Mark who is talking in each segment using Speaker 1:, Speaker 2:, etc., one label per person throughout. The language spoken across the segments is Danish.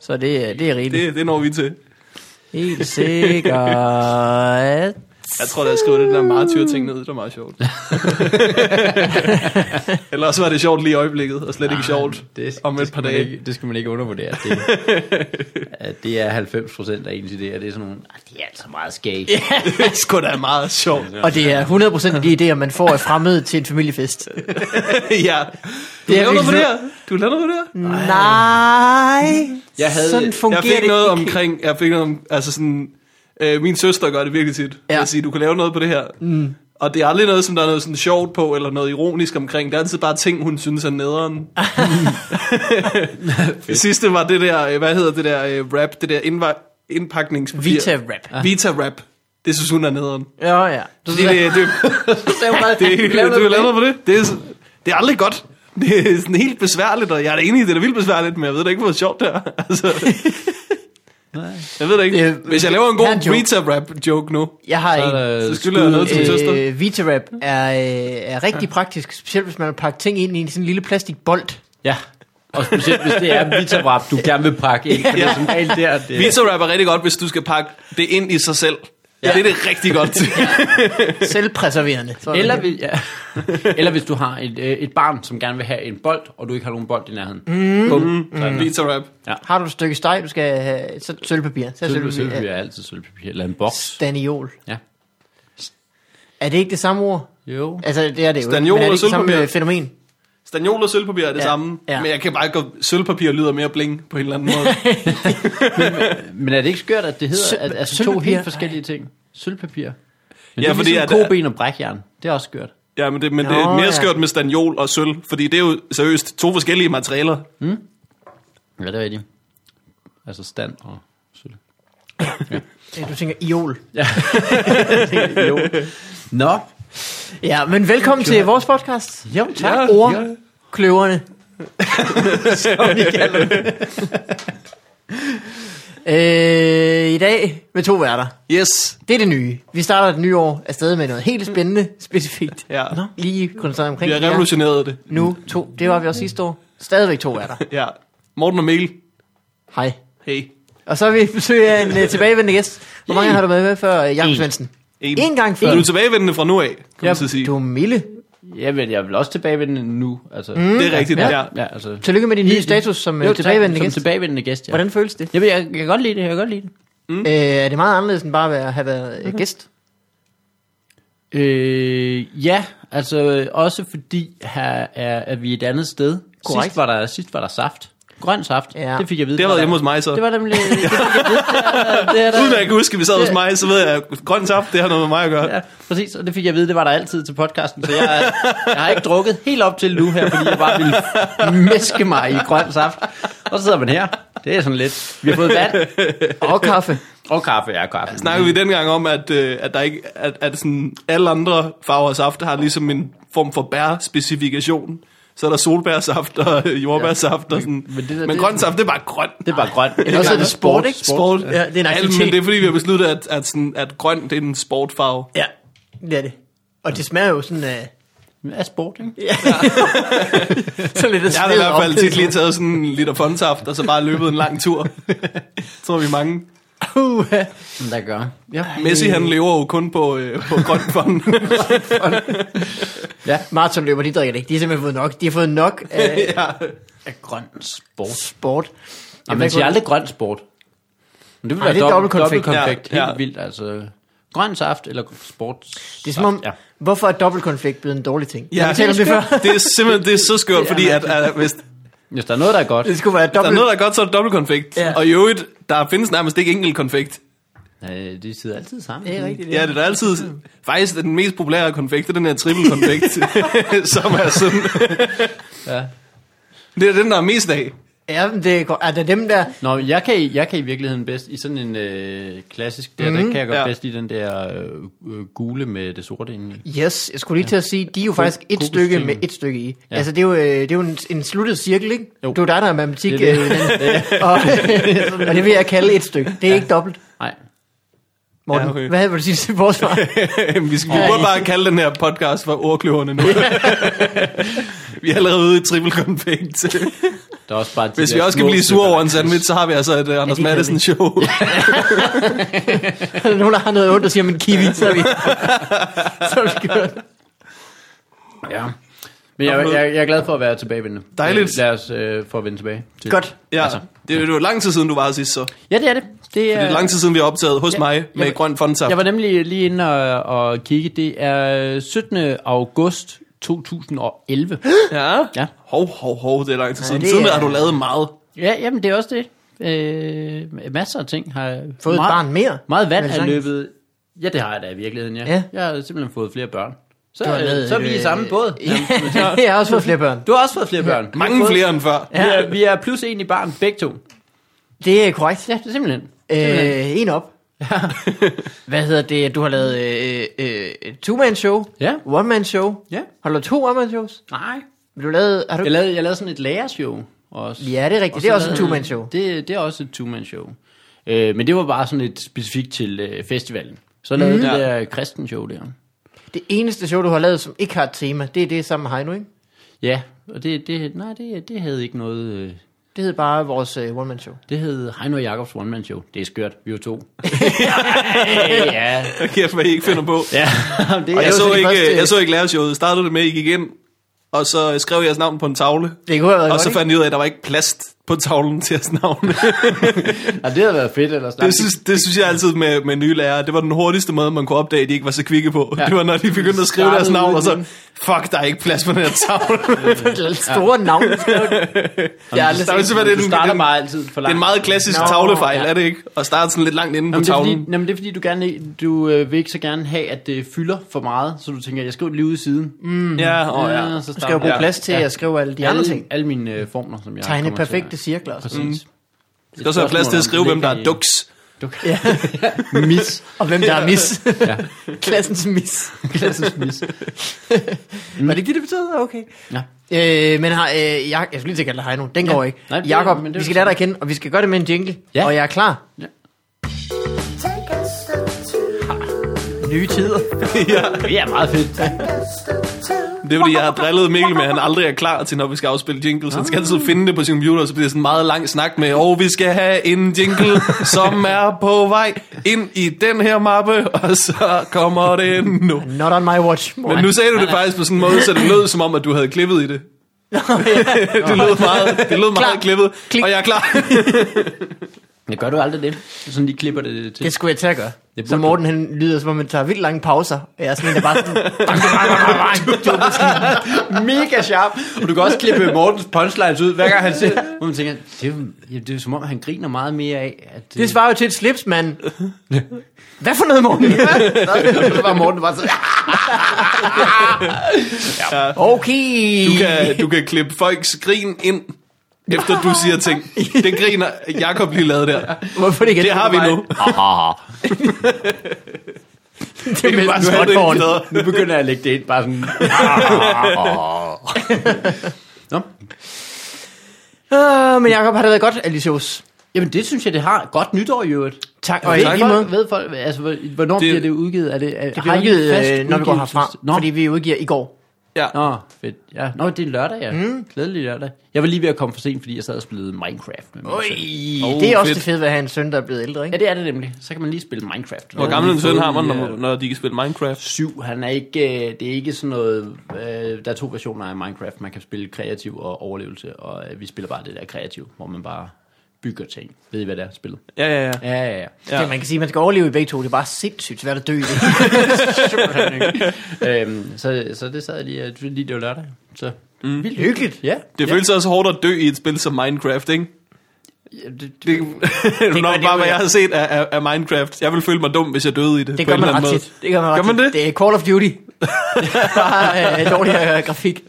Speaker 1: Så det, er- det er rigtigt.
Speaker 2: Det, det når vi til.
Speaker 1: Helt sikkert.
Speaker 2: Jeg tror, da jeg skrev den der meget tyre ting ned. Det var meget sjovt. Eller også var det sjovt lige i øjeblikket, og slet ikke sjovt det, om et
Speaker 3: det skal
Speaker 2: par
Speaker 3: man
Speaker 2: dage.
Speaker 3: Ikke, det skal man ikke undervurdere. Det, at det er 90 procent af ens idéer. Det er sådan nogle, "Ah, det er altså meget skægt. Yeah.
Speaker 2: Det er sgu da meget sjovt.
Speaker 1: Og det er 100% de idéer, man får af fremmede til en familiefest.
Speaker 2: ja. Du
Speaker 1: Det er
Speaker 2: laver noget på
Speaker 1: virkelig-
Speaker 2: det her. Du laver noget på det her.
Speaker 1: Nej.
Speaker 2: Jeg havde,
Speaker 1: Sådan fungerer
Speaker 2: jeg fik
Speaker 1: det
Speaker 2: noget
Speaker 1: ikke.
Speaker 2: omkring, jeg fik noget om, altså sådan, øh, min søster gør det virkelig
Speaker 1: Ja.
Speaker 2: tit. Ja. Jeg siger, du kan lave noget på det her. Mm. Og det er aldrig noget, som der er noget sådan sjovt på, eller noget ironisk omkring. Det er altid bare ting, hun synes er nederen. det sidste var det der, øh, hvad hedder det der øh, rap, det der indva- indpakningspapir.
Speaker 1: Vita-rap.
Speaker 2: Vita rap. Det synes hun er nederen.
Speaker 1: Ja, ja. Du
Speaker 2: Fordi det, det, det, det, det, du laver noget på det. Det er, sådan- det er aldrig godt. Det er sådan helt besværligt, og jeg er da enig i, det er da vildt besværligt, men jeg ved da ikke, hvor sjovt det er. Altså, jeg ved da ikke.
Speaker 1: Det er-
Speaker 2: Hvis jeg laver en
Speaker 1: det er
Speaker 2: god
Speaker 1: en joke.
Speaker 2: Rita-rap-joke nu,
Speaker 1: Jeg har
Speaker 3: Så er
Speaker 1: en.
Speaker 3: der
Speaker 2: så skylder jeg noget til min søster.
Speaker 1: Øh, Vita-rap er, øh, er rigtig praktisk, specielt hvis man har pakket ting ind i en sådan lille plastikbold.
Speaker 3: Ja, og specielt hvis det er en vitavrap, du gerne vil pakke ind, for det er som regel der.
Speaker 1: Øh,
Speaker 3: Det,
Speaker 2: Vita-rap er rigtig godt, hvis du skal pakke det ind i sig selv. Ja. Det er det rigtig godt til.
Speaker 1: Selvpreserverende. tror jeg,
Speaker 3: eller,
Speaker 1: det
Speaker 3: hvis, ja. eller hvis du har et, øh, et barn, som gerne vil have en bold, og du ikke har nogen bold i nærheden. Mm. Bum. Så er det
Speaker 2: Vita-rap.
Speaker 1: hedder. Har du et stykke steg, du skal have så sølvpapir. Så er sølvpapir.
Speaker 3: sølvpapir. Sølvpapir
Speaker 1: Ja.
Speaker 3: er altid sølvpapir. Eller en boks.
Speaker 1: Staniol.
Speaker 3: Ja.
Speaker 1: Er det ikke det samme ord?
Speaker 3: Jo.
Speaker 1: Altså, det er det jo. ikke,
Speaker 2: Staniol
Speaker 1: men er det
Speaker 2: og
Speaker 1: ikke det samme
Speaker 2: sølvpapir.
Speaker 1: øh, fænomen?
Speaker 2: Stagnol og sølvpapir er det
Speaker 1: Ja.
Speaker 2: ja. samme,
Speaker 1: Ja.
Speaker 2: ja. men jeg kan bare gå, sølvpapir lyder mere bling på en eller anden måde.
Speaker 3: Men er det ikke skørt, at det hedder
Speaker 1: Søl-
Speaker 3: at, altså to
Speaker 1: sølvpapir?
Speaker 3: helt forskellige ting? Sølvpapir. Men
Speaker 2: Ja,
Speaker 3: ja, det er
Speaker 2: fordi
Speaker 3: ligesom
Speaker 2: at-
Speaker 3: koben og brækjern. Det er også skørt.
Speaker 2: ja, men det, men det er
Speaker 1: Nå,
Speaker 2: mere
Speaker 1: ja.
Speaker 2: skørt med stagnol og sølv, fordi det er jo seriøst to forskellige materialer.
Speaker 3: Ja, det er rigtigt. Altså stand og sølv.
Speaker 1: Øh, Du tænker iol.
Speaker 3: jo. Nå.
Speaker 1: Ja, men velkommen til vores podcast.
Speaker 3: Jo, tak.
Speaker 2: Ja.
Speaker 1: Ordkløverne. Som vi kalder det. øh, I dag med to værter.
Speaker 2: Yes.
Speaker 1: Det er det nye. Vi starter det nye år afsted med noget helt spændende, specifikt.
Speaker 2: Ja.
Speaker 1: Nå, lige koncentreret omkring.
Speaker 2: Vi har
Speaker 1: det her.
Speaker 2: revolutioneret det.
Speaker 1: Nu to. Det var vi også sidste år. Stadigvæk to værter.
Speaker 2: Ja. Morten og Mikkel.
Speaker 1: Hej.
Speaker 2: Hey.
Speaker 1: Og så har vi besøg af en uh, tilbagevendende gæst. Hvor mange har du været med før, uh, Jakob Svendsen?
Speaker 2: En.
Speaker 1: En gang før.
Speaker 2: Du er tilbagevendende fra nu af, kan man så sige.
Speaker 1: Du er Mille.
Speaker 3: Jamen, jeg vil også tilbage ved den nu. Altså, mm.
Speaker 2: Det er rigtigt,
Speaker 1: Ja.
Speaker 2: ja. ja.
Speaker 3: ja, altså,
Speaker 1: Tillykke med din nye status som uh,
Speaker 3: Jo, tak.
Speaker 1: tilbagevendende
Speaker 3: som øh,
Speaker 1: gæst.
Speaker 3: tilbagevendende gæst, ja.
Speaker 1: Hvordan føles det?
Speaker 3: Jamen, jeg, jeg kan godt lide det, jeg kan godt lide det.
Speaker 1: Mm. Øh, er det meget anderledes end bare at være, have været mm-hmm. gæst?
Speaker 3: Øh, ja, altså også fordi her er, er vi et andet sted.
Speaker 1: Korrekt.
Speaker 3: Sidst var, der, sidst var der saft. Grøn saft.
Speaker 1: Ja.
Speaker 3: Det fik jeg at vide.
Speaker 2: Det har været hjemme
Speaker 3: var der-
Speaker 2: hos mig så.
Speaker 3: Det var nemlig... Det fik jeg at vide. Det er der,
Speaker 2: Uden at
Speaker 3: det er
Speaker 2: jeg kan huske, at vi sad hos mig, så ved jeg, at grøn saft, det har noget med mig at gøre.
Speaker 3: der. Ja, præcis. Og det fik jeg at vide, det var der altid til podcasten. Så jeg, jeg har ikke drukket helt op til nu her, fordi jeg bare ville mæske mig i grøn saft. Og så sidder man her. Det er sådan lidt... Vi har fået vand
Speaker 1: Og kaffe.
Speaker 3: og kaffe. Ja, kaffe.
Speaker 2: Snakkede vi dengang om, at, øh, at, der ikke, at, at sådan, alle andre farver af saft har ligesom en form for bær-specifikation. Så er der solbærsaft og øh, jordbærsaft og sådan. Men,
Speaker 3: det der-
Speaker 2: det,
Speaker 3: det-
Speaker 2: men grøn saft, det er bare grøn.
Speaker 3: Det er bare grøn.
Speaker 1: Eller også er det sport, ikke?
Speaker 2: Sport.
Speaker 1: Ja, det er en
Speaker 2: Alt,
Speaker 1: aktivitet.
Speaker 2: men det er fordi, vi har besluttet, at, at, sådan, at grøn det er en sportfarve.
Speaker 1: Ja, det er det. Og det smager jo sådan, uh,
Speaker 3: Er sport, ikke?
Speaker 1: sådan lidt af
Speaker 2: Jeg har da i hvert fald tit lige taget sådan en liter fondsaft, og så bare løbet en lang tur. Tror vi er mange.
Speaker 3: Som der gør. Ja.
Speaker 2: Messi han lever jo kun på, øh, på grøn fond.
Speaker 1: Maratonløber, de drikker det ikke. De har simpelthen fået nok. De har fået nok af
Speaker 2: ja.
Speaker 3: Grøn sport.
Speaker 1: sport.
Speaker 3: Ja, man siger
Speaker 1: kunne-
Speaker 3: aldrig grøn sport. Men det vil
Speaker 1: Ej,
Speaker 3: være
Speaker 1: det er
Speaker 3: dobbelt,
Speaker 1: dobbeltkonfekt.
Speaker 3: dobbelt konfekt.
Speaker 2: Ja,
Speaker 3: Ja, helt
Speaker 2: ja.
Speaker 3: vildt, altså. Grøn saft eller sport.
Speaker 1: Det er som om,
Speaker 3: Ja.
Speaker 1: hvorfor er dobbeltkonflikt blevet en dårlig ting?
Speaker 2: Ja,
Speaker 1: Ja, vi talte om det før.
Speaker 2: det er simpelthen det er så skørt, fordi at, at hvis der
Speaker 3: Hvis der er noget, der er godt.
Speaker 1: Det skulle være
Speaker 2: er
Speaker 1: dobbelt...
Speaker 2: noget, der er godt, så er det dobbeltkonfekt.
Speaker 1: Ja.
Speaker 2: Ja. Og i øvrigt, der findes nærmest ikke enkelt konfekt.
Speaker 3: Øh, de sidder altid sammen.
Speaker 1: Det er rigtigt.
Speaker 2: Ja, det er der altid. Faktisk er den mest populære konfekt, det er den her trippelkonfekt, som er sådan.
Speaker 3: Ja.
Speaker 2: Det er den, der er mest af.
Speaker 1: Ja, men det er, godt. er der dem der...
Speaker 3: Nå, jeg kan, i- jeg kan i virkeligheden bedst, i sådan en øh, klassisk der, mm, der kan jeg godt
Speaker 2: Mhm. Ja.
Speaker 3: ja. bedst i den der øh, øh, gule med det sorte indeni.
Speaker 1: Yes, jeg skulle lige til at sige, de er jo faktisk et stykke med et stykke i. Ja. Altså, det er jo, øh, det er jo en, en sluttet cirkel, ikke? Jo.
Speaker 3: Jo.
Speaker 1: Det er jo dig, der er matematik,
Speaker 3: Det er
Speaker 1: øh, og, og det vil jeg kalde et stykke. Det er ja. ikke dobbelt.
Speaker 3: Nej.
Speaker 1: Morten, ja,
Speaker 2: Ja,
Speaker 1: okay.
Speaker 2: okay.
Speaker 1: hvad vil du sige til vores svar?
Speaker 2: vi skal vi burde bare kalde den her podcast for ordkløverne nu. vi er allerede ude i trippelkonfekt.
Speaker 3: Der er også bare de
Speaker 2: Hvis
Speaker 3: der
Speaker 2: vi også skal
Speaker 3: små
Speaker 2: blive sure
Speaker 3: stykker.
Speaker 2: over en sandwich, så har vi altså et uh, Anders
Speaker 1: kan
Speaker 2: Madsen show.
Speaker 1: Når Altså, nogen der har noget ondt og siger, men kiwi, så er vi, så er vi kørt.
Speaker 3: Ja. Men jeg, jeg, jeg er glad for at være tilbagevendende.
Speaker 2: Dejligt.
Speaker 3: Lad os øh, for at vende tilbage. Til.
Speaker 1: Godt.
Speaker 2: ja,
Speaker 3: Altså.
Speaker 2: det, det var lang tid siden, du var sidst så. Det
Speaker 3: Ja, det er det. Det er,
Speaker 2: er lang tid siden, vi har optaget hos mig med
Speaker 3: jeg-
Speaker 2: grøn fondsaft.
Speaker 3: Jeg var nemlig lige inde og, og kigge. Det er 17. august 2011.
Speaker 2: Ja.
Speaker 3: Ja.
Speaker 2: Hov, hov, hov, det er lang tid siden.
Speaker 1: det
Speaker 2: Siden
Speaker 1: er-
Speaker 2: har du lavet meget.
Speaker 3: Ja, jamen det er også det. Øh, masser af ting har jeg
Speaker 1: Fået et barn mere?
Speaker 3: Meget vand
Speaker 1: Vel
Speaker 3: er
Speaker 1: sagtens.
Speaker 3: løbet. Ja, det har jeg da i virkeligheden, ja.
Speaker 1: Ja.
Speaker 3: Jeg har simpelthen fået flere børn. Så,
Speaker 1: Du har lavet,
Speaker 3: øh, så er vi i
Speaker 1: øh,
Speaker 3: samme båd.
Speaker 1: Ja, jeg har også fået flere børn.
Speaker 3: Du har også fået flere børn. Vi har
Speaker 2: Mange
Speaker 3: fået-
Speaker 2: flere end før.
Speaker 3: Vi er, vi er plus en i barn, begge to.
Speaker 1: Det er korrekt.
Speaker 3: Ja, det er simpelthen. simpelthen.
Speaker 1: Øh, en op. Hvad hedder det? Du har lavet øh, øh, two-man-show,
Speaker 3: Ja.
Speaker 1: one-man-show.
Speaker 3: Ja.
Speaker 1: Har du lavet to one-man-shows?
Speaker 3: Nej.
Speaker 1: Du lavede, har du...
Speaker 3: Jeg lavede, jeg lavede sådan et lærershow også.
Speaker 1: Ja, det er rigtigt.
Speaker 3: Og
Speaker 1: det er
Speaker 3: så
Speaker 1: også en
Speaker 3: lavede-
Speaker 1: two-man-show.
Speaker 3: Det, det er også et two-man-show. Øh, men det var bare sådan et specifikt til øh, festivalen. Så lavede
Speaker 1: Mhm.
Speaker 3: mm. det der kristen show der.
Speaker 1: Det eneste show, du har lavet, som ikke har et tema, det er det sammen med Heino, ikke?
Speaker 3: Ja, og det, det, nej, det, det havde ikke noget... Øh,
Speaker 1: Det hedder bare vores øh, one-man-show.
Speaker 3: det hed Heino og Jacobs One Man Show. Det er skørt. Vi var to. ja, ja.
Speaker 2: Hvad kæft, hvad I ikke finder på.
Speaker 3: ja. Det,
Speaker 2: Og
Speaker 1: det
Speaker 2: jeg,
Speaker 1: var så
Speaker 2: så
Speaker 1: de
Speaker 2: ikke,
Speaker 1: første-
Speaker 2: jeg så ikke lærershowet. Startede det med, at I gik ind, og så skrev jeres navn på en tavle.
Speaker 1: Det kunne have været
Speaker 2: Og så
Speaker 1: godt, ikke?
Speaker 2: fandt jeg ud af, at der var ikke plads på tavlen til jeres navne.
Speaker 3: ja, det havde været fedt ellers.
Speaker 2: Det synes, det synes jeg altid med, med nye lærere. Det var den hurtigste måde, man kunne opdage, at de ikke var så kvikke på.
Speaker 3: Ja.
Speaker 2: Ja. Det var, når de begyndte at skrive deres
Speaker 3: Startede
Speaker 2: navn,
Speaker 3: ud
Speaker 2: og så,
Speaker 3: uden.
Speaker 2: fuck, der er ikke plads på den her tavle.
Speaker 1: Store navn.
Speaker 3: jeg aldrig
Speaker 1: altså,
Speaker 2: der er jo
Speaker 3: set.
Speaker 2: simpelthen
Speaker 3: du
Speaker 2: en-
Speaker 3: starter
Speaker 2: en-
Speaker 3: bare altid for
Speaker 2: Det er
Speaker 3: langt.
Speaker 2: en meget klassisk
Speaker 1: Nå,
Speaker 2: tavlefejl,
Speaker 1: ja.
Speaker 2: er det ikke? At starte sådan lidt langt inde på
Speaker 3: Jamen, det, er fordi,
Speaker 2: tavlen.
Speaker 3: jamen, det er fordi, du, gerne, du øh, vil ikke så gerne have, at det fylder for meget, så du tænker, jeg skriver lige ude i siden. Mm.
Speaker 2: Ja, og ja.
Speaker 3: så
Speaker 1: Du skal jo bruge
Speaker 2: Ja.
Speaker 1: plads til at skrive alle de andre ting.
Speaker 3: Alle, alle mine øh, formler, som jeg
Speaker 1: Tegne
Speaker 3: kommer til
Speaker 1: perfekte cirkler og
Speaker 3: at...
Speaker 1: sådan
Speaker 3: Præcis. Mm.
Speaker 2: Du skal også have plads til at skrive, hvem der er duks.
Speaker 1: Ja.
Speaker 3: Mis.
Speaker 1: Og hvem der er mis.
Speaker 3: Ja.
Speaker 1: Klassens mis.
Speaker 3: Klassisk mis.
Speaker 1: Var det ikke det, det betød? Okay.
Speaker 3: Ja.
Speaker 1: Øh, men har, øh, jeg, jeg skulle lige til at kalde dig Heino. Den går ikke.
Speaker 3: Nej, det-
Speaker 1: Jakob,
Speaker 3: men det er
Speaker 1: vi
Speaker 3: jo
Speaker 1: skal lære dig at kende, og vi skal gøre det med en jingle.
Speaker 3: Ja.
Speaker 1: Og jeg er klar.
Speaker 3: Ja.
Speaker 4: Take a step two,
Speaker 1: Nye tider.
Speaker 3: Det er meget fedt.
Speaker 4: a step two,
Speaker 2: Det er fordi, jeg har drillet Mikkel med, at han aldrig er klar til, når vi skal afspille jingles. Han skal altid
Speaker 3: Ah.
Speaker 2: finde det på sin computer, og så bliver det sådan en meget lang snak med, og vi skal have en jingle, som er på vej ind i den her mappe, og så kommer det nu.
Speaker 1: Not on my watch.
Speaker 2: Men nu sagde du det faktisk på sådan en måde, så det lød som om, at du havde klippet i det. det lød meget, det lød
Speaker 1: Klar.
Speaker 2: meget klippet,
Speaker 1: Klik.
Speaker 2: og jeg er klar.
Speaker 3: Jeg gør du aldrig det. Sådan lige klipper det til.
Speaker 1: Det skulle jeg til at gøre.
Speaker 3: burde
Speaker 1: Så Morten han lyder, som om man tager vildt lange pauser. Jeg er sådan en, der bare sådan... bang, bang, bang, bang, bang.
Speaker 3: mega sharp. Og du kan også klippe Mortens punchlines ud, hver gang han siger. Hvor man tænker, det er, jo, ja, det er jo som om, han griner meget mere af. At, øh,
Speaker 1: Det svarer jo til et slips, mand. Hvad for noget, Morten?
Speaker 3: det var Morten bare så.
Speaker 2: "Ah!"
Speaker 1: Okay.
Speaker 2: Du kan, du kan klippe folks grin ind, efter du siger ting. Den griner Jakob lige lavede der.
Speaker 1: Hvorfor det ikke
Speaker 2: Det har vi nu.
Speaker 1: Det er
Speaker 2: kan bare
Speaker 1: mest
Speaker 2: smide det ind
Speaker 1: småtårn.
Speaker 2: i stedet.
Speaker 3: nu begynder jeg at lægge det ind, bare sådan. Nå.
Speaker 1: Ah, Men Jacob, har det været godt, Alicios?
Speaker 3: Jamen det synes jeg, det har. Godt nytår i øvrigt.
Speaker 1: Tak, og
Speaker 2: tak.
Speaker 1: i lige måde.
Speaker 3: Folk, ved folk, altså, hvor- hvornår det, bliver det udgivet? Er det, er,
Speaker 1: Det bliver
Speaker 3: har I
Speaker 1: udgivet,
Speaker 3: fast
Speaker 1: øh, når vi går herfra,
Speaker 3: udgivelses- Nå,
Speaker 1: fordi vi udgiver i går.
Speaker 2: Ja.
Speaker 3: Nå, fedt. Ja. Nå, det er lørdag, ja. Mm. Glædelig lørdag. Jeg var lige ved at komme for sent, fordi jeg sad og spillede Minecraft med min
Speaker 1: Oi,
Speaker 3: søn.
Speaker 1: oh, det er også
Speaker 2: fedt.
Speaker 1: det fede ved at have en søn, der er blevet ældre,
Speaker 3: Ja,
Speaker 1: ikke?
Speaker 3: det er det nemlig. Så kan man lige spille Minecraft.
Speaker 2: Hvor
Speaker 3: Ja,
Speaker 2: gammel en søn har man,
Speaker 3: lige,
Speaker 2: når,
Speaker 3: øh,
Speaker 2: når de kan spille Minecraft?
Speaker 3: Syv. Han er ikke, øh, det er ikke sådan noget... Øh, der er to versioner af Minecraft. Man kan spille kreativ og overlevelse, og øh, vi spiller bare det der kreativ, hvor man bare bygger ting. Ved I, hvad det er spillet?
Speaker 2: Ja, ja, ja.
Speaker 3: Ja, ja, ja.
Speaker 1: Ja. Det, man kan sige, at man skal overleve i begge to. Det er bare sindssygt svært at dø i det.
Speaker 3: øhm, så, så det sad jeg lige, øh, lige det var lørdag. Så mm. vildt
Speaker 1: Hyggeligt.
Speaker 3: Ja.
Speaker 2: Det føles også hårdt at dø i et spil som Minecraft, ikke?
Speaker 3: ja, det, det,
Speaker 2: Det, det er nok
Speaker 1: det
Speaker 2: bare, hvad
Speaker 1: jo.
Speaker 2: jeg har set af, af, af Minecraft. Jeg vil føle mig dum, hvis jeg døde i det.
Speaker 1: Det
Speaker 2: på
Speaker 1: gør
Speaker 2: en
Speaker 1: man
Speaker 2: eller
Speaker 1: ret
Speaker 2: anden
Speaker 1: tit. Det gør man ret
Speaker 2: Gør man
Speaker 1: tit.
Speaker 2: det?
Speaker 1: Det er Call of Duty. bare øh, dårligere øh, grafik.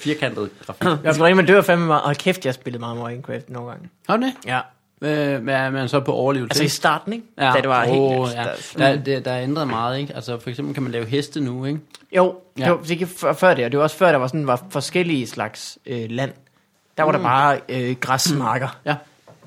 Speaker 3: firkantet grafik.
Speaker 1: Jeg tror ikke, man dør fandme meget. Og kæft, jeg spillede meget Minecraft nogle gange.
Speaker 3: Har du det?
Speaker 1: Ja.
Speaker 3: Øh, hvad er man så på overlevelse?
Speaker 1: Altså i
Speaker 3: ikke?
Speaker 1: starten, ikke? Ja. Da det var helt... Mm.
Speaker 3: Åh, ja.
Speaker 1: ja.
Speaker 3: der, der, der er ændret meget, ikke? Altså for eksempel kan man lave heste nu, ikke?
Speaker 1: Jo, det
Speaker 3: Ja.
Speaker 1: var, det gik før, før det, og det var også før, der var,
Speaker 3: Mm.
Speaker 1: sådan, var forskellige slags øh, land. Der var der bare øh, græsmarker.
Speaker 3: Ja.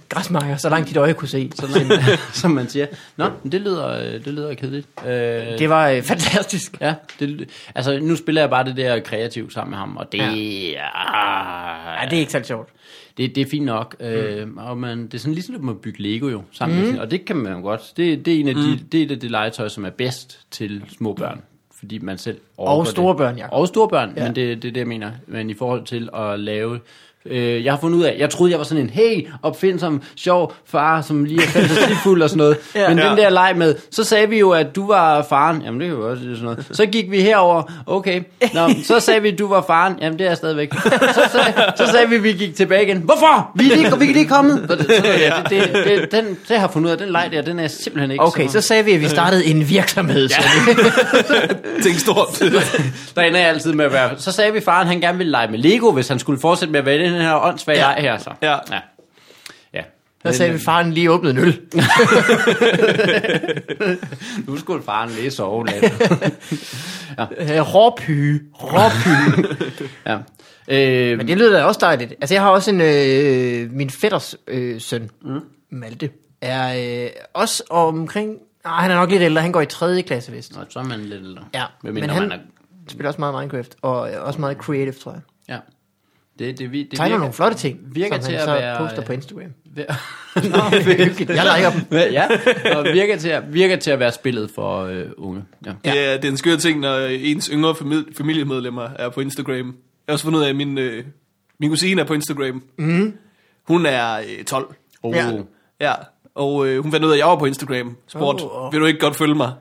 Speaker 1: græsmarker, så langt dit øje kunne se.
Speaker 3: Sådan, en- som man siger. Nå, men det lyder, øh, det lyder kedeligt. Øh, det...
Speaker 1: Det var øh, fantastisk.
Speaker 3: Ja, det, ly- altså nu spiller jeg bare det der kreativt sammen med ham, og det, ja.
Speaker 1: Ja, det Mm. er ikke særlig sjovt.
Speaker 3: det, det er fint nok. Øh, og man, det er sådan ligesom, at man bygge Lego jo sammen mm. med sin, Og det kan man jo godt. Det, det er en af de,
Speaker 1: Mm.
Speaker 3: det, er et af det legetøj, som er bedst til små børn. Fordi man selv overgår
Speaker 1: store
Speaker 3: det.
Speaker 1: børn, Jacob.
Speaker 3: Og store børn, ja.
Speaker 1: Ja.
Speaker 3: men det, det er det, jeg mener. Men i forhold til at lave... Øh, jeg har fundet ud af, jeg troede, jeg var sådan en, hey, opfindsom, sjov far, som lige er fantasifuld og sådan noget. ja. Men
Speaker 2: Ja.
Speaker 3: den der leg med, så sagde vi jo, at du var faren. Jamen, det kan jo også det er sådan noget. Så gik vi herover, okay. Nå, men så sagde vi, at du var faren. Jamen, det er jeg stadigvæk. Så sagde, så sagde vi, at vi gik tilbage igen. Hvorfor? Vi er lige, vi er lige kommet. Så det, så, ja, det, det, det, den, det har jeg fundet ud af, den leg der, den er jeg simpelthen ikke
Speaker 1: Okay, så sagde vi,
Speaker 3: Øh.
Speaker 1: at vi startede en virksomhed. Så.
Speaker 2: Tænk stort.
Speaker 3: Der ender jeg altid med at være... Så sagde vi, at faren han gerne ville lege med Lego, hvis han skulle fortsætte med at vælge den her åndssvage ja. leg her. Så.
Speaker 2: Ja.
Speaker 3: ja. ja.
Speaker 1: Så sagde vi, at faren lige åbnede en øl.
Speaker 3: Nu skulle faren lige sove lidt.
Speaker 1: Øh, Råpyge. Råpyge.
Speaker 3: ja. Øh,
Speaker 1: Men det lyder da også dejligt. Altså, jeg har også en... Øh, min fætters øh, søn, mm. Malte, er øh, også omkring... Ah, han er nok lidt ældre. Han går i 3. klasse, vist.
Speaker 3: Nå, så er man lidt ældre.
Speaker 1: Ja,
Speaker 3: Hvad
Speaker 1: men
Speaker 3: mindre,
Speaker 1: han
Speaker 3: man er...
Speaker 1: spiller også meget Minecraft, og øh, også meget creative, tror jeg.
Speaker 3: Ja. Det, det, vi- det
Speaker 1: Tegner
Speaker 3: virker-
Speaker 1: nogle flotte ting,
Speaker 3: virker
Speaker 1: som
Speaker 3: til
Speaker 1: han
Speaker 3: at
Speaker 1: så
Speaker 3: være,
Speaker 1: poster
Speaker 3: øh,
Speaker 1: på Instagram.
Speaker 3: Nå,
Speaker 1: Det er hyggeligt. Jeg liker dem.
Speaker 3: ja, og virker til, at, virker til at være spillet for øh, unge. Ja.
Speaker 2: Ja. Det, er, det er en skør ting, når ens yngre famil- familiemedlemmer er på Instagram. Jeg har også fundet ud af, at min, øh, min kusine er på Instagram. Mm. Hun er øh, 12.
Speaker 3: Oh.
Speaker 1: Ja.
Speaker 2: Ja, og øh, hun fandt ud af, at jeg var på Instagram. Spurgte,
Speaker 1: Åh,
Speaker 2: oh.
Speaker 1: åh.
Speaker 2: vil du ikke godt følge mig?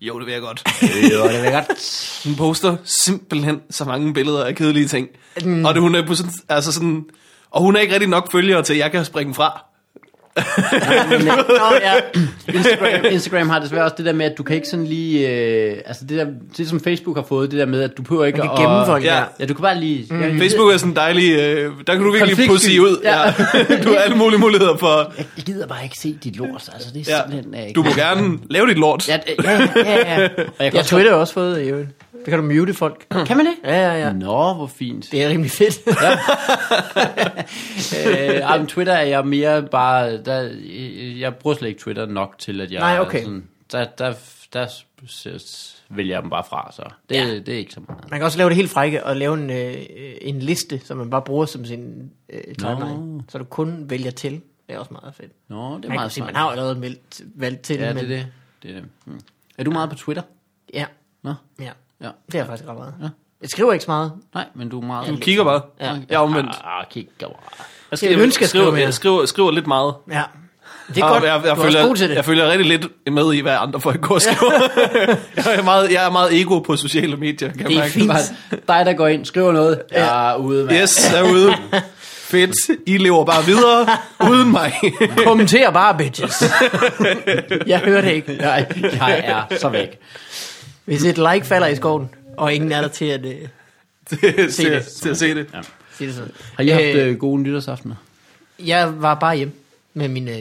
Speaker 2: Jo, det vil jeg godt.
Speaker 3: Jo, det er godt.
Speaker 2: Hun poster simpelthen så mange billeder af kedelige ting. Mm. Og det, hun er på sådan, altså sådan, og hun er ikke rigtig nok følgere til, at jeg kan springe fra.
Speaker 3: Nå, ja. Instagram, Instagram har desværre også det der med, at du kan ikke sådan lige... Øh, altså det, der, det som Facebook har fået, det der med, at du behøver ikke
Speaker 1: Man kan gemme folk
Speaker 2: Ja.
Speaker 1: der.
Speaker 3: Ja, du kan bare lige... Mm. Ja,
Speaker 2: Facebook er sådan en dejlig, øh, der kan du virkelig
Speaker 3: Konfliktsky.
Speaker 2: pussy ud.
Speaker 3: Ja.
Speaker 2: Ja. du har alle mulige muligheder for,
Speaker 3: Jeg gider bare ikke se dit lort, altså det er
Speaker 2: ja.
Speaker 3: simpelthen... øh,
Speaker 2: du må gerne lave dit lort.
Speaker 3: Ja, d- ja,
Speaker 1: Ja, ja.
Speaker 3: og jeg kan
Speaker 1: Jeg
Speaker 3: også,
Speaker 1: Twitter har også fået, øh, det kan du mute folk.
Speaker 3: kan man det?
Speaker 1: Ja, ja, ja.
Speaker 3: Nå, hvor fint.
Speaker 1: Det er rimelig fedt.
Speaker 3: øh, ej, men Twitter er jeg mere bare... Der, øh, jeg bruger slet ikke Twitter nok til, at jeg...
Speaker 1: Nej,
Speaker 3: er
Speaker 1: okay.
Speaker 3: Sådan, der, der, der s- s- vælger jeg dem bare fra, så det, ja. det er ikke så meget.
Speaker 1: Man kan også lave det helt frække og lave en, øh, en liste, som man bare bruger som sin øh, timeline.
Speaker 3: Nå.
Speaker 1: Så du kun vælger til. Det er også meget fedt.
Speaker 3: Nå, det er
Speaker 1: Man, kan
Speaker 3: meget
Speaker 1: sige, man
Speaker 3: smart.
Speaker 1: har jo allerede meldt, valgt til.
Speaker 3: Ja,
Speaker 1: men,
Speaker 3: det er det. det, er, det. Mm. er du meget på Twitter?
Speaker 1: Ja,
Speaker 3: Nå,
Speaker 1: ja.
Speaker 3: ja.
Speaker 1: Det er faktisk ret meget. Jeg skriver ikke så meget.
Speaker 3: Nej, men du er meget...
Speaker 2: Du kigger bare.
Speaker 1: Ja.
Speaker 2: Ja. Jeg er omvendt.
Speaker 3: Ah, kigger bare.
Speaker 2: Jeg
Speaker 1: Jeg ville ønske, jeg skrev
Speaker 2: skriver,
Speaker 1: mere.
Speaker 2: jeg skriver, skriver lidt meget.
Speaker 1: Ja. Det er godt.
Speaker 2: Ah, Jeg, jeg, jeg,
Speaker 1: du er også god til
Speaker 2: følger,
Speaker 1: det.
Speaker 2: jeg følger rigtig lidt med i, hvad andre folk går og skriver. jeg, er meget, jeg er meget ego på sociale medier, kan
Speaker 1: Det
Speaker 2: jeg
Speaker 1: er
Speaker 2: mærke.
Speaker 1: fint.
Speaker 3: Bare Dig, der går ind, skriver noget. Jeg er ude, mand.
Speaker 2: Yes, derude. Fedt. I lever bare videre, uden mig.
Speaker 1: Kommenter bare, bitches. jeg hører det ikke.
Speaker 3: Jeg, jeg er så væk.
Speaker 1: Hvis et like falder i skoven, og ingen er der til at øh,
Speaker 2: til,
Speaker 1: Se det.
Speaker 2: til, til at se det.
Speaker 1: sige det sådan.
Speaker 3: Har I haft
Speaker 1: Øh,
Speaker 3: øh, gode nytårsaftener?
Speaker 1: Jeg var bare hjemme med min øh,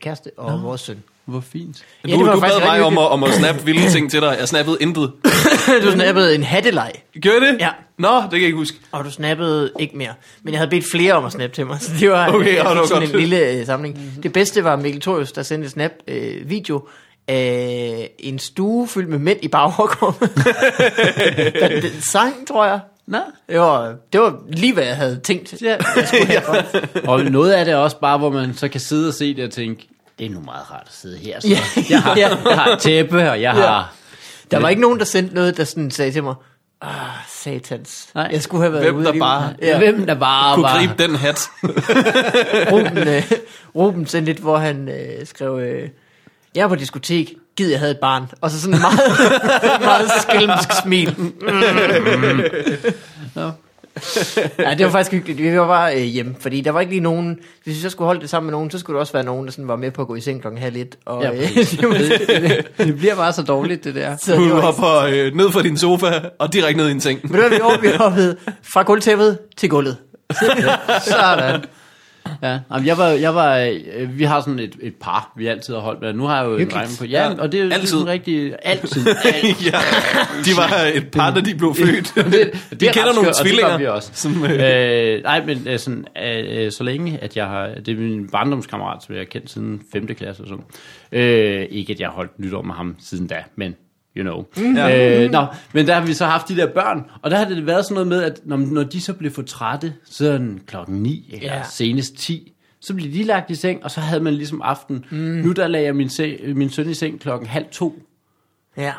Speaker 1: kæreste og Nå. vores søn.
Speaker 3: Hvor fint.
Speaker 1: det
Speaker 2: Du,
Speaker 1: var
Speaker 2: du
Speaker 1: faktisk
Speaker 2: bad mig
Speaker 1: rigtig
Speaker 2: om at, om at snappe vilde ting til dig. Jeg snappede intet.
Speaker 1: du snappede en hatteleg,
Speaker 2: Gjorde jeg det?
Speaker 1: Ja.
Speaker 2: Nå, det kan jeg ikke huske.
Speaker 1: og du snappede ikke mere. Men jeg havde bedt flere om at snappe til mig, så det var, jeg
Speaker 2: Okay, ja,
Speaker 1: fik
Speaker 2: det var
Speaker 1: sådan
Speaker 2: godt. Mhm.
Speaker 1: en lille øh, samling. Mm-hmm. Det bedste var Mikkel Torius, der sendte en snap-video af en stue fyldt med mænd i baggården. Der- den sang, tror jeg.
Speaker 3: Nå.
Speaker 1: Det var, det var lige, hvad jeg havde tænkt. Ja.
Speaker 3: Og noget af det er også bare, hvor man så kan sidde og se det og tænke, det er nu meget rart at sidde her. Så.
Speaker 1: Ja.
Speaker 3: Jeg, har, jeg har et tæppe, og jeg har...
Speaker 1: Der var ikke nogen, der sendte noget, der sådan sagde til mig, ah, satans,
Speaker 3: Nej.
Speaker 1: jeg skulle have været
Speaker 2: Hvem
Speaker 1: ude
Speaker 2: der
Speaker 1: af livet."
Speaker 2: bare-
Speaker 3: Ja.
Speaker 1: Ja.
Speaker 3: Hvem der bare
Speaker 2: Kunne
Speaker 3: var...
Speaker 2: gribe den hat.
Speaker 1: Ruben, øh, Ruben sendte et, hvor han øh, skrev, øh, jeg er på diskotek, gid jeg havde et barn. Og så sådan en meget, meget skælmsk smil. Ja, det var faktisk hyggeligt. Vi var bare øh, hjemme, fordi der var ikke lige nogen... Hvis vi så skulle holde det sammen med nogen, så skulle der også være nogen, der sådan var med på at gå i seng klokken halv et. Og,
Speaker 3: Ja,
Speaker 1: øh,
Speaker 3: præcis.
Speaker 1: det var-
Speaker 3: Det bliver bare så dårligt, det der.
Speaker 1: så det
Speaker 2: Du
Speaker 1: var-
Speaker 2: hopper øh, ned fra din sofa og direkte ned i en seng.
Speaker 1: Ved du hvad vi gjorde? Vi hoppede fra gulvtæppet til gulvet.
Speaker 3: Sådan. Ja, Jamen, jeg var, jeg var, øh, vi har sådan et, et par, vi altid har holdt. men Nu har jeg jo en dreng på. Ja,
Speaker 2: Ja.
Speaker 3: og det er jo
Speaker 2: Altid.
Speaker 3: sådan rigtig... Altid. Al-
Speaker 2: ja, de var et par, da de blev født.
Speaker 3: det, det er
Speaker 2: Vi
Speaker 3: ret
Speaker 2: kender nogle
Speaker 3: skørt, og
Speaker 2: tvillinger,
Speaker 3: Det gør vi også.
Speaker 2: som,
Speaker 3: Som, øh, nej, men øh, sådan, øh, øh, så længe, at jeg har... Det er min barndomskammerat, som jeg har kendt siden 5. klasse og sådan. Øh, ikke, at jeg har holdt nytår med ham siden da, men you know. Mm. Øh, nå, men der har vi så haft de der børn, og der har det været sådan noget med, at når, når de så blev for trætte, sådan klokken 9 eller
Speaker 1: Ja.
Speaker 3: yeah. senest 10, så blev de lagt i seng, og så havde man ligesom aften. Mm. Nu der lagde jeg min, se, min søn i seng klokken halv to,
Speaker 1: Ja.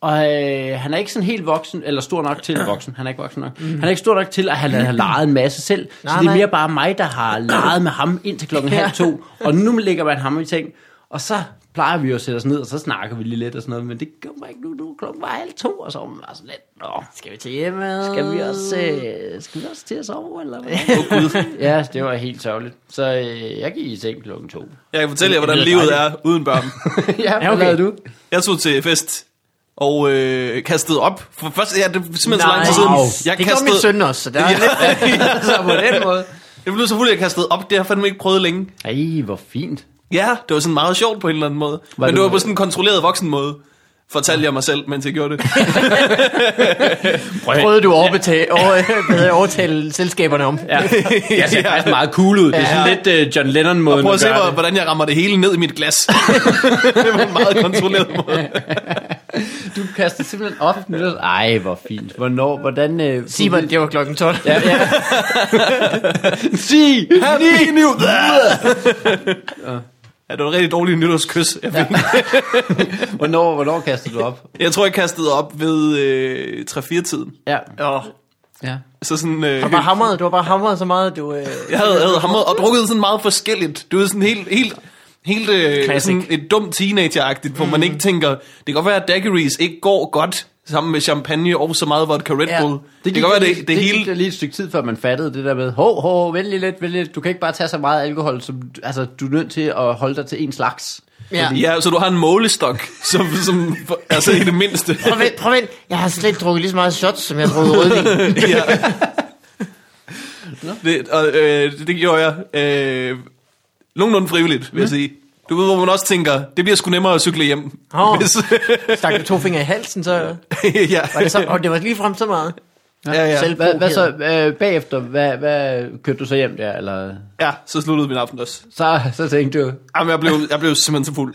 Speaker 3: og øh, han er ikke sådan helt voksen, eller stor nok til voksen. Han er ikke voksen nok. Mm. Han er ikke stor nok til, at han har leget en masse selv.
Speaker 1: Nej,
Speaker 3: Nej, så det er
Speaker 1: nej.
Speaker 3: mere bare mig, der har leget med ham indtil klokken halv to. Og nu lægger man ham i ting. Og så plejer vi jo at sætte os ned, og så snakker vi lige lidt og sådan noget. Men det gør man ikke nu. Nu er klokken bare halv to, og så er man bare sådan lidt. Nå,
Speaker 1: Skal vi til hjemmet?
Speaker 3: skal vi også, øh, skal vi også til at sove, eller hvad? Oh, Gud. ja, det var helt sørgeligt. Så øh, jeg gik i seng klokken to.
Speaker 2: Jeg kan fortælle jer, hvordan
Speaker 3: Det er
Speaker 2: livet er uden børn.
Speaker 3: ja,
Speaker 1: okay.
Speaker 3: lavede du?
Speaker 2: Jeg tog til fest og øh, kastede op. For først, ja, det er simpelthen så lang
Speaker 1: Nej.
Speaker 2: tid siden.
Speaker 1: Wow.
Speaker 2: Jeg
Speaker 1: det gjorde min søn også, så der er lidt så på den måde.
Speaker 2: Jeg blev så fuld, at jeg kastede op. Det har jeg fandme ikke prøvet længe.
Speaker 3: Ej, hvor fint.
Speaker 2: Ja, det var sådan meget sjovt på en eller anden måde. Var Men
Speaker 3: det-
Speaker 2: det var på sådan en kontrolleret voksen måde. Fortalte jeg mig selv, mens jeg gjorde det.
Speaker 1: Prøvede du at overbetale, over, hvad hedder, overtale selskaberne om?
Speaker 3: Ja, jeg ser faktisk meget cool ud. Det er sådan lidt uh, John Lennon-måden
Speaker 2: Prøv at
Speaker 3: at
Speaker 2: se,
Speaker 3: gøre
Speaker 2: hvor,
Speaker 3: det.
Speaker 2: hvordan jeg rammer det hele ned i mit glas. det var en meget kontrolleret måde.
Speaker 3: Du kaster simpelthen op. nytårs- Ej, hvor fint. Hvornår, hvordan... Øh,
Speaker 1: Simon, det var klokken 12. Ja.
Speaker 3: Ja, ja. Sig!
Speaker 2: Happy New Ja, det var en rigtig dårlig nytårskys. Jeg, fik.
Speaker 3: Hvornår, hvornår kaster du op?
Speaker 2: jeg tror, jeg kastede op ved øh, 3-4-tiden.
Speaker 3: Ja,
Speaker 1: Oh,
Speaker 3: ja.
Speaker 2: Så sådan, øh,
Speaker 1: du var hamret, du var bare hamret så meget, at du... Øh,
Speaker 2: jeg havde, havde hamret og drukket sådan meget forskelligt. Du ved, sådan helt... helt Helt øh,
Speaker 1: Classic. Mm.
Speaker 2: sådan et dumt teenageragtigt, hvor man ikke tænker, det kan godt være, at daiquiris ikke går godt sammen med champagne og så meget vodka Red
Speaker 1: Ja.
Speaker 2: Bull. Det, det kan godt være, det, det,
Speaker 3: det
Speaker 2: hele...
Speaker 3: Gik der lige et stykke tid, før man fattede det der med, hov, hov, vent lige lidt, vent lige lidt. Du kan ikke bare tage så meget alkohol, som, altså, du er nødt til at holde dig til en slags.
Speaker 1: ja.
Speaker 2: Ja, så du har en målestok, som, som altså i det mindste.
Speaker 1: Prøv at vent, prøv at vent. Jeg har slet ikke drukket lige så meget shots, som jeg har drukket rødvin.
Speaker 2: ja. det, og, øh, det gjorde jeg øh, nogenlunde frivilligt, vil jeg
Speaker 1: Mm.
Speaker 2: sige. Du ved, hvor man også tænker, det bliver sgu nemmere at cykle hjem.
Speaker 1: Åh. Stak du to fingre i halsen, så...
Speaker 2: ja.
Speaker 1: Var det, så, og det var lige frem så meget.
Speaker 2: ja, ja.
Speaker 1: Selv-
Speaker 3: Hvad, hvad så, øh, bagefter, hvad, hvad, kørte du så hjem der, eller?
Speaker 2: ja, så sluttede min aften også.
Speaker 3: Så, så tænkte du,
Speaker 2: Jamen, jeg blev, jeg blev simpelthen så fuld.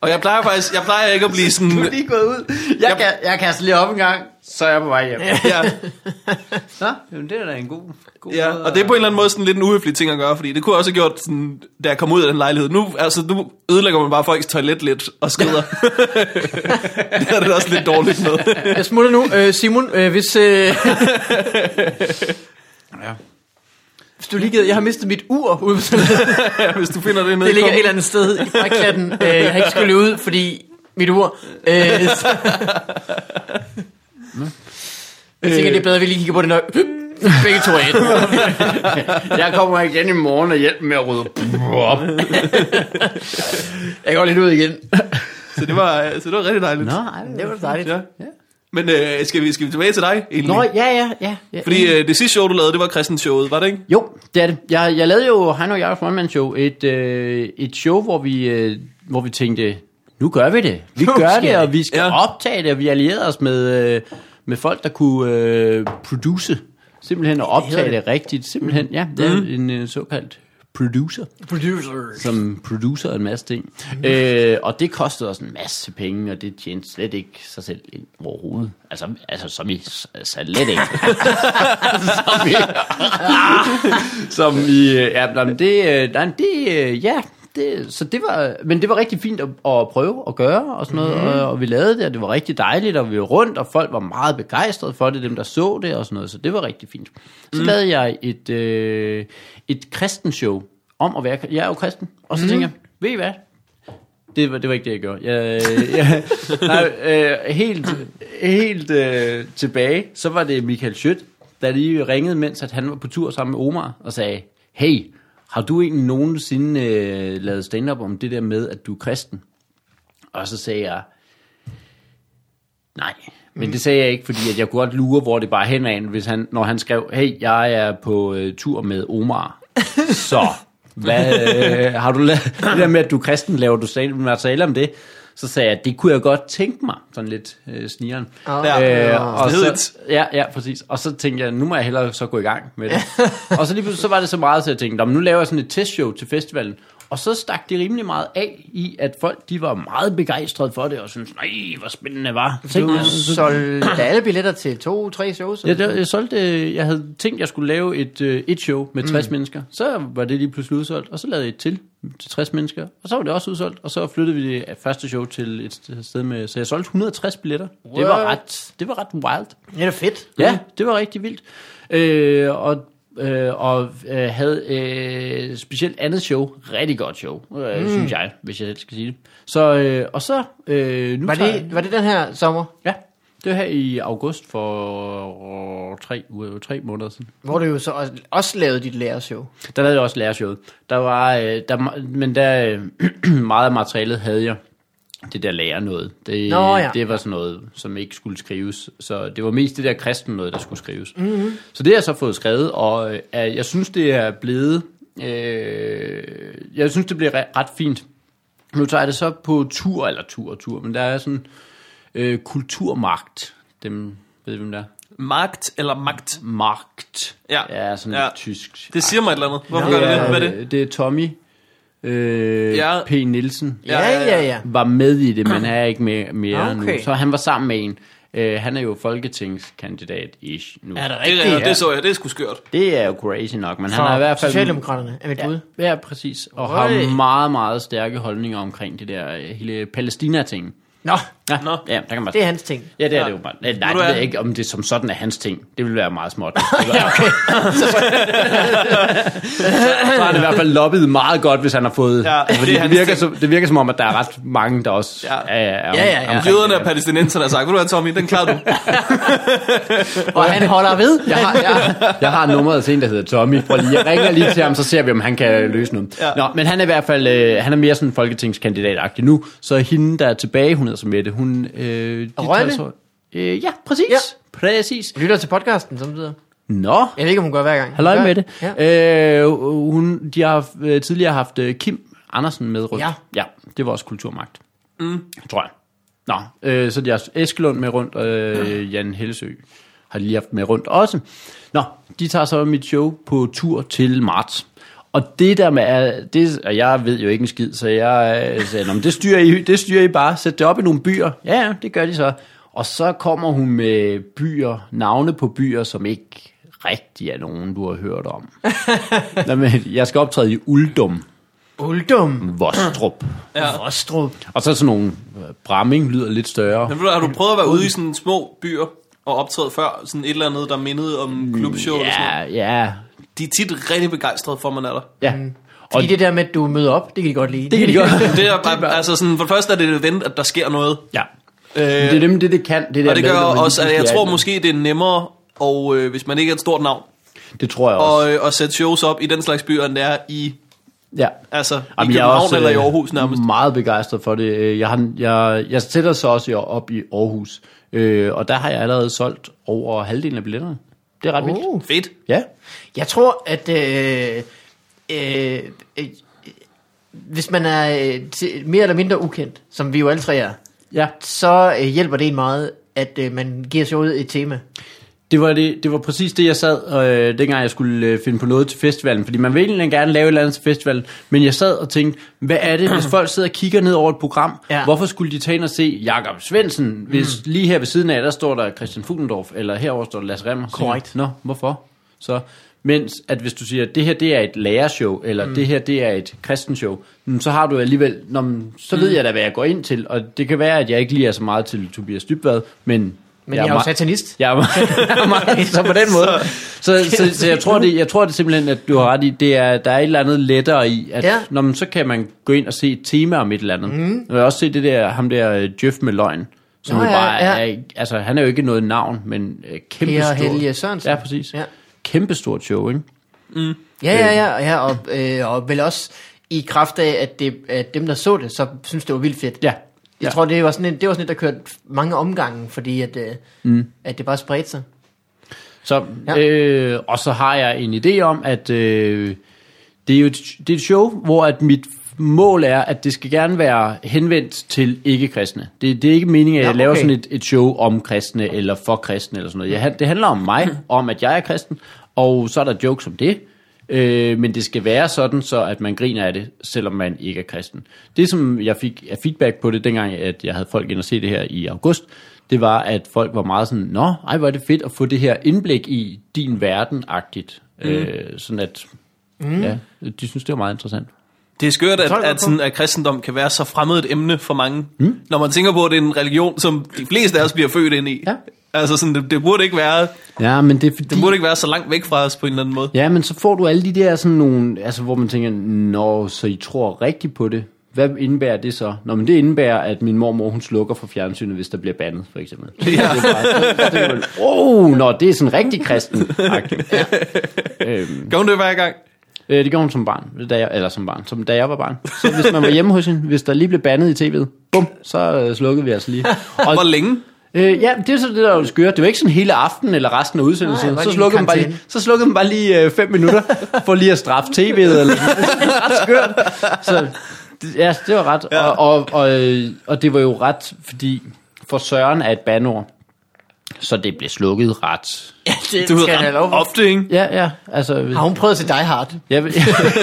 Speaker 2: Og jeg plejer faktisk, jeg plejer ikke at blive
Speaker 3: Du er
Speaker 2: sådan...
Speaker 3: lige gået ud. Jeg,
Speaker 2: Jeg-
Speaker 3: kan, jeg kaster lige op en gang, så er jeg på vej hjem.
Speaker 2: Ja,
Speaker 3: Nå, jamen det er da en god, god
Speaker 2: ja,
Speaker 3: måde
Speaker 2: og det er på en eller anden måde sådan lidt en uhøflig ting at gøre, fordi det kunne jeg også have gjort, sådan, da jeg kom ud af den lejlighed. Nu, altså, nu ødelægger man bare folks toilet lidt og skrider. det er det da også lidt dårligt med.
Speaker 1: Jeg smutter nu. Øh, Simon, øh, hvis... Øh... ja. Hvis du lige gider, jeg har mistet mit ur ude på toilettet.
Speaker 2: Ja, hvis du finder det nede
Speaker 1: Det ligger
Speaker 2: i
Speaker 1: et eller andet sted i brækklatten. Øh, jeg har ikke skulle løbe ud, fordi mit ur... Øh, så... Jeg tænker, det er bedre, at vi lige kigger på det nok. Begge to af den.
Speaker 3: Jeg kommer igen i morgen og hjælper med at rydde op. jeg går lidt ud igen.
Speaker 2: Så det var, så det var rigtig dejligt.
Speaker 3: Nå, ej,
Speaker 1: Det var da dejligt.
Speaker 2: Ja. Men øh, skal, vi, skal vi tilbage til dig egentlig?
Speaker 3: Nå, ja, ja, ja. ja.
Speaker 2: Fordi øh, det sidste show, du lavede, det var Christian showet, var det ikke?
Speaker 3: Jo, det er det. Jeg, jeg lavede jo Heino og Jakob Frontman Show, et, øh, et show, hvor vi, øh, hvor vi tænkte, nu gør vi det. Vi
Speaker 1: Nu
Speaker 3: gør
Speaker 1: skal
Speaker 3: det, og
Speaker 1: vi.
Speaker 3: vi skal
Speaker 2: Ja.
Speaker 3: ja. optage det, og vi allierede os med, øh, med folk, der kunne øh, produce. Simpelthen at optage det rigtigt. Simpelthen, ja. Det
Speaker 1: Mm.
Speaker 3: er en øh, såkaldt producer,
Speaker 1: Producer.
Speaker 3: som producer en masse ting. Øh, og det kostede os en masse penge, og det tjente slet ikke sig selv ind overhovedet. Altså, altså som i s- slet ikke. som i, som i øh, ja, nej, men det, øh, nej, det, øh, ja, det, så det var, men det var rigtig fint at, at prøve at gøre og sådan noget, mm-hmm. og, og vi lavede det, og det var rigtig dejligt, og vi var rundt, og folk var meget begejstrede for det, dem der så det og sådan noget, så det var rigtig fint. Så mm. lavede jeg et, øh, et kristenshow om at være, jeg er jo kristen, og så mm. tænkte jeg, ved I hvad, det var, det var ikke det, jeg gjorde. Jeg, øh, jeg, nej, øh, helt helt øh, tilbage, så var det Michael Schødt, der lige ringede, mens at han var på tur sammen med Omar, og sagde, hey, har du egentlig nogensinde øh, lavet stand-up om det der med, at du er kristen? Og så sagde jeg, nej. Men det sagde jeg ikke, fordi at jeg kunne godt lure, hvor det bare hen af, hvis han, når han skrev, hey, jeg er på øh, tur med Omar. Så, hvad øh, har du lavet? Det der med, at du er kristen, laver du sal- materiale om det? Så sagde jeg, at det kunne jeg godt tænke mig, sådan lidt øh, snigeren.
Speaker 2: Ja.
Speaker 3: og
Speaker 2: Snedigt.
Speaker 3: så, ja, ja, præcis. Og så tænkte jeg, nu må jeg hellere så gå i gang med det. og så lige pludselig, så var det så meget, så jeg tænkte, "Nå, men nu laver jeg sådan et testshow til festivalen. Og så stak de rimelig meget af i, at folk de var meget begejstrede for det, og syntes, nej, hvor spændende det var. Tænk,
Speaker 1: Du
Speaker 3: jeg-
Speaker 1: solgte alle billetter til to-tre shows.
Speaker 3: Ja, det, var- jeg, solgte, jeg havde tænkt, jeg skulle lave et, øh, et show med 60 mm. mennesker. Så var det lige pludselig udsolgt, og så lavede jeg et til til 60 mennesker, og så var det også udsolgt, og så flyttede vi det første show til et st- sted med, så jeg solgte 160 billetter. Det var
Speaker 1: What?
Speaker 3: ret, det var ret wild.
Speaker 1: det er da fedt.
Speaker 3: Ja, det var rigtig vildt. Øh, og øh, og øh, havde øh, specielt andet show, rigtig godt show, øh, mm. synes jeg, hvis jeg selv skal sige det. Så, øh, og så, øh, nu
Speaker 1: Var
Speaker 3: tager jeg-
Speaker 1: det, var det den her sommer,
Speaker 3: Ja, det var her i august for tre, uger, tre måneder siden.
Speaker 1: hvor du jo så også, også lavede dit lærershow?
Speaker 3: Der lavede jeg også lærershowet. Der var, øh, der, men der, øh, meget af materialet havde jeg det der lærer noget. Det,
Speaker 1: Nå, ja.
Speaker 3: det var sådan noget, som ikke skulle skrives. Så det var mest det der kristen noget, der skulle skrives. Mm-hmm. Så det har jeg så fået skrevet, og øh, er- jeg synes, det er blevet... Øh, jeg synes, det bliver re- ret fint. Nu tager jeg det så på tur, eller tur og tur, men der er sådan øh, kulturmagt. Dem ved I, hvem der er?
Speaker 2: Magt eller magt?
Speaker 3: Magt.
Speaker 2: Ja.
Speaker 3: ja sådan
Speaker 2: Ja.
Speaker 3: ja. tysk.
Speaker 2: Det siger mig et eller andet. Hvorfor gør det det? Hvad er det?
Speaker 3: Øh, Det er Tommy øh,
Speaker 2: Ja.
Speaker 3: ja. P. Nielsen. Ja.
Speaker 2: Ja,
Speaker 1: Ja,
Speaker 2: ja,
Speaker 1: ja,
Speaker 2: ja.
Speaker 1: ja. ja.
Speaker 3: Var med i det, men er ikke mere, mere
Speaker 1: Okay.
Speaker 3: nu. Så han var sammen med en. Øh, han er jo folketingskandidat-ish nu.
Speaker 1: Er det
Speaker 2: Det,
Speaker 1: rigtigt?
Speaker 2: det, det så jeg, det er sgu skørt.
Speaker 3: Det er jo crazy nok, men han
Speaker 1: For
Speaker 3: har i hvert fald...
Speaker 1: Socialdemokraterne er mit bud.
Speaker 3: Ja, ja, præcis. Og
Speaker 1: Øj.
Speaker 3: har meget, meget stærke holdninger omkring det der øh, hele Palæstina-ting.
Speaker 1: Nå,
Speaker 3: Ja,
Speaker 2: Nå.
Speaker 3: ja, der kan man
Speaker 1: det er hans ting.
Speaker 3: Ja, det er
Speaker 2: Ja.
Speaker 3: ja. det jo bare. Nej,
Speaker 2: Ved
Speaker 3: nej
Speaker 2: du
Speaker 3: det ved
Speaker 2: hvad?
Speaker 3: jeg ikke, om det som sådan er hans ting. Det ville være meget småt. Det var- så har han i hvert fald loppet meget godt, hvis han har fået...
Speaker 2: Ja, det er
Speaker 3: fordi det,
Speaker 2: hans
Speaker 3: det, virker
Speaker 2: ting.
Speaker 3: som, det virker som om, at der er ret mange, der også
Speaker 2: Ja.
Speaker 3: er, er, er
Speaker 1: Ja, ja, ja.
Speaker 3: omkring
Speaker 2: Jøderne
Speaker 3: det.
Speaker 2: og palæstinenserne har sagt, ved du hvad Tommy, den klarer du.
Speaker 1: Og han holder ved.
Speaker 3: Jeg har, jeg, jeg har nummeret til en, der hedder Tommy. Prøv lige, jeg ringer lige til ham, så ser vi, om han kan løse noget.
Speaker 2: Ja.
Speaker 3: Ja. Nå, men han er i hvert fald øh, han er mere sådan folketingskandidat nu. Så hende, der er tilbage, hun hedder som Mette, hun... Øh, de
Speaker 1: Rønne?
Speaker 3: 60 år- øh, ja, præcis.
Speaker 1: Ja.
Speaker 3: Ja. Præcis.
Speaker 1: Lytter til podcasten, som det hedder.
Speaker 3: Nå,
Speaker 1: Jeg ved ikke, om hun gør hver gang.
Speaker 3: Halløj
Speaker 1: Gør-
Speaker 3: med det.
Speaker 1: Ja.
Speaker 3: Ja. Øh, hun, de har øh, tidligere haft øh, Kim Andersen med rundt.
Speaker 1: Ja.
Speaker 3: ja det var også kulturmagt. Mm. Tror jeg. Nå, øh, så de har Eskelund med rundt, og øh, Jan Hellesø har de lige haft med rundt også. Nå, de tager så mit show på tur til marts. Og det der med, er- det, og jeg ved jo ikke en skid, så jeg øh, sagde, "Nå, men det styrer, I, det styrer I bare, sæt det op i nogle byer. Ja, ja, det gør de så. Og så kommer hun med byer, navne på byer, som ikke rigtig er nogen, du har hørt om. Nå, men jeg skal optræde i Uldum, Øh.
Speaker 1: Uldum.
Speaker 3: Vostrup.
Speaker 2: Ja.
Speaker 1: Vostrup.
Speaker 3: Og så sådan nogle, øh, Bramming lyder lidt større.
Speaker 2: Men ved du, har du prøvet at være ude i sådan små byer og optræde før? Sådan et eller andet, der mindede om klubshow eller sådan noget?
Speaker 3: Ja, ja,
Speaker 2: De er tit rigtig begejstrede for, at man er der.
Speaker 3: ja. Og
Speaker 1: Mm. Fordi det der med, at du møder op, det kan de godt lide.
Speaker 3: det kan de godt.
Speaker 2: Det er bare, altså sådan, for det første er det et event, at der sker noget.
Speaker 3: ja. Øh, det er dem, det, det kan. Det der
Speaker 2: Og det
Speaker 3: med,
Speaker 2: gør
Speaker 3: når man lige
Speaker 2: også, at jeg
Speaker 3: pludselig er
Speaker 2: tror
Speaker 3: i-
Speaker 2: måske, det er nemmere, og øh, hvis man ikke er et stort navn,
Speaker 3: Det tror jeg også.
Speaker 2: og, øh, at sætte shows op i den slags byer, end det er i,
Speaker 3: ja.
Speaker 2: altså, i
Speaker 3: Jamen, jeg er
Speaker 2: København
Speaker 3: også,
Speaker 2: eller i
Speaker 3: øh,
Speaker 2: Aarhus nærmest.
Speaker 3: meget begejstret for det. Øh, Jeg, har, jeg, jeg sætter så også i- op i Aarhus, øh, og der har jeg allerede solgt over halvdelen af billetterne. Det er ret vildt.
Speaker 1: Uh.
Speaker 2: Fedt.
Speaker 3: Ja.
Speaker 1: Jeg tror, at øh, øh, øh, hvis man er øh, til, mere eller mindre ukendt, som vi jo alle tre er,
Speaker 3: ja.
Speaker 1: så øh, hjælper det en meget, at øh, man giver showet et tema.
Speaker 3: Det var, det, det var præcis det, jeg sad, øh, dengang jeg skulle øh, finde på noget til festivalen. Fordi man vil egentlig gerne lave et eller andet til festivalen, men jeg sad og tænkte, hvad er det, hvis folk sidder og kigger ned over et program?
Speaker 1: Ja. Mm.
Speaker 3: Ja. Hvorfor skulle de tage ind og se Jakob Svendsen, hvis lige her ved siden af, der står der Christian Fuglendorf, eller herover står der Lasse Remmer? Så siger jeg,
Speaker 1: Korrekt.
Speaker 3: Nå, hvorfor? Så, mens at hvis du siger, at det her det er et lærershow, eller mm. det her det er et kristenshow, mm, så har du alligevel, nå, men, så
Speaker 1: Mm.
Speaker 3: ved jeg da, hvad jeg går ind til. Og det kan være, at jeg ikke lige er så meget til Tobias Dybvad, men...
Speaker 1: Men jeg, jeg er
Speaker 3: meget-
Speaker 1: jo satanist.
Speaker 3: jeg er meget, jeg er meget så på den måde. Så, så, så jeg, tror, det, jeg tror det simpelthen, at du har ret i, det er, der er et eller andet lettere i, at
Speaker 1: Ja. Mhm.
Speaker 3: ja. når man, så kan man gå ind og se et tema om et eller andet. Mm. Jeg har også set det der, ham der øh, Jeff med løgn, som
Speaker 1: Nå,
Speaker 3: Nå, jo
Speaker 1: ja,
Speaker 3: bare
Speaker 1: ja.
Speaker 3: ja, ja. er, altså han er jo ikke noget navn, men øh, kæmpe
Speaker 1: Per
Speaker 3: stort.
Speaker 1: Helge Sørensen.
Speaker 3: Ja, præcis.
Speaker 1: Ja.
Speaker 3: Ja. Kæmpe stort show, ikke?
Speaker 1: Ja, ja, ja, ja og, øh, og vel også i kraft af, at, det, at dem, der så det, så synes det var vildt fedt.
Speaker 3: Ja.
Speaker 1: Jeg ja. tror, det var, sådan en, det var sådan et, der kørte mange omgange, fordi at, øh, mm. at det bare spredte sig.
Speaker 3: Så,
Speaker 1: Ja.
Speaker 3: ja. øh, og så har jeg en idé om, at øh, Det er jo et, det er et show, hvor at mit mål er, at det skal gerne være henvendt til ikke-kristne. Det, det er ikke meningen, at
Speaker 1: Nå,
Speaker 3: jeg laver
Speaker 1: okay.
Speaker 3: sådan et, et show om kristne eller for kristne eller sådan noget. Jeg, han- det handler om mig,
Speaker 1: Mm.
Speaker 3: om at jeg er kristen, og så er der jokes om det. Øh, men det skal være sådan, så at man griner af det, selvom man ikke er kristen. Det, som jeg fik af feedback på det, dengang at jeg havde folk ind og se det her i august, det var, at folk var meget sådan, nå, ej, hvor er det fedt at få det her indblik i din verden-agtigt. Mm. Øh, sådan at, mm. ja, de synes, det var meget interessant.
Speaker 2: Det er skørt, at,
Speaker 1: Tolv år på.
Speaker 2: at, sådan, at kristendom kan være så fremmed et emne for mange. Mm. Når man tænker på, at det er en religion, som de fleste af os bliver født ind i.
Speaker 3: Ja.
Speaker 2: Altså sådan, det, det, burde ikke være,
Speaker 3: Ja, men det er fordi...
Speaker 2: det burde ikke være så langt væk fra os på en eller anden måde.
Speaker 3: Ja, men så får du alle de der sådan nogle, altså hvor man tænker, nå, så I tror rigtigt på det. Hvad indebærer det så? Nå, men det indebærer, at min mormor, hun slukker for fjernsynet, hvis der bliver bandet, for eksempel. Ja. Det er bare, så tænker man, oh, nå, det er sådan rigtig kristen. Ja. Øhm,
Speaker 2: Gør hun det hver gang?
Speaker 3: øh, det gjorde hun som barn, da jeg, eller som barn, som da jeg var barn. Så hvis man var hjemme hos hende, hvis der lige blev bandet i tv'et, bum, så øh, slukkede vi altså lige. Og
Speaker 2: Hvor længe?
Speaker 3: Øh, ja, det er så det, der er jo det skøre. Det var ikke sådan hele aftenen eller resten af udsendelsen.
Speaker 1: Nej, det var
Speaker 3: så,
Speaker 1: lige
Speaker 3: slukkede man bare
Speaker 1: karantæne.
Speaker 3: lige, så slukkede man bare lige øh, fem minutter for lige at straffe tv'et. Eller, det er ret skørt. Så, det- ja, det var ret. Ja. Og, og, og, øh, og det var jo ret, fordi for Søren er et banord. Så det blev slukket ret.
Speaker 1: Ja, det
Speaker 2: Du
Speaker 1: du
Speaker 2: ved,
Speaker 1: skal jeg have lov
Speaker 2: ret
Speaker 1: for.
Speaker 2: ofte, ikke?
Speaker 3: Ja, ja. Altså,
Speaker 1: Har hun prøvet til dig hard?
Speaker 3: jeg vil,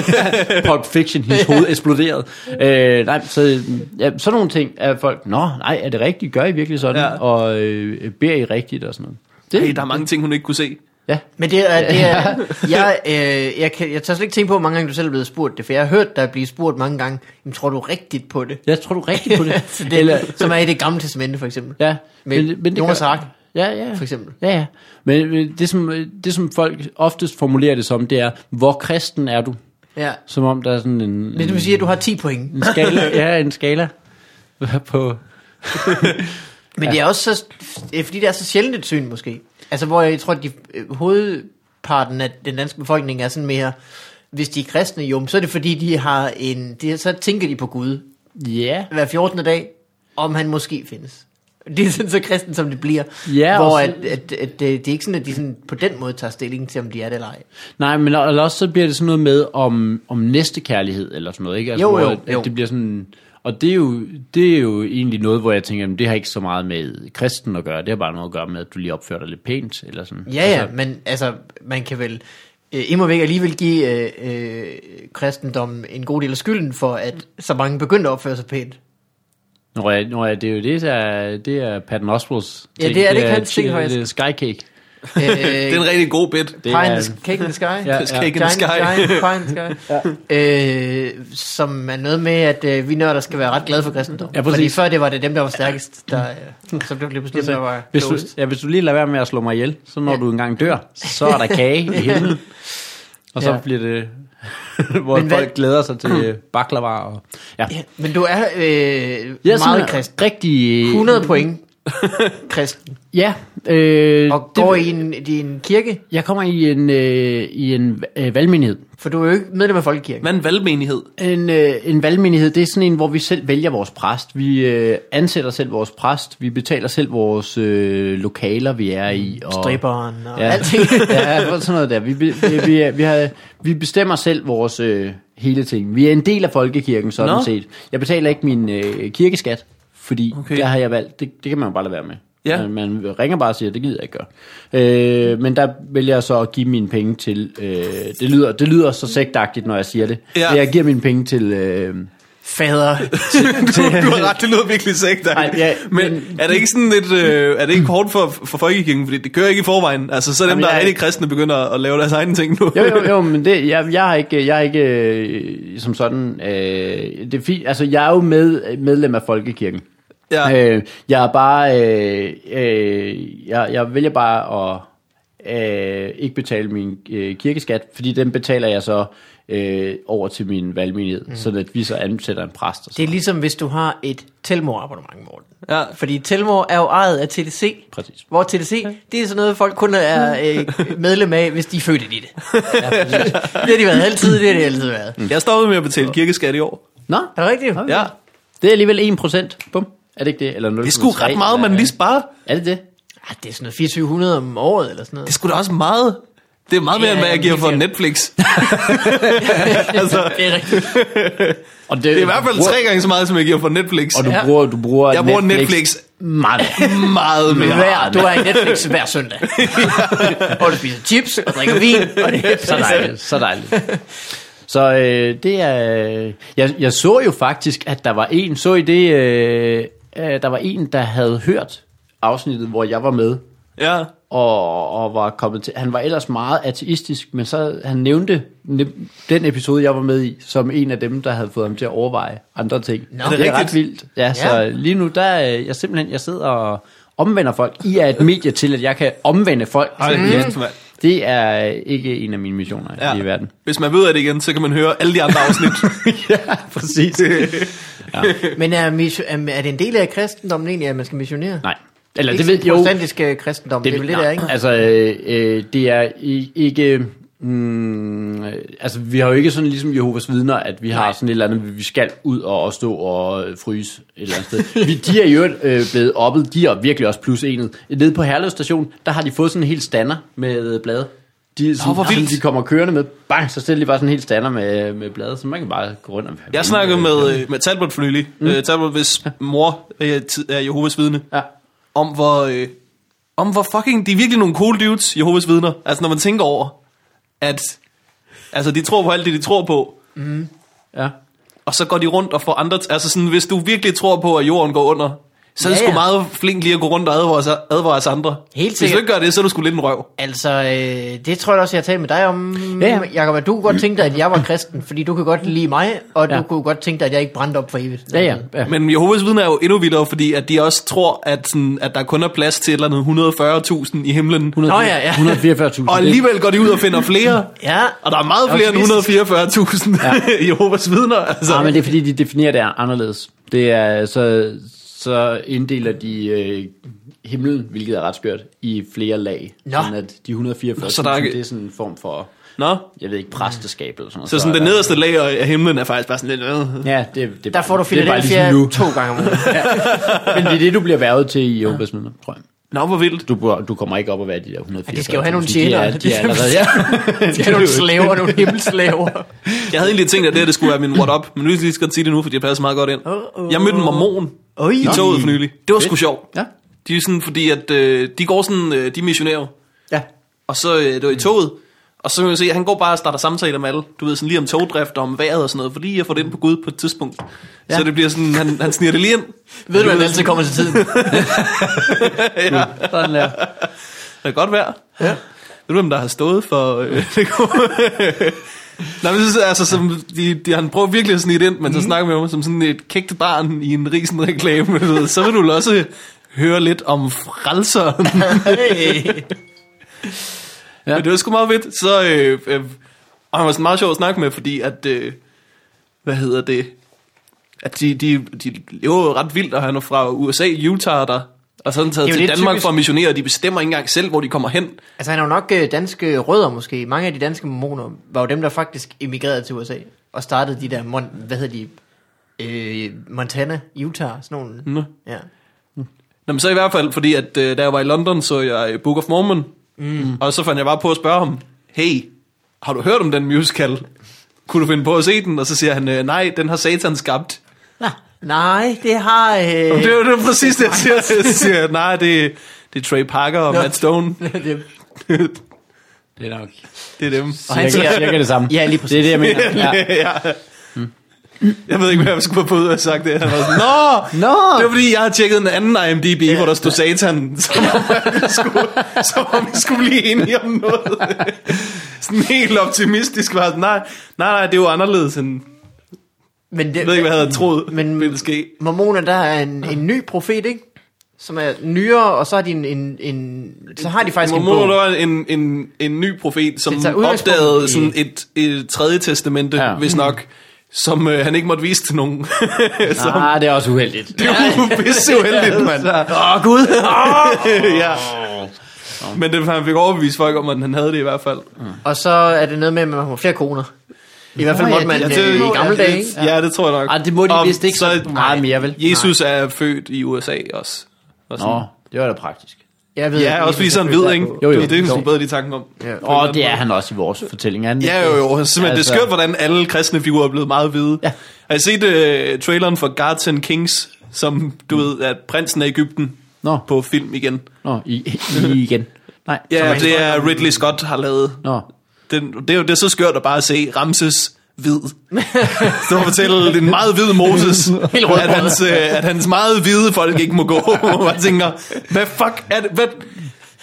Speaker 3: Pulp Fiction, hendes hoved eksploderede. Øh, nej, så, ja, sådan nogle ting er folk, nå, nej, er det rigtigt? Gør I virkelig sådan?
Speaker 2: Ja.
Speaker 3: Ja. Og øh, beder I rigtigt og sådan noget? Det,
Speaker 2: Hey, der er mange ting, hun ikke kunne se.
Speaker 3: Ja,
Speaker 1: Men det er, det er jeg, øh, jeg, kan, jeg tager slet ikke tænke på, hvor mange gange du selv er blevet spurgt det, for jeg har hørt dig blive spurgt mange gange, jamen, tror du rigtigt på det?
Speaker 3: jeg tror du er rigtig på det.
Speaker 1: så det Eller, som er i det gamle testamente, for eksempel.
Speaker 3: ja,
Speaker 1: Men Jonas Ark,
Speaker 3: Ja, ja.
Speaker 1: for eksempel.
Speaker 3: Ja, ja. Men men det som, det, som folk oftest formulerer det som, det er, hvor kristen er du?
Speaker 1: Ja.
Speaker 3: Som om der er sådan en, en,
Speaker 1: Det vil sige, at du har 10 point.
Speaker 3: en skala. Ja, en skala. På,
Speaker 1: Men det er også så, eh, fordi det er så sjældent et syn måske. Altså hvor jeg tror, at de, øh, hovedparten af den danske befolkning er sådan mere, hvis de er kristne, jo, så er det fordi, de har en, de, så tænker de på Gud
Speaker 3: ja.
Speaker 1: hver 14. dag, om han måske findes. Det er sådan så kristen, som det bliver.
Speaker 3: Ja,
Speaker 1: hvor
Speaker 3: og så-
Speaker 1: at, at, at, øh, det er ikke sådan, at de sådan, på den måde tager stilling til, om de er det eller ej.
Speaker 3: Nej, men og- eller også så bliver det sådan noget med om, om næste kærlighed eller sådan noget, ikke? Altså,
Speaker 1: Jo,
Speaker 3: hvor
Speaker 1: jo,
Speaker 3: at- at
Speaker 1: jo.
Speaker 3: Det bliver sådan, og det er, jo, det er jo egentlig noget, hvor jeg tænker, jamen, det har ikke så meget med kristen at gøre, det har bare noget at gøre med, at du lige opfører dig lidt pænt, eller sådan.
Speaker 1: Ja, ja, men altså, man kan vel øh, imod væk alligevel give øh, øh, kristendommen en god del af skylden for, at så mange begyndte at opføre sig pænt. Øh,
Speaker 3: Nå ja, nå ja, det er jo det, der er, det er Patton Oswalt's
Speaker 1: Ja, det er det ikke hans ting,
Speaker 3: Det er
Speaker 1: faktisk.
Speaker 3: Skycake.
Speaker 1: Øh,
Speaker 2: Det er en rigtig god bit.
Speaker 3: Det
Speaker 1: Pie
Speaker 3: er-
Speaker 1: in the, cake in the sky.
Speaker 3: Ja,
Speaker 2: Cake in the
Speaker 1: Giant-
Speaker 2: sky.
Speaker 1: Giant pie in the sky. øh, som er noget med, at øh, vi nørder skal være ret glade for kristendom.
Speaker 3: Ja, præcis.
Speaker 1: Fordi før det var det dem, der var stærkest, der,
Speaker 2: Mm.
Speaker 1: øh, så blev det lige pludselig, der var
Speaker 3: Hvis du,
Speaker 1: klogest.
Speaker 3: ja, hvis du lige lader være med at slå mig ihjel, så når
Speaker 1: Ja.
Speaker 3: ja. du engang dør, så er der kage i himlen. Og så
Speaker 1: Ja.
Speaker 3: ja. bliver det, hvor
Speaker 1: Men
Speaker 3: Men
Speaker 1: hvad-
Speaker 3: folk glæder sig til baklava. Og, ja.
Speaker 1: Ja, men du er øh,
Speaker 3: Jeg er
Speaker 1: meget
Speaker 3: sådan
Speaker 1: kristen.
Speaker 3: rigtig...
Speaker 1: 100 point kristen.
Speaker 3: Ja. Øh,
Speaker 1: Og
Speaker 3: det-
Speaker 1: går i en, i en kirke,
Speaker 3: Jeg kommer i en, øh, i en øh, valgmenighed.
Speaker 1: for du er jo ikke medlem af folkekirken.
Speaker 2: Hvad er en valgmenighed?
Speaker 3: En, øh, en valgmenighed, det er sådan en, hvor vi selv vælger vores præst. Vi øh, ansætter selv vores præst. Vi betaler selv vores øh, lokaler, vi er i. Og,
Speaker 1: Stripperen og
Speaker 3: Ja.
Speaker 1: alting.
Speaker 3: ja, for sådan noget der. Vi, be- vi, vi, vi, har, vi bestemmer selv vores øh, hele ting. Vi er en del af folkekirken, sådan
Speaker 2: Nå.
Speaker 3: Nå. set. Jeg betaler ikke min øh, kirkeskat, fordi
Speaker 2: Okay.
Speaker 3: okay. der har jeg valgt, det, det kan man jo bare lade være med.
Speaker 2: Ja.
Speaker 3: Man, man ringer bare og siger, det gider jeg ikke gøre. Øh, men der vælger jeg så at give mine penge til, øh, det, lyder, det lyder så sektagtigt, når jeg siger det,
Speaker 2: Ja.
Speaker 3: ja. men jeg giver mine penge til... Øh,
Speaker 1: Fader.
Speaker 2: du, du har ret, det lyder virkelig sægt.
Speaker 3: Ej, ja,
Speaker 2: men,
Speaker 3: men-
Speaker 2: er det ikke sådan lidt, øh, er det ikke hårdt for, for folkekirken, fordi det kører ikke i forvejen? Altså, så er dem,
Speaker 3: Jamen,
Speaker 2: der er
Speaker 3: jeg-
Speaker 2: rigtig kristne, begynder at lave deres egne ting nu.
Speaker 3: jo, jo, jo, men det, jeg, jeg har ikke, jeg har ikke øh, som sådan, øh, det er fint, altså jeg er jo med, medlem af Folkekirken.
Speaker 2: Ja.
Speaker 3: Øh, jeg er bare, øh, øh, jeg, jeg vælger bare at øh, ikke betale min øh, kirkeskat, fordi den betaler jeg så øh, over til min valgmenighed, mm. sådan at vi så ansætter en præst. Og
Speaker 1: Det
Speaker 3: sådan.
Speaker 1: er ligesom, hvis du har et Telmor-abonnement, Morten.
Speaker 2: Ja.
Speaker 1: Fordi Telmor er jo ejet af TDC.
Speaker 3: Præcis.
Speaker 1: Hvor TDC, det er sådan noget, folk kun er øh, medlem af, hvis de er født ind i det. det har de været altid, det har de altid været.
Speaker 2: Mm. Jeg stoppede med at betale kirkeskat i år.
Speaker 3: Nå,
Speaker 1: Er det rigtigt?
Speaker 2: Ja.
Speaker 3: det er alligevel 1%. Bum. Er det ikke det? Eller 0,
Speaker 2: Det er sgu ret meget, man lige sparer.
Speaker 3: Er det det?
Speaker 1: Ah, det er sådan noget 2400 om året eller sådan
Speaker 2: Det er
Speaker 1: noget.
Speaker 2: sgu da også meget. Det Det er meget mere,
Speaker 1: Ja,
Speaker 2: end hvad jeg
Speaker 1: ja,
Speaker 2: giver for
Speaker 1: helt
Speaker 2: Netflix. Altså,
Speaker 1: Det er rigtigt.
Speaker 3: Og
Speaker 2: Det er i hvert fald tre gange så meget, som jeg giver for Netflix.
Speaker 3: Og du
Speaker 1: Ja.
Speaker 3: bruger, du bruger
Speaker 2: Jeg bruger Netflix
Speaker 3: meget.
Speaker 2: meget mere.
Speaker 1: Hver, du er i Netflix hver søndag. og du spiser chips og drikker vin. Og det er
Speaker 3: så dejligt, så dejligt. Så øh, det er... øh, Jeg, jeg så jo faktisk, at der var en, så I det, øh, øh, der var en, der havde hørt afsnittet, hvor jeg var med,
Speaker 2: Ja.
Speaker 3: og, og var kommet til... Han var ellers meget ateistisk, men så han nævnte nem- den episode, jeg var med i, som en af dem, der havde fået ham til at overveje andre ting.
Speaker 1: Nå.
Speaker 3: det er,
Speaker 1: Er det
Speaker 3: ret
Speaker 2: rigtigt?
Speaker 3: vildt. Ja, ja, så
Speaker 1: Ja.
Speaker 3: lige nu, der er jeg simpelthen, jeg sidder og omvender folk. I er et medie til, at jeg kan omvende folk.
Speaker 2: Ej, kæft, mand.
Speaker 3: Det er ikke en af mine missioner ja.
Speaker 2: Ja.
Speaker 3: i verden.
Speaker 2: Hvis man ved af det igen, så kan man høre alle de andre afsnit.
Speaker 3: ja, præcis.
Speaker 1: Men er, mis- er, er det en del af kristendommen egentlig, at man skal missionere?
Speaker 3: Nej. Eller
Speaker 1: Ikke
Speaker 3: det ved
Speaker 1: sådan
Speaker 3: jo.
Speaker 1: protestantisk øh, kristendom, det, det er vel det,
Speaker 3: nej,
Speaker 1: der, ikke?
Speaker 3: Altså, øh, øh, det er i- ikke... Mm, øh, altså, vi har jo ikke sådan ligesom Jehovas vidner, at vi har sådan et eller andet, vi skal ud og, og stå og øh, fryse et eller andet sted. Vi, de er jo øh, blevet oppet, de er virkelig også plus enet. Nede på Herlev station, der har de fået sådan en hel stander med øh, blade. De, er sådan,
Speaker 2: hvor
Speaker 3: sådan,
Speaker 2: vildt.
Speaker 3: de kommer kørende med, bang, så stiller de bare sådan en hel stander med, med blade, så man kan bare gå rundt om.
Speaker 2: Jeg snakkede med, øh, med Talbot for nylig. Mm. Øh, Talbot, hvis mor øh, ti- er Jehovas vidne.
Speaker 3: Ja.
Speaker 2: Om hvor, øh, om hvor fucking... De er virkelig nogle cool dudes, Jehovas vidner. Altså, når man tænker over, at... Altså, de tror på alt det, de tror på.
Speaker 3: Ja.
Speaker 2: Og så går de rundt og får andre... t- Altså, sådan, hvis du virkelig tror på, at jorden går under, så er
Speaker 1: Ja,
Speaker 2: det sgu
Speaker 1: ja.
Speaker 2: meget flink lige at gå rundt og advare, sig- advare os andre.
Speaker 1: Helt
Speaker 2: Hvis du
Speaker 1: sikkert.
Speaker 2: ikke gør det, så er du sgu lidt en røv.
Speaker 1: Altså, øh, det tror jeg også, jeg har talt med dig om,
Speaker 3: Ja, ja.
Speaker 1: ja. Jacob, at du kunne godt tænke dig, at jeg var kristen, fordi du kunne godt lide mig, og ja.
Speaker 3: Ja.
Speaker 1: du kunne godt tænke dig, at jeg ikke brændte op for evigt.
Speaker 3: Ja, ja, ja.
Speaker 2: Men Jehovas vidner er jo endnu vildere, fordi at de også tror, at, sådan, at der kun er plads til et eller andet 140.000 i himlen.
Speaker 1: Nå, ja, ja.
Speaker 3: 144.000.
Speaker 2: Og alligevel går de ud og finder flere.
Speaker 1: Ja,
Speaker 2: Og der er meget flere end 144.000 ja. Jehovas vidner. Altså.
Speaker 3: Altså, ah, men det er fordi, de definerer det anderledes. Det er, så, så inddeler de øh, himlen, hvilket er ret skørt, i flere lag.
Speaker 1: Nå.
Speaker 3: Sådan at de 144,
Speaker 2: så
Speaker 3: så
Speaker 2: der er
Speaker 3: der
Speaker 2: ikke-
Speaker 3: det er sådan en form for,
Speaker 2: Nå,
Speaker 3: jeg ved ikke, præsteskab eller sådan noget.
Speaker 2: så sådan
Speaker 3: er
Speaker 2: det
Speaker 3: der-
Speaker 2: nederste lag af himlen er faktisk bare sådan lidt... Øh.
Speaker 3: Ja, det, det er
Speaker 1: der
Speaker 3: bare-
Speaker 1: får du
Speaker 3: det er bare
Speaker 1: Philadelphia
Speaker 3: ligesom nu.
Speaker 1: to gange om ugen.
Speaker 3: Men det er det, du bliver værvet til i Jehovas vidner, tror jeg.
Speaker 2: Nå, hvor vildt.
Speaker 3: Du, bor- du kommer ikke op og være de der 144.
Speaker 1: Ja, de skal jo have nogle
Speaker 3: De er,
Speaker 1: tjenere.
Speaker 3: de er allerede, ja.
Speaker 1: Det er nogle slaver, nogle himmelslaver.
Speaker 2: Jeg havde egentlig tænkt, at det her det skulle være min what up, men nu skal jeg lige så godt sige det nu, fordi jeg passer meget godt ind.
Speaker 1: Uh-oh.
Speaker 2: Jeg mødte en mormon
Speaker 1: Oj.
Speaker 2: i toget for nylig. Det var sgu sjovt.
Speaker 3: ja.
Speaker 2: De er sådan, fordi at øh, de går sådan, øh, de er missionærer.
Speaker 3: Ja.
Speaker 2: Og så øh,
Speaker 1: Mm.
Speaker 2: det var i toget, og så kan man se, at han går bare og starter samtaler med alle. Du ved, sådan lige om togdrift og om vejret og sådan noget, for lige at få det ind på Gud på et tidspunkt. Ja. Så det bliver sådan, han, han sniger det lige ind.
Speaker 1: Ved du, at den altid kommer til tiden?
Speaker 3: Sådan der.
Speaker 2: Det er godt vejr. Ja. Ved du, hvem der har stået for øh, det gode? Nej, men så, altså, som, de, de, han prøver virkelig at snige det ind, men mm. så
Speaker 1: Mhm.
Speaker 2: snakker vi om som sådan et kægt barn i en risen-reklame. du ved. Så vil du vel også høre lidt om frelseren.
Speaker 1: Hey.
Speaker 2: Ja. Men det var sgu meget fedt. Så, øh, øh, og han var sådan meget sjov at snakke med, fordi at, øh, hvad hedder det, at de, de, de lever jo ret vildt, og han er fra USA, Utah der, og sådan
Speaker 1: Det
Speaker 2: taget
Speaker 1: er jo
Speaker 2: til
Speaker 1: lidt
Speaker 2: Danmark
Speaker 1: typisk.
Speaker 2: for at missionere, og de bestemmer ikke engang selv, hvor de kommer hen.
Speaker 1: Altså, han er jo nok øh, danske rødder måske. Mange af de danske mormoner var jo dem, der faktisk emigrerede til USA og startede de der, mon, hvad hedder de, øh, Montana, Utah, sådan nogle.
Speaker 2: Nå.
Speaker 1: Ja.
Speaker 2: Nå, men så i hvert fald, fordi at, øh, da jeg var i London, så jeg øh, Book of Mormon, mm. og så fandt jeg bare på at spørge ham, hey, har du hørt om den musical? Kunne du finde på at se den? Og så siger han, øh, nej, den har satan skabt.
Speaker 1: Nå, nej, det har... Øh,
Speaker 2: Øh, det er jo det er præcis det, jeg siger. Jeg siger nej, det, det er Trey Parker og
Speaker 1: Nå.
Speaker 2: Matt Stone.
Speaker 1: det,
Speaker 3: Det er nok.
Speaker 2: Det er dem.
Speaker 1: og han siger,
Speaker 3: Cirka, cirka det samme.
Speaker 1: Ja, lige præcis.
Speaker 3: Det er det, jeg mener. Ja.
Speaker 2: ja. Jeg ved ikke, hvad jeg skulle have fået ud af sagt det. Han var sådan, Nå!
Speaker 1: Nå!
Speaker 2: Det var fordi, jeg har tjekket en anden IMDb, ja. hvor der stod satan, som om, vi skulle, som om vi skulle blive enige om noget. Sådan helt optimistisk var jeg sådan, nej, nej, nej, det er jo anderledes end,
Speaker 1: Men
Speaker 2: jeg
Speaker 1: det,
Speaker 2: ved ikke, hvad jeg havde troet,
Speaker 1: Men-
Speaker 2: men, ville ske.
Speaker 1: Mormoner, der er en, en ny profet, ikke? Som er nyere, og så har de en... en, en så har de faktisk en
Speaker 2: Mormon
Speaker 1: bog.
Speaker 2: var en, en, en ny profet, som
Speaker 1: Det tager udgangspunkt
Speaker 2: opdagede
Speaker 1: i-
Speaker 2: sådan et, et tredje testamente,
Speaker 3: Ja.
Speaker 2: ja. hvis nok, som øh, han ikke måtte vise til nogen. som,
Speaker 3: Ah, det er også uheldigt.
Speaker 2: Det er jo pisse uheldigt, mand. Åh, oh, Gud. ja. Men det, han fik overbevist folk om, at han havde det i hvert fald.
Speaker 1: Og så er det noget med, at man må have flere koner. I hvert fald måtte man øh, i gamle dage, ikke?
Speaker 2: Ja, det tror jeg nok.
Speaker 3: Ej, det må de
Speaker 2: Og
Speaker 3: vist ikke så meget mere, vel?
Speaker 2: Jesus er født i USA også. Og sådan.
Speaker 3: Nå, det var da praktisk.
Speaker 1: Jeg ved
Speaker 2: Ja,
Speaker 1: ikke,
Speaker 2: også fordi
Speaker 1: lige
Speaker 2: sådan
Speaker 1: præcis,
Speaker 2: ved,
Speaker 1: hvad
Speaker 2: ikke?
Speaker 1: der er
Speaker 2: Jo,
Speaker 1: på.
Speaker 2: jo,
Speaker 3: jo.
Speaker 2: det er sådan bedre lige tanken om.
Speaker 1: Ja.
Speaker 3: Og det er han også i vores fortælling. er Han,
Speaker 2: Ja, jo, jo. Simpelthen, altså... det er skørt, hvordan alle kristne figurer er blevet meget hvide.
Speaker 3: Ja.
Speaker 2: Har I set uh, traileren for Guards and Kings, som du ved, at prinsen af Ægypten
Speaker 3: Nå.
Speaker 2: på film igen?
Speaker 3: Nå, i, i igen. Nej.
Speaker 2: Ja,
Speaker 1: er
Speaker 2: det er Ridley Scott har lavet.
Speaker 3: Nå.
Speaker 2: Den, det, er jo, det er så skørt at bare se Ramses hvid. Så at fortælle den meget hvide Moses, at hans, øh, at hans meget hvide folk ikke må gå. Og jeg tænker, hvad fuck er det? Hvad?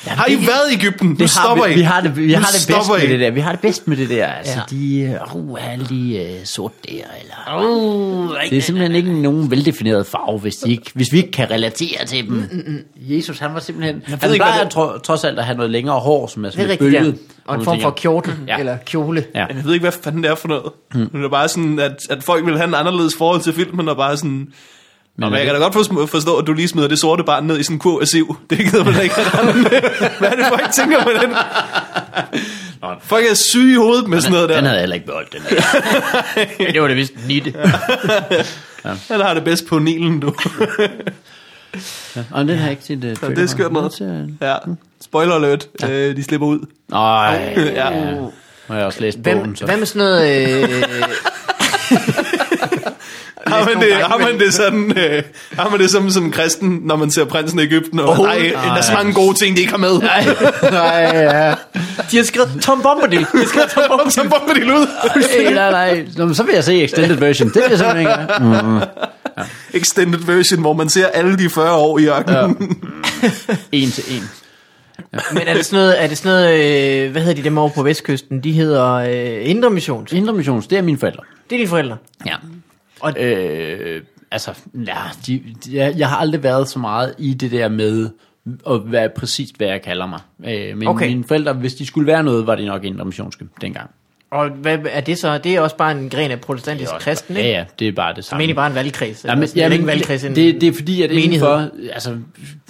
Speaker 2: Har I været i Ægypten? Nu
Speaker 3: Det har
Speaker 2: stopper
Speaker 3: vi,
Speaker 2: I.
Speaker 3: vi har det, vi
Speaker 2: Nu
Speaker 3: har det bedst
Speaker 2: stopper
Speaker 3: med
Speaker 2: I.
Speaker 3: det der. Vi har det bedst med det der. Altså,
Speaker 1: Ja.
Speaker 3: ja. de øh, uh, er lige uh, sort der, eller... Uh, det er simpelthen ikke nogen veldefineret farve, hvis, de ikke, hvis vi ikke kan relatere til dem. Mm, Jesus, han var simpelthen... Han
Speaker 2: ikke, hvad
Speaker 3: plejer tro, trods alt at have noget længere hår, som er
Speaker 1: Det
Speaker 3: sådan
Speaker 1: er
Speaker 3: lidt
Speaker 1: rigtigt, ja.
Speaker 3: bølget.
Speaker 1: Og en
Speaker 3: man
Speaker 1: form for
Speaker 3: tænker, "Mm,
Speaker 1: kjortel,
Speaker 3: Ja.
Speaker 1: eller kjole.
Speaker 3: Ja.
Speaker 2: Men Jeg ved ikke, hvad fanden det er for noget. Mm. Det er bare sådan, at, at folk vil have en anderledes forhold til filmen, og bare sådan... Nå, men jeg kan da godt forstå- forstå, at du lige smider det sorte barn ned i sådan en kurv af siv. Det gider man da ikke have rende med. Hvad er det, folk tænker med den? Folk er syge i hovedet med sådan noget der.
Speaker 3: Han havde heller ikke beholdt den. Men det var det vist nitte.
Speaker 2: Han har det bedst på Nilen, du.
Speaker 3: Og den har jeg ikke set. Uh,
Speaker 2: det er skørt noget.
Speaker 3: øh,
Speaker 2: Ja. Spoiler alert. Ja. Øh, de slipper ud.
Speaker 3: Nej,
Speaker 2: Ja.
Speaker 3: ja. Nu har jeg også læst
Speaker 1: Uh, Hvem,
Speaker 3: bogen, så.
Speaker 1: hvad med sådan noget... Øh,
Speaker 2: Har man,
Speaker 1: nogle
Speaker 2: det,
Speaker 1: gange,
Speaker 2: har man det sådan, øh, har man det som, som kristen, når man ser prinsen af Ægypten? Og, oh, nej, der er så mange gode ting, de ikke har med. Nej,
Speaker 1: nej, ja. De har skrevet Tom Bombadil. De har skrevet Tom Bombadil.
Speaker 2: så bomber de ud.
Speaker 3: Hey, nej, nej. Nå, men så vil jeg se extended version. Det vil jeg simpelthen ikke. gøre.
Speaker 2: extended version, hvor man ser alle de 40 år i ørkenen. Ja.
Speaker 3: En til en.
Speaker 1: Men er det sådan noget, er det sådan noget øh, hvad hedder de dem over på Vestkysten? De hedder øh, Indre Mission. Det
Speaker 3: Indre missions, det er mine forældre.
Speaker 1: er dine forældre.
Speaker 3: Ja.
Speaker 1: Og-
Speaker 3: Og, øh, altså, ja, de, de, jeg, jeg har aldrig været så meget i det der med at være præcist, hvad jeg kalder mig. Øh, men
Speaker 1: Okay.
Speaker 3: okay. mine forældre, hvis de skulle være noget, var det nok indre missionske dengang.
Speaker 1: Og hvad er det så? Det er også bare en gren af protestantisk kristen, ikke?
Speaker 3: Ja,
Speaker 1: Ja, ja.
Speaker 3: ja, det er bare det
Speaker 1: Det er
Speaker 3: samme.
Speaker 1: egentlig bare en valgkreds.
Speaker 3: Ja,
Speaker 1: eller
Speaker 3: men,
Speaker 1: sådan.
Speaker 3: ja,
Speaker 1: Eller
Speaker 3: men,
Speaker 1: ikke en valgkreds.
Speaker 3: det,
Speaker 1: en-
Speaker 3: det, det er fordi, at
Speaker 1: menighed.
Speaker 3: indenfor, altså,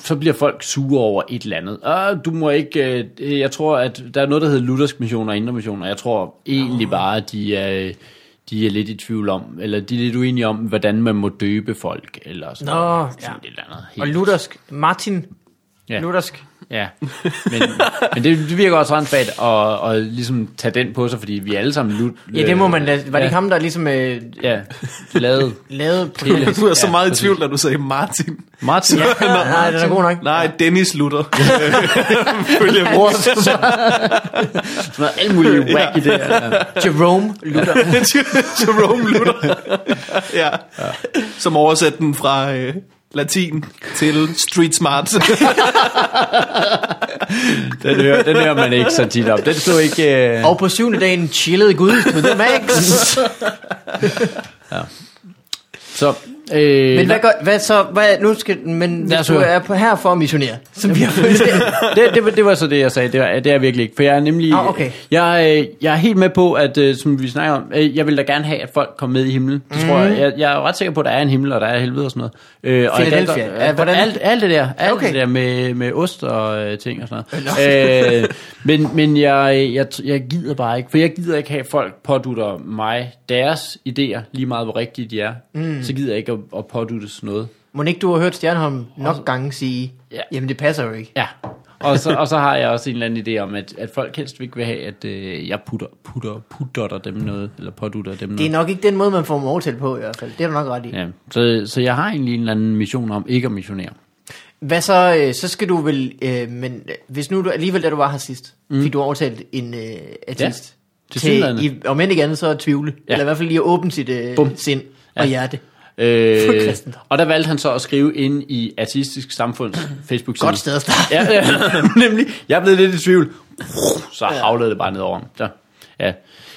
Speaker 3: så bliver folk sure over et eller andet. Og du må ikke, øh, jeg tror, at der er noget, der hedder luthersk mission og indre mission, og jeg tror egentlig bare, at de er, de er lidt i tvivl om, eller de er lidt uenige om, hvordan man må døbe folk, eller sådan,
Speaker 1: Nå,
Speaker 3: noget.
Speaker 1: ja.
Speaker 3: sådan et eller andet.
Speaker 1: Og luthersk. Martin
Speaker 3: ja.
Speaker 1: Luthersk.
Speaker 3: Ja, men, men det, det virker også rent fat at, at ligesom tage den på sig, fordi vi er alle sammen lut.
Speaker 1: Ja, det må man lade. Var det
Speaker 3: ja.
Speaker 1: ikke ham, der ligesom øh,
Speaker 3: Ja, lavet.
Speaker 1: lavede...
Speaker 2: Du er så
Speaker 3: Ja,
Speaker 2: meget i
Speaker 3: præcis.
Speaker 2: tvivl, da du sagde Martin.
Speaker 3: Martin, ja.
Speaker 1: Ja, nej, den er god nok.
Speaker 2: Nej, Dennis Luther. Øh, Følger med.
Speaker 3: sådan noget, alt muligt wacky ja. der. Ja.
Speaker 1: Jerome Luther.
Speaker 2: Jerome Luther. ja. ja. Som oversætter den fra øh, latin til street smart.
Speaker 3: Den hører, den hører man ikke så tit op. Den stod ikke... Øh...
Speaker 1: Og på syvende dagen chillede Gud med The Max.
Speaker 3: Så, øh,
Speaker 1: Men hvad, gør, hvad så? Hvad, nu skal, men
Speaker 3: Lad
Speaker 1: hvis
Speaker 3: os
Speaker 1: du
Speaker 3: høre.
Speaker 1: er på, her for at missionere, så bliver det...
Speaker 3: det, det, var- det var så det, jeg sagde. Det, var, det er jeg virkelig ikke. For jeg er nemlig...
Speaker 1: Ah, okay.
Speaker 3: jeg, øh, jeg er helt med på, at øh, som vi snakker om, øh, jeg vil da gerne have, at folk kommer med i himlen. Det tror
Speaker 1: Mhm.
Speaker 3: jeg. jeg. Jeg er ret sikker på, at der er en himmel, og der er helvede og sådan noget. Øh, og jeg kan
Speaker 1: Philadelphia.
Speaker 3: godt-
Speaker 1: Ja, hvordan-
Speaker 3: alt, alt det der. Alt
Speaker 1: Okay.
Speaker 3: okay. det der med, med ost og øh, ting og sådan noget. Øh, men men jeg, jeg, jeg gider bare ikke. For jeg gider ikke have, at folk pådutter mig deres idéer, lige meget hvor rigtige de er. Mm. Så gider jeg ikke at, at påduttes noget.
Speaker 1: Må ikke du har hørt Stjernholm nok gange sige,
Speaker 3: Ja.
Speaker 1: jamen det passer jo ikke.
Speaker 3: Ja, og så, og så har jeg også en eller anden idé om, at, at folk helst ikke vil have, at øh, jeg putter, putter, putter dem noget, eller pådutter dem
Speaker 1: Det er
Speaker 3: noget.
Speaker 1: nok ikke den måde, man får dem overtalt på i hvert fald. Det er du nok ret i. Ja.
Speaker 3: Ja, så, så jeg har egentlig en eller anden mission om ikke at missionere.
Speaker 1: Hvad så, øh, så skal du vel, øh, men øh, hvis nu du alligevel, da du var her sidst, mm. fik du overtalt en øh, artist til,
Speaker 3: til synlædende.
Speaker 1: i, om end ikke andet, så at tvivle. Ja.
Speaker 3: Ja.
Speaker 1: Eller i hvert fald lige at åbne sit øh,
Speaker 3: Bum.
Speaker 1: sind og
Speaker 3: Ja.
Speaker 1: hjerte. For
Speaker 3: Øh,
Speaker 1: kristendom.
Speaker 3: og der valgte han så at skrive ind i Artistisk Samfunds Facebook-side.
Speaker 1: Mhm. Godt sted at starte.
Speaker 3: Ja, ja, nemlig. Jeg blev lidt i tvivl. Så havlede det bare ned over ham. Så, ja.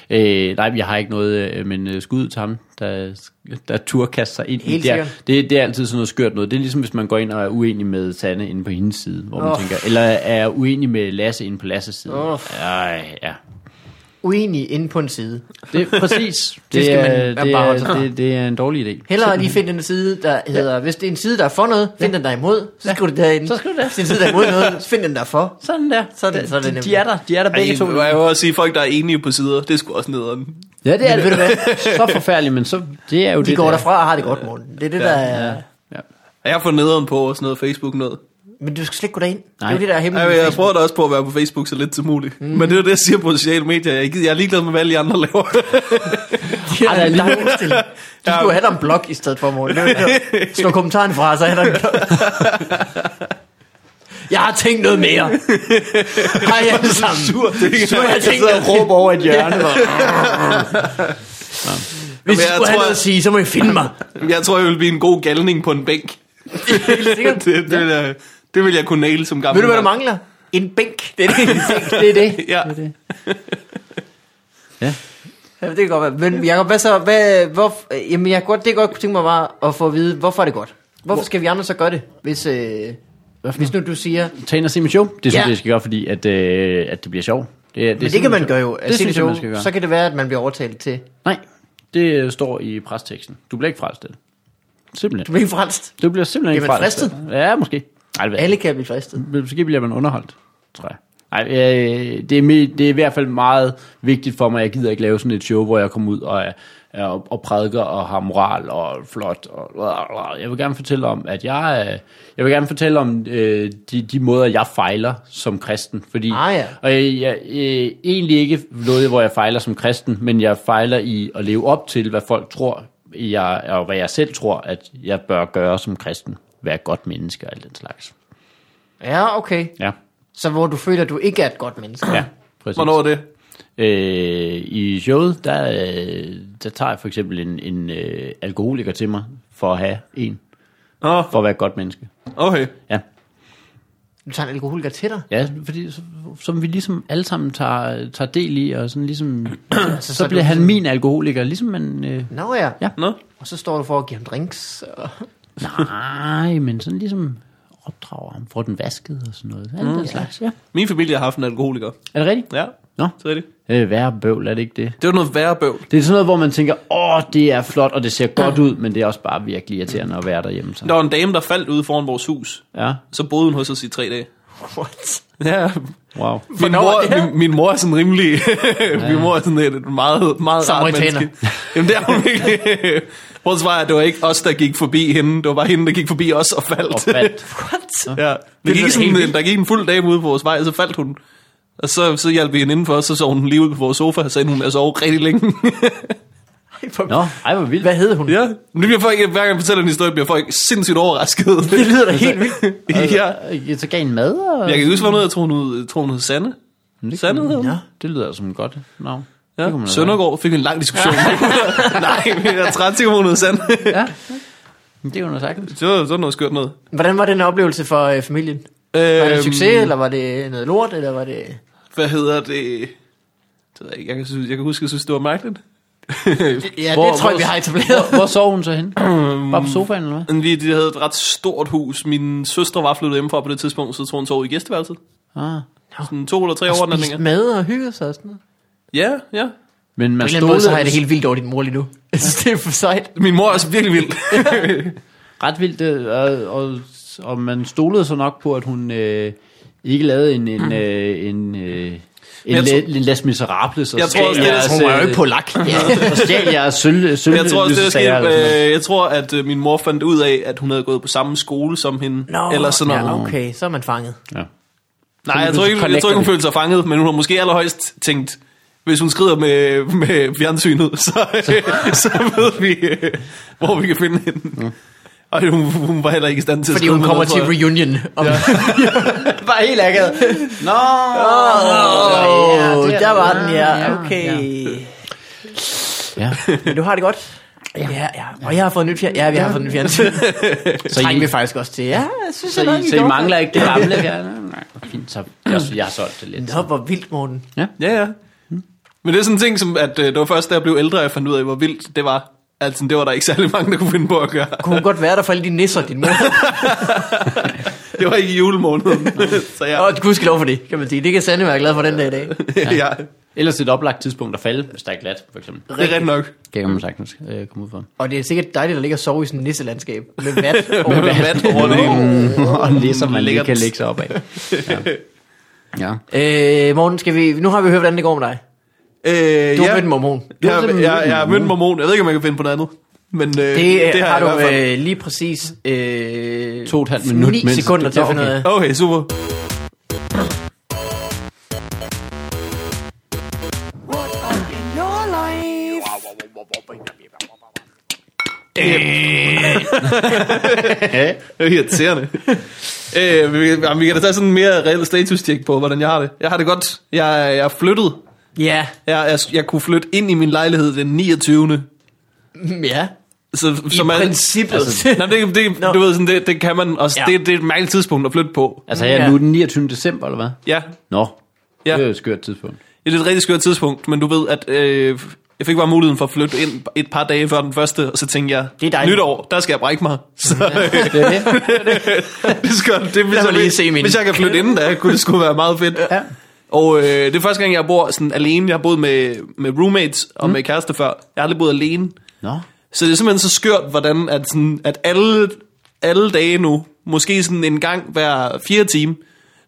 Speaker 3: Øh, nej, jeg har ikke noget, øh, men øh, skud til ham, der, der turkaster sig ind i
Speaker 1: Helt
Speaker 3: det. er-
Speaker 1: sikkert.
Speaker 3: Det, det er altid sådan noget skørt noget. Det er ligesom, hvis man går ind og er uenig med Sanne inde på hendes side, hvor man
Speaker 1: Åh.
Speaker 3: oh. tænker, eller er uenig med Lasse inde på Lasses side.
Speaker 1: Åh.
Speaker 3: Ej, ja.
Speaker 1: Uenig inde på en side.
Speaker 3: Det er præcis. det,
Speaker 1: skal man
Speaker 3: er,
Speaker 1: bare
Speaker 3: det,
Speaker 1: holde sig
Speaker 3: er,
Speaker 1: fra.
Speaker 3: det, det er en dårlig idé.
Speaker 1: Hellere lige finde en side, der hedder, ja. hvis det er en side, der er for noget, find ja. den, der er imod, så skriv det derinde.
Speaker 3: Så skriv det.
Speaker 1: Hvis det er en side, der er imod noget, så find den, der er for.
Speaker 3: Sådan der.
Speaker 1: Sådan, sådan
Speaker 3: de,
Speaker 1: nemlig.
Speaker 3: de er der. De er der begge
Speaker 2: Ej,
Speaker 3: to.
Speaker 2: jeg vil også sige, folk, der er enige på sider, det er sgu også nederen.
Speaker 3: Ja, det er
Speaker 1: Men
Speaker 3: det.
Speaker 1: ved du
Speaker 3: så forfærdeligt, men så, det er jo
Speaker 1: De
Speaker 3: det
Speaker 1: går
Speaker 3: der.
Speaker 1: derfra og har det godt, morgen. Det er det, der er...
Speaker 3: Ja.
Speaker 2: Og Jeg får nederen på sådan noget Facebook noget.
Speaker 1: Men du skal slet ikke gå derind. Nej. Det er
Speaker 3: Nej.
Speaker 1: jo det, der er hemmeligt.
Speaker 2: Jeg,
Speaker 1: ved
Speaker 2: jeg
Speaker 1: Facebook.
Speaker 2: prøver da også på at være på Facebook så lidt som muligt. Mm. Men det er jo det, jeg siger på sociale medier. Jeg, gider- jeg er ligeglad med, hvad alle de andre laver.
Speaker 1: Ej, der er en lang indstilling. Du
Speaker 2: Ja.
Speaker 1: skulle have dig en blog i stedet for, Morten. Det var det. Slå kommentaren fra, så er der en blog. Jeg har tænkt noget mere. Hej alle sammen.
Speaker 2: Sur, det er
Speaker 1: Så jeg har
Speaker 2: ikke-
Speaker 1: tænkt at råbe over et hjørne. Ja. Hvis I skulle
Speaker 2: jeg
Speaker 1: have
Speaker 2: tror-
Speaker 1: noget at sige, så må I finde mig.
Speaker 2: Altså, Jeg tror, jeg vil blive en god galning på en bænk.
Speaker 1: Helt sikkert.
Speaker 2: Det, det, vil, jeg, det vil jeg kunne næle som gammel.
Speaker 1: Ved du, hvad der
Speaker 2: mand.
Speaker 1: mangler? En bænk. Det er det,
Speaker 3: Det er det.
Speaker 2: Ja.
Speaker 3: Det er det. Ja.
Speaker 1: Ja, det kan godt være. Men Jacob, hvad så? Hvad, hvor, øh, jamen, jeg kan godt, det jeg godt kunne tænke mig bare at få at vide, hvorfor er det godt? Hvorfor skal vi andre så gøre det, hvis, øh, hvis nu du siger...
Speaker 3: Tag ind og se mit show. Det synes
Speaker 1: Ja.
Speaker 3: jeg, jeg skal gøre, fordi at, øh, at det bliver sjovt. Det, er- det, er
Speaker 1: Men det
Speaker 3: simpelthen
Speaker 1: kan man
Speaker 3: sjovt.
Speaker 1: gøre jo. Altså,
Speaker 3: Det
Speaker 1: Det
Speaker 3: synes
Speaker 1: synes
Speaker 3: jeg, man skal
Speaker 1: show,
Speaker 3: gøre.
Speaker 1: så kan det være, at man bliver overtalt til.
Speaker 3: Nej, det øh, står i presteksten. Du bliver ikke frelstet.
Speaker 1: Du
Speaker 3: Simpelthen.
Speaker 1: bliver frelst.
Speaker 3: Du bliver simpelthen
Speaker 1: Bliver
Speaker 3: ikke
Speaker 1: man
Speaker 3: frelstet. Ja, måske. Nej, det ved jeg
Speaker 1: Alle kan blive fristet.
Speaker 3: Men Måske bliver man underholdt, tror jeg. Ej, øh, det, er, me- det er i hvert fald meget vigtigt for mig. Jeg gider ikke lave sådan et show, hvor jeg kommer ud og, er- er- og prædiker og har moral og flot. Og, jeg vil gerne fortælle om, at jeg, øh, jeg vil gerne fortælle om øh, de, de måder, jeg fejler som kristen. Fordi,
Speaker 1: Ah, ja.
Speaker 3: Og jeg, jeg, øh, egentlig ikke noget, hvor jeg fejler som kristen, men jeg fejler i at leve op til, hvad folk tror, jeg, og hvad jeg selv tror, at jeg bør gøre som kristen. Være et godt menneske og alt den slags.
Speaker 1: Ja, okay.
Speaker 3: Ja.
Speaker 1: Så hvor du føler, at du ikke er et godt menneske.
Speaker 3: Ja, præcis.
Speaker 2: Hvornår er det?
Speaker 3: Øh, I showet, der, øh, der tager jeg for eksempel en, en øh, alkoholiker til mig, for at have en,
Speaker 2: Nå,
Speaker 3: for at være et godt menneske.
Speaker 2: okay.
Speaker 3: Ja,
Speaker 1: Du tager en alkoholiker til dig.
Speaker 3: ja fordi så, som vi ligesom alle sammen tager, tager del i, og sådan ligesom, så,
Speaker 1: Altså, så er
Speaker 3: så
Speaker 1: du
Speaker 3: bliver han min alkoholiker, ligesom man... Øh,
Speaker 1: Nå ja.
Speaker 3: Ja.
Speaker 2: Nå.
Speaker 1: Og så står du for at give ham drinks. Og...
Speaker 3: nej, men sådan ligesom opdrager ham, får den vasket og sådan noget. Alt mm, den slags, ja.
Speaker 2: Min familie har haft en alkoholiker.
Speaker 3: Er det rigtigt?
Speaker 2: Ja,
Speaker 3: Nå,
Speaker 2: så er det.
Speaker 3: øh, værre bøvl, er det ikke det?
Speaker 2: Det var noget værre bøvl.
Speaker 3: Det er sådan noget, hvor man tænker, åh, det er flot, og det ser godt ud, men det er også bare virkelig irriterende at være derhjemme. Så.
Speaker 2: Der var en dame, der faldt ude foran vores hus.
Speaker 3: Ja,
Speaker 2: Så boede hun hos os i tre dage.
Speaker 1: What?
Speaker 2: Ja,
Speaker 3: wow.
Speaker 2: min mor, min, min mor er sådan rimelig... min mor er sådan et et meget, meget rart
Speaker 1: Samaritaner.
Speaker 2: menneske. Jamen det er hun virkelig. Prøv at svare, at det var ikke os, der gik forbi hende. Det var bare hende, der gik forbi os og faldt.
Speaker 3: Og faldt.
Speaker 1: What?
Speaker 2: ja. Det
Speaker 1: lyder
Speaker 2: gik sådan,
Speaker 1: helt
Speaker 2: en, der gik en fuld dag ude på vores vej, og så faldt hun. Og så, så hjalp vi hende indenfor, og så sov hun lige ude på vores sofa, og sagde hun, at sove rigtig længe.
Speaker 1: Ej, hvor-
Speaker 3: Nå, ej, hvor vildt.
Speaker 1: Hvad hed hun?
Speaker 2: ja. Nu bliver folk, hver gang jeg fortæller en historie, bliver folk sindssygt overrasket.
Speaker 1: Det lyder da helt vildt. Altså.
Speaker 2: ja.
Speaker 3: Ja. Så gav en mad, og...
Speaker 2: Jeg kan huske, hvad hun hedder. Jeg tror, hun hed- tror, hun hed Sanne. Sanne hed hun.
Speaker 1: Ja.
Speaker 3: Det lyder som et godt navn. Det kunne man
Speaker 2: Ja.
Speaker 3: da
Speaker 2: Søndergaard fik vi en lang diskussion. Nej, men jeg er træt til, at hun hed Sanne.
Speaker 3: gøre. Det kunne man da sagtens.
Speaker 2: Det var sådan noget skørt noget.
Speaker 1: Hvordan var den oplevelse for øh, familien? Var det
Speaker 2: Øhm,
Speaker 1: en succes, eller var det noget lort, eller var det...
Speaker 2: Hvad hedder det? det ved jeg, ikke. jeg, kan, synes, jeg kan huske, at jeg synes, det var mærkeligt.
Speaker 1: Ja,
Speaker 3: Hvor-
Speaker 1: det tror jeg,
Speaker 3: hvor-
Speaker 1: vi har etableret.
Speaker 3: Hvor sov hun så henne?
Speaker 2: Øhm.
Speaker 3: Bare på sofaen, eller hvad?
Speaker 2: Men Vi de havde et ret stort hus. Min søster var flyttet hjemmefra på det tidspunkt, så tror hun sov i gæsteværelset.
Speaker 3: Ah.
Speaker 2: Sådan to eller tre
Speaker 1: Spist
Speaker 2: overnatninger.
Speaker 1: mad og hygget sig og sådan noget. På
Speaker 2: Ja, ja.
Speaker 3: Men man
Speaker 1: en eller anden måde, så har jeg
Speaker 3: stolede
Speaker 1: det helt vildt over din mor lige nu. Jeg synes, det er for sejt.
Speaker 2: Min mor er også virkelig vild.
Speaker 3: ret vildt, øh, og, og, og man stolede så nok på, at hun øh, ikke lavede en,
Speaker 1: Mm.
Speaker 3: en, øh, en, øh, en,
Speaker 2: jeg
Speaker 3: la,
Speaker 2: tror-
Speaker 3: en Les Miserables og
Speaker 2: Jeg tror også, det er-
Speaker 3: jeres,
Speaker 2: hun
Speaker 1: var jo
Speaker 3: øh,
Speaker 1: ikke polak.
Speaker 3: og stjal jeres sølv, sølv
Speaker 2: Jeg tror også, det der skete. Øh, jeg tror, at øh, min mor fandt ud af, at hun havde gået på samme skole som hende.
Speaker 1: Nå,
Speaker 2: eller sådan noget.
Speaker 1: Ja, okay, så er man fanget.
Speaker 3: ja.
Speaker 2: Nej,
Speaker 3: Så
Speaker 2: jeg
Speaker 3: hun
Speaker 2: tror,
Speaker 3: følte
Speaker 2: ikke,
Speaker 3: sig
Speaker 2: jeg tror ikke, hun
Speaker 3: connected.
Speaker 2: følte sig fanget, men hun har måske allerhøjst tænkt, hvis hun skrider med, med fjernsynet, så, så ved vi, øh, hvor vi kan finde hende. Og hun, hun var heller ikke i stand til at
Speaker 1: Mm. Fordi
Speaker 2: skride
Speaker 1: hun
Speaker 2: med
Speaker 1: kommer til
Speaker 2: noget, tror jeg.
Speaker 1: reunion. Om, ja.
Speaker 3: Bare helt akavet. Nå!
Speaker 1: oh, der var den, ja. Okay.
Speaker 3: Ja.
Speaker 1: Men du har det godt? Ja, ja. Og jeg har fået nyt fjern. Ja, vi har fået nyt fjern. Så
Speaker 3: Så,
Speaker 1: trænger vi
Speaker 3: I,
Speaker 1: faktisk også til. Ja, jeg synes,
Speaker 3: så,
Speaker 1: jeg nok,
Speaker 3: I, så I
Speaker 1: gjorde
Speaker 3: mangler ikke det gamle her? Nej, fint, så jeg, jeg har solgt det lidt.
Speaker 1: det. Nå, hvor vildt, Morten.
Speaker 2: Ja, ja. Men det er sådan en ting, som at øh, det var først, da jeg blev ældre, jeg fandt ud af, hvor vildt det var. Altså, det var der ikke særlig mange, der kunne finde på at gøre.
Speaker 1: Kunne hun godt være der for alle de nisser, din mor?
Speaker 2: Det var ikke i julemåneden. så jeg,
Speaker 1: Og gudskelov for det, kan man sige. Det kan Sande være glad for den dag i dag.
Speaker 2: ja,
Speaker 3: Ellers et oplagt tidspunkt at falde, hvis der er glat, for eksempel.
Speaker 2: det er rigtigt nok.
Speaker 3: Det kan man sagtens øh, komme ud for.
Speaker 1: Og det er sikkert dejligt at ligge og sove i sådan et nisselandskab. Med vat over
Speaker 2: Med vand over det hele.
Speaker 3: og lige som man lige
Speaker 2: Lækkert.
Speaker 3: kan lægge sig op af. Ja. ja.
Speaker 1: Øh, Morten, skal vi... Nu har vi hørt, hvordan det går med dig.
Speaker 2: Øh,
Speaker 1: Du har
Speaker 2: ja.
Speaker 1: mødt en mormon.
Speaker 2: Jeg,
Speaker 3: Du har
Speaker 2: jeg,
Speaker 3: mødt en
Speaker 2: jeg, jeg har mødt en
Speaker 3: mormon.
Speaker 2: mormon. Jeg ved ikke, om jeg kan finde på noget andet. Men øh, det,
Speaker 1: Mm. Det, det har,
Speaker 2: jeg i
Speaker 1: har du
Speaker 2: hvert fald.
Speaker 1: øh, lige præcis øh,
Speaker 3: To og et halvt minut,
Speaker 1: 9
Speaker 3: mens-
Speaker 1: sekunder til at
Speaker 3: Nå,
Speaker 1: finde ud af.
Speaker 3: okay.
Speaker 2: Okay, super.
Speaker 3: Ja.
Speaker 2: Det er irriterende. øh, vi, jamen, vi kan da tage sådan en mere reel status-tjek på, hvordan jeg har det. Jeg har det godt. Jeg, jeg er flyttet.
Speaker 1: Ja,
Speaker 2: Jeg, jeg, jeg kunne flytte ind i min lejlighed den 29.
Speaker 1: Mm, ja.
Speaker 2: Så,
Speaker 1: I princippet.
Speaker 2: Altså, nej, det, det,
Speaker 1: Nå.
Speaker 2: du ved, sådan, det, det kan man også.
Speaker 1: Ja.
Speaker 2: Ja. Det, det er et mærkeligt tidspunkt at flytte på.
Speaker 3: Altså, jeg er
Speaker 1: Ja.
Speaker 3: nu den 29. december, eller hvad?
Speaker 2: Ja,
Speaker 3: Nå,
Speaker 2: Ja.
Speaker 3: det er jo et skørt tidspunkt.
Speaker 2: det er et rigtig skørt tidspunkt, men du ved, at øh, jeg fik bare muligheden for at flytte ind et par dage før den første, og så tænkte jeg,
Speaker 1: Det er dejligt.
Speaker 2: nytår, der skal jeg brække mig. Så øh,
Speaker 3: Det er det.
Speaker 2: det skal, det,
Speaker 1: mig
Speaker 2: så-
Speaker 1: lige se min.
Speaker 2: Hvis jeg kan flytte inden da, kunne det skulle være meget fedt.
Speaker 3: Ja.
Speaker 2: Og øh, det er første gang, jeg bor sådan alene. Jeg har boet med, med roommates og mm. med kæreste før. Jeg har aldrig boet alene.
Speaker 3: Nå.
Speaker 2: Så det er simpelthen så skørt, hvordan at, sådan, at alle, alle dage nu, måske sådan en gang hver fire time,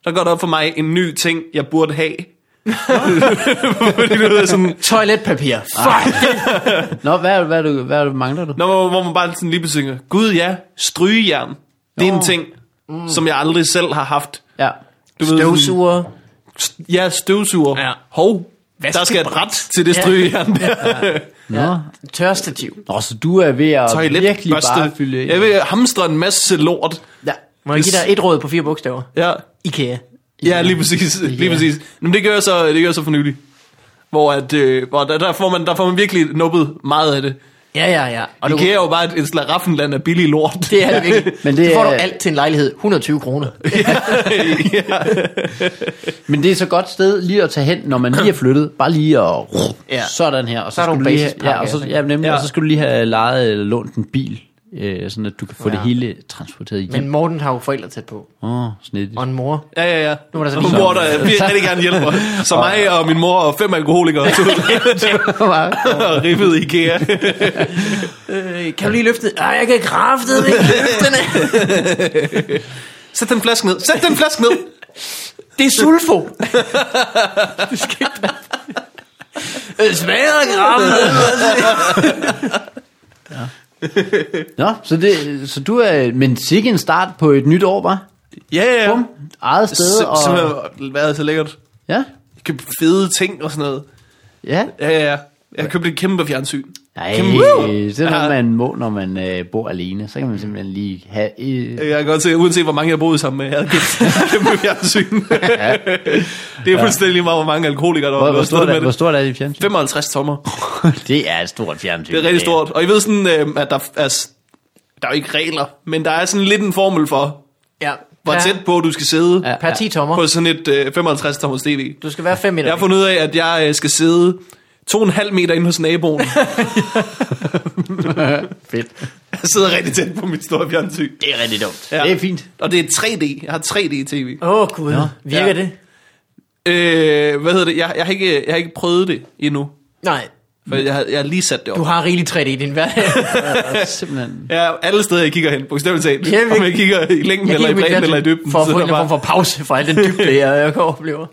Speaker 2: der går der op for mig en ny ting, jeg burde have. Fordi du ved sådan,
Speaker 1: Toiletpapir. Fuck.
Speaker 3: Nå, hvad, hvad, hvad, hvad, hvad mangler du?
Speaker 2: når man, hvor man bare sådan lige besynger, gud ja, strygejern, det er en ting,
Speaker 3: Mm.
Speaker 2: som jeg aldrig selv har haft.
Speaker 3: Ja.
Speaker 2: Du ved, sådan-
Speaker 1: Støvsuger.
Speaker 2: Ja, støvsuger.
Speaker 1: Ja.
Speaker 2: Hov, der skal et ret til det strygejern. Ja.
Speaker 3: Nå.
Speaker 1: Tørstativ.
Speaker 3: Nå, så du er ved at virkelig bare fylde ind.
Speaker 2: Jeg vil hamstre en masse lort.
Speaker 1: Ja. Må jeg give dig et råd på fire bogstaver?
Speaker 2: Ja.
Speaker 1: IKEA.
Speaker 2: Ja, lige præcis. Lige præcis. Men det gør jeg så, det gør jeg så for nylig. Hvor, at, øh, hvor der, der, får man, der får man virkelig nuppet meget af det.
Speaker 1: Ja, ja, ja. Og
Speaker 2: IKEA er jo bare et, et slaraffenland af billig lort.
Speaker 1: Det er det virkelig.
Speaker 3: Men
Speaker 1: Men
Speaker 3: det
Speaker 1: det, så får du
Speaker 3: er-
Speaker 1: alt til en lejlighed. 120 kroner.
Speaker 3: Men det er så godt sted lige at tage hen, når man lige er flyttet. Bare lige at ja.
Speaker 1: Ja.
Speaker 3: sådan her. Og så,
Speaker 1: Så er der
Speaker 3: skal
Speaker 1: en
Speaker 3: du lige have,
Speaker 1: basispakke,
Speaker 3: ja, og så,
Speaker 1: ikke?
Speaker 3: ja, nemlig, ja.
Speaker 2: Ja.
Speaker 3: Og så skal du lige have lejet eller lånt en bil, øh, sådan at du kan få ja. det
Speaker 1: Ja.
Speaker 3: hele transporteret hjem.
Speaker 1: Men Morten har jo forældre tæt på.
Speaker 3: Åh, oh, snedigt.
Speaker 1: Og en mor.
Speaker 2: Ja, ja, ja.
Speaker 1: Nu må der så
Speaker 2: Og
Speaker 1: lige-
Speaker 2: mor, der vil rigtig gerne hjælper. Så mig og min mor og fem alkoholikere tog og rippede IKEA.
Speaker 1: Øh, kan du lige løfte? Nej, jeg kan kraftedeme ikke løfte den.
Speaker 2: Sæt den flaske ned. Sæt den flaske ned.
Speaker 1: Det er sulfo. det skal ikke være. Øh, Smager af kraftedeme.
Speaker 3: Nå, så, det, så du er... Men sikke en start på et nyt år, var?
Speaker 2: Ja, ja, ja.
Speaker 3: Bum, eget sted
Speaker 2: Så,
Speaker 3: og...
Speaker 2: simpelthen været så lækkert.
Speaker 3: Ja,
Speaker 2: Jeg købte fede ting og sådan noget.
Speaker 3: ja.
Speaker 2: Ja, ja, ja. Jeg købte et kæmpe fjernsyn.
Speaker 3: Nej,
Speaker 2: Kæmpe-
Speaker 3: det er noget, man må, når man øh, bor alene. Så kan man simpelthen lige have... Øh,
Speaker 2: Jeg kan godt se, uanset hvor mange jeg boede sammen med, jeg havde købt kæmpe fjernsyn. det er fuldstændig lige meget, hvor mange alkoholikere der var
Speaker 3: hvor, hvor,
Speaker 2: blevet
Speaker 3: stort
Speaker 2: slået
Speaker 3: er,
Speaker 2: med
Speaker 3: hvor
Speaker 2: det.
Speaker 3: stort er det fjernsyn?
Speaker 2: 55 tommer.
Speaker 3: det er et stort fjernsyn.
Speaker 2: Det er rigtig stort. Og I ved sådan, øh, at der, altså, der er jo ikke regler, men der er sådan lidt en formel for,
Speaker 1: Ja.
Speaker 2: hvor
Speaker 1: Per-
Speaker 2: tæt på du skal sidde
Speaker 1: Per 10 tommer.
Speaker 2: på sådan et øh, 55-tommers tv.
Speaker 1: Du skal være 5 meter.
Speaker 2: Jeg har fundet ud af, at jeg øh, skal sidde to og en halv meter inde hos naboen.
Speaker 3: Fedt.
Speaker 2: Jeg sidder rigtig tæt på mit store fjernsyn.
Speaker 3: Det er rigtig dumt. Ja.
Speaker 2: Ja.
Speaker 3: Det er fint.
Speaker 2: Og det er 3D. Jeg har 3D-tv.
Speaker 1: Åh, oh, gud.
Speaker 3: Nå.
Speaker 1: Virker
Speaker 2: Ja.
Speaker 1: det?
Speaker 2: Øh, hvad hedder det? Jeg, jeg, har ikke, jeg har ikke prøvet det endnu.
Speaker 1: Nej.
Speaker 2: For jeg, har- jeg har lige sat det op.
Speaker 1: Du har rigeligt 3D i din hverdag.
Speaker 3: Det er simpelthen...
Speaker 2: Ja, alle steder, jeg kigger hen, bogstaveligt talt.
Speaker 1: Ja, vi-
Speaker 2: Om jeg kigger i længden, eller
Speaker 1: kigger
Speaker 2: i
Speaker 1: på mit
Speaker 2: bredden, eller i dybden.
Speaker 1: For at
Speaker 2: så,
Speaker 1: få
Speaker 2: er
Speaker 1: en
Speaker 2: der
Speaker 1: eller anden
Speaker 2: bare,
Speaker 1: form for pause fra al den dybde, jeg, jeg oplever.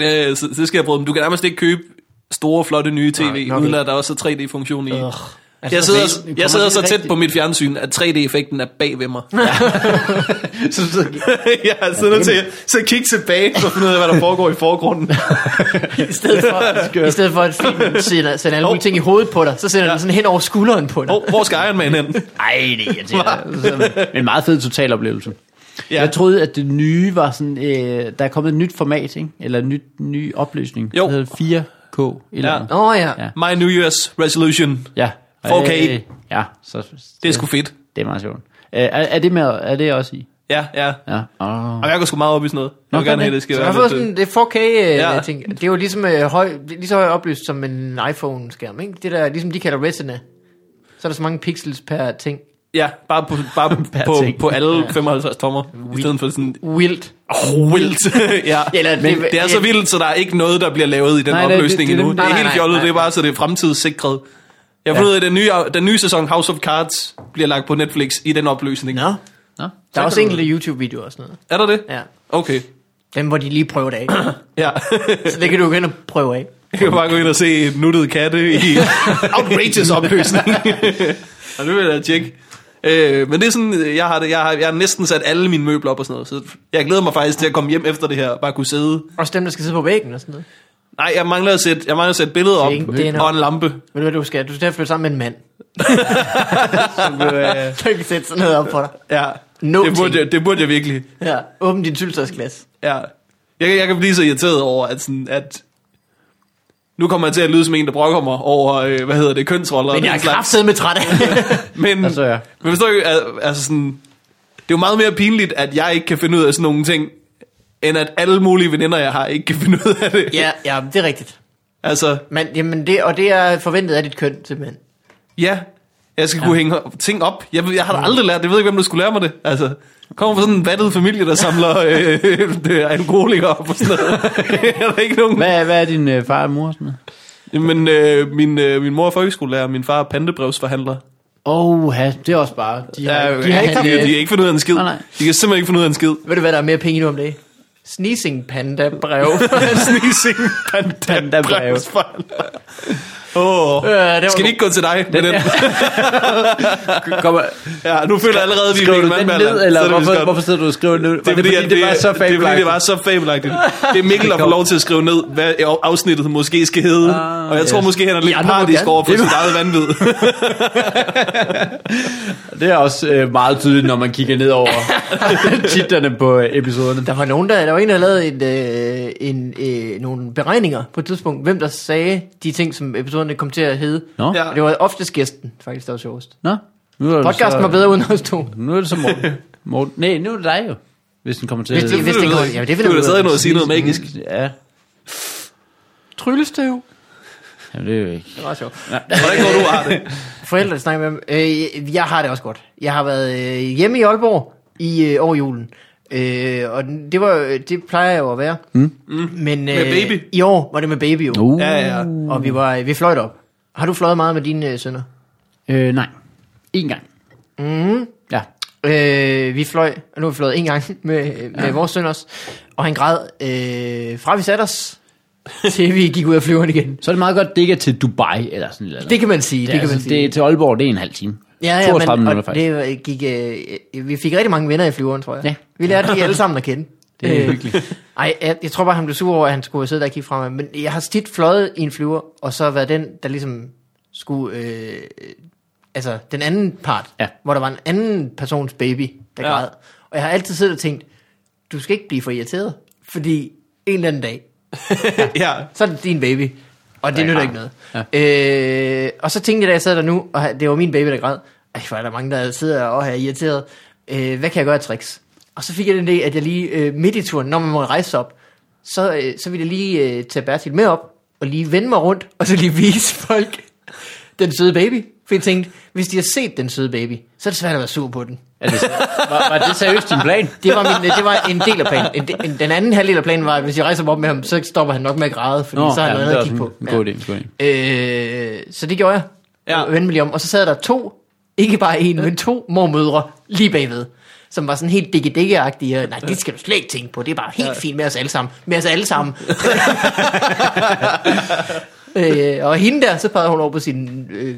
Speaker 2: øh, så, så skal jeg prøve dem. Du kan nærmest ikke købe store, flotte nye tv,
Speaker 1: nok
Speaker 2: uden
Speaker 1: ikke.
Speaker 2: at der også er 3D-funktion i.
Speaker 1: Ugh.
Speaker 2: Jeg
Speaker 1: Altså,
Speaker 2: sidder,
Speaker 1: det kommer
Speaker 2: jeg sidder
Speaker 1: lige
Speaker 2: så tæt
Speaker 1: rigtigt.
Speaker 2: på mit fjernsyn, at 3D-effekten er bag ved mig.
Speaker 3: Så, så,
Speaker 2: jeg er nødt til at så kigge tilbage for at finde ud af, hvad der foregår i forgrunden.
Speaker 1: I stedet for, i stedet for at filmen sender, sender alle mulige
Speaker 2: Hov.
Speaker 1: ting i hovedet på dig, så sender ja. den sådan hen over skulderen på dig.
Speaker 2: Oh, hvor skal Iron Man hen?
Speaker 3: Ej, det er irriterende. Sådan. Men en meget fed total oplevelse. Ja.
Speaker 2: Ja.
Speaker 3: Jeg troede, at det nye var sådan, øh, der er kommet et nyt format, ikke? eller en nyt, ny opløsning.
Speaker 2: Jo.
Speaker 3: Det hedder 4K. Eller
Speaker 2: Ja.
Speaker 3: ja.
Speaker 1: Åh oh, ja.
Speaker 3: Ja.
Speaker 1: ja.
Speaker 2: My New Year's Resolution.
Speaker 3: ja.
Speaker 2: 4K.
Speaker 3: Øh, ja, så, det,
Speaker 2: Det er sgu fedt.
Speaker 3: det er meget sjovt. Øh, er, er, det med, er det også i?
Speaker 2: Ja, ja.
Speaker 3: Ja. Oh.
Speaker 2: Og jeg går sgu meget op i sådan noget. Jeg vil
Speaker 3: Nå,
Speaker 2: gerne have,
Speaker 3: fandme.
Speaker 2: det skal
Speaker 1: Så
Speaker 2: være
Speaker 1: jeg får
Speaker 2: lidt,
Speaker 1: sådan, det er 4K, øh,
Speaker 2: Ja.
Speaker 1: ja. ting. det er jo ligesom øh, høj, det er lige så høj opløst som en iPhone-skærm, ikke? Det der, ligesom de kalder Retina. Så er der så mange pixels per ting.
Speaker 2: øh, Ja, bare på, bare
Speaker 3: Per
Speaker 2: på,
Speaker 3: ting.
Speaker 2: på alle 55 tommer. I stedet for sådan
Speaker 1: Wild.
Speaker 2: Oh, vildt. ja.
Speaker 1: Eller
Speaker 2: Men det,
Speaker 1: det-
Speaker 2: er så vildt, så der er ikke noget, der bliver lavet i den
Speaker 3: Nej,
Speaker 2: nej,
Speaker 3: det-
Speaker 2: opløsning
Speaker 3: det- det-
Speaker 2: endnu. Det,
Speaker 3: nej,
Speaker 2: er
Speaker 1: nej,
Speaker 2: helt
Speaker 1: nej,
Speaker 2: fjollet,
Speaker 1: nej.
Speaker 2: det er bare så det er fremtidssikret. Jeg har fundet ud af, at den nye, den nye sæson House of Cards bliver lagt på Netflix i den opløsning. Ja.
Speaker 3: Nå.
Speaker 1: Der er
Speaker 2: Så
Speaker 1: også
Speaker 2: kan du-
Speaker 1: enkelte YouTube-videoer og sådan noget.
Speaker 2: Er der det?
Speaker 1: Ja.
Speaker 2: Okay.
Speaker 1: Dem, hvor de lige prøver det af.
Speaker 2: Ja.
Speaker 1: så det kan du jo gå ind og prøve af.
Speaker 2: Jeg kan bare gå ind og se nuttede katte i outrageous opløsning. Og nu vil jeg da tjekke. Øh, men det er sådan, jeg har, det, jeg, har, jeg har næsten sat alle mine møbler op og sådan noget, så jeg glæder mig faktisk til at komme hjem efter det her, og bare kunne sidde.
Speaker 1: Også dem, der skal sidde på væggen og sådan noget.
Speaker 2: Nej, jeg mangler at sætte, jeg mangler at sætte billedet op,
Speaker 1: Tænk, det er nok-
Speaker 2: og en lampe.
Speaker 1: Ved du hvad, du skal? Du skal til at flytte sammen med en mand. Så kan sætte sådan noget op for dig.
Speaker 2: Ja,
Speaker 1: Nå
Speaker 2: øh, det, burde
Speaker 1: ting.
Speaker 2: jeg, det burde jeg virkelig.
Speaker 1: Ja, åbn din syltøjsglas.
Speaker 2: Ja. Jeg, kan- jeg kan blive så irriteret over, at, sådan, at nu kommer jeg til at lyde som en, der brokker mig over, øh, hvad hedder det, kønsroller. og
Speaker 1: Men
Speaker 2: den
Speaker 1: jeg er
Speaker 2: slags.
Speaker 1: kraftet med træt af.
Speaker 2: Men,
Speaker 3: Altså,
Speaker 2: altså,
Speaker 3: ja.
Speaker 2: ja. men forstår ikke, al- altså sådan, det er jo meget mere pinligt, at jeg ikke kan finde ud af sådan nogle ting, end at alle mulige veninder, jeg har, ikke kan finde ud af det.
Speaker 1: ja, ja, det er rigtigt.
Speaker 2: Altså,
Speaker 1: Men, jamen det, og det er forventet af dit køn, simpelthen.
Speaker 2: ja, jeg skal ja. kunne hænge ting op. Jeg, ved- jeg har da aldrig lært det. Jeg ved ikke, hvem der skulle lære mig det. Altså, kommer fra sådan en vattet familie, der samler øh, det er alkoholikere op og sådan noget. er der ikke nogen?
Speaker 3: Hvad, hvad er din øh, far og mor og sådan noget?
Speaker 2: Men øh, min, øh, min mor er folkeskolelærer, og min far er pantebrevsforhandler.
Speaker 3: Åh, oh, det er også bare... De har,
Speaker 2: Ja,
Speaker 3: de har ikke
Speaker 2: de, de kan ikke finde ud af en skid.
Speaker 3: Nej, nej.
Speaker 2: De kan simpelthen ikke finde ud af en skid.
Speaker 1: Ved du, hvad der er mere penge nu om det? Sneezing panda brev.
Speaker 2: Sneezing panda
Speaker 3: Pandabrev.
Speaker 2: brevsforhandler. Åh,
Speaker 1: Øh, det var
Speaker 2: skal vi ikke gå til dig med den?
Speaker 3: Kommer,
Speaker 2: Ja, nu føler jeg allerede, at vi er
Speaker 3: skriver
Speaker 2: Mikkel
Speaker 3: du den
Speaker 2: Mandberg.
Speaker 3: ned,
Speaker 2: Så
Speaker 3: eller
Speaker 2: er det vist
Speaker 3: hvorfor,
Speaker 2: godt.
Speaker 3: hvorfor sidder du og skriver den ned? Var
Speaker 2: Det er, fordi, at
Speaker 3: det var så
Speaker 2: det er fordi, det var
Speaker 3: fabelagtigt.
Speaker 2: så fabelagtigt. Det er Mikkel, der får lov til at skrive ned, hvad afsnittet måske skal hedde.
Speaker 3: Ah,
Speaker 2: og jeg tror
Speaker 3: yes.
Speaker 2: måske, han er lidt
Speaker 1: andre må
Speaker 2: partisk
Speaker 1: gerne.
Speaker 2: over for sit eget vanvid.
Speaker 3: Det er også øh, meget tydeligt, når man kigger ned over titlerne på øh, episoderne.
Speaker 1: Der var nogen, der, der var en, der lavede en, øh, en, øh, nogle beregninger på et tidspunkt, hvem der sagde de ting, som episoderne kom til at hedde.
Speaker 3: Nå,
Speaker 2: Ja.
Speaker 3: ja.
Speaker 1: Og det var oftest gæsten, faktisk, der var sjovest.
Speaker 3: nå. Nu er det
Speaker 1: Podcasten
Speaker 3: så,
Speaker 1: var bedre uden os to.
Speaker 3: Nu er det så Morten. Morten. Nej, nu er det dig jo. Hvis den kommer til...
Speaker 1: Hvis det- hvis det går- ja, det finder vi
Speaker 2: du vil
Speaker 1: ud af.
Speaker 2: stadig nå at sige noget magisk.
Speaker 3: Ja.
Speaker 1: Tryllestøv.
Speaker 3: Jamen, det er jo ikke...
Speaker 1: Det var meget sjovt.
Speaker 2: Hvordan går du og har det?
Speaker 1: Forældre der snakker med dem. Øh, jeg har det også godt. Jeg har været øh, hjemme i Aalborg i øh, over julen. Øh, og den- det, var, det plejer jeg jo at være. Mm. Men, øh,
Speaker 2: baby.
Speaker 1: I år var det med baby jo.
Speaker 3: Uh.
Speaker 2: Ja, ja.
Speaker 1: Og vi, var, vi fløjt op. Har du fløjet meget med dine øh, sønner?
Speaker 3: Øh, nej. En gang. Mm. Ja.
Speaker 1: Øh, vi fløj, og nu har vi fløjet en gang med, med ja. vores søn også, og han græd øh, fra vi satte os, til vi gik ud af flyveren igen.
Speaker 3: Så er det meget godt, det ikke er til Dubai eller sådan noget.
Speaker 1: Det kan man sige, det, det kan man
Speaker 3: altså,
Speaker 1: sige.
Speaker 3: det er til Aalborg, det er en halv time. 32
Speaker 1: og
Speaker 3: minutter faktisk.
Speaker 1: Det øh, gik, øh, vi fik rigtig mange venner i flyveren, tror jeg.
Speaker 3: Ja.
Speaker 1: Vi lærte de alle sammen at kende. Øh,
Speaker 3: Det er hyggeligt.
Speaker 1: Ej, jeg, jeg tror bare, han blev sur over, at han skulle sidde der og kigge fremad. Men jeg har tit fløjet i en flyver, og så været den, der ligesom skulle... Øh, altså, den anden part,
Speaker 3: Ja.
Speaker 1: hvor der var en anden persons baby, der
Speaker 2: Ja.
Speaker 1: ja. græd. Og jeg har altid siddet og tænkt, du skal ikke blive for irriteret, fordi en eller anden dag,
Speaker 2: Ja.
Speaker 1: så er det din baby. Og det
Speaker 3: Ja,
Speaker 1: nytter
Speaker 3: ja.
Speaker 1: ikke noget. Ja. Øh, og så tænkte jeg, da jeg sad der nu, og det var min baby, der græd. Ej, hvor er der mange, der sidder og er irriteret. Øh, hvad kan jeg gøre af tricks? Og så fik jeg den idé, at jeg lige øh, midt i turen, når man må rejse sig op, så, øh, så ville jeg lige øh, tage Bertil med op, og lige vende mig rundt, og så lige vise folk den søde baby. For jeg tænkte, hvis de har set den søde baby, så er det svært at være sur på den.
Speaker 3: Er det, var, var det seriøst din plan?
Speaker 1: Det var, min, det var en del af planen. En, de- en, den anden halvdel af planen var, at hvis jeg rejser mig op med ham, så stopper han nok med at græde, fordi så har han
Speaker 3: men
Speaker 1: noget at kigge på.
Speaker 3: en god idé. en God idé.
Speaker 1: Øh, så det gjorde jeg.
Speaker 2: Ja.
Speaker 1: Ja. Og vendte mig lige om. Og så sad der to, ikke bare en, men to mormødre lige bagved, som var sådan helt dikke dikke agtige Nej, det skal du slet ikke tænke på. Det er bare helt ja. fint med os alle sammen. Med os alle sammen. øh, og hende der, så pegede hun over på sin øh,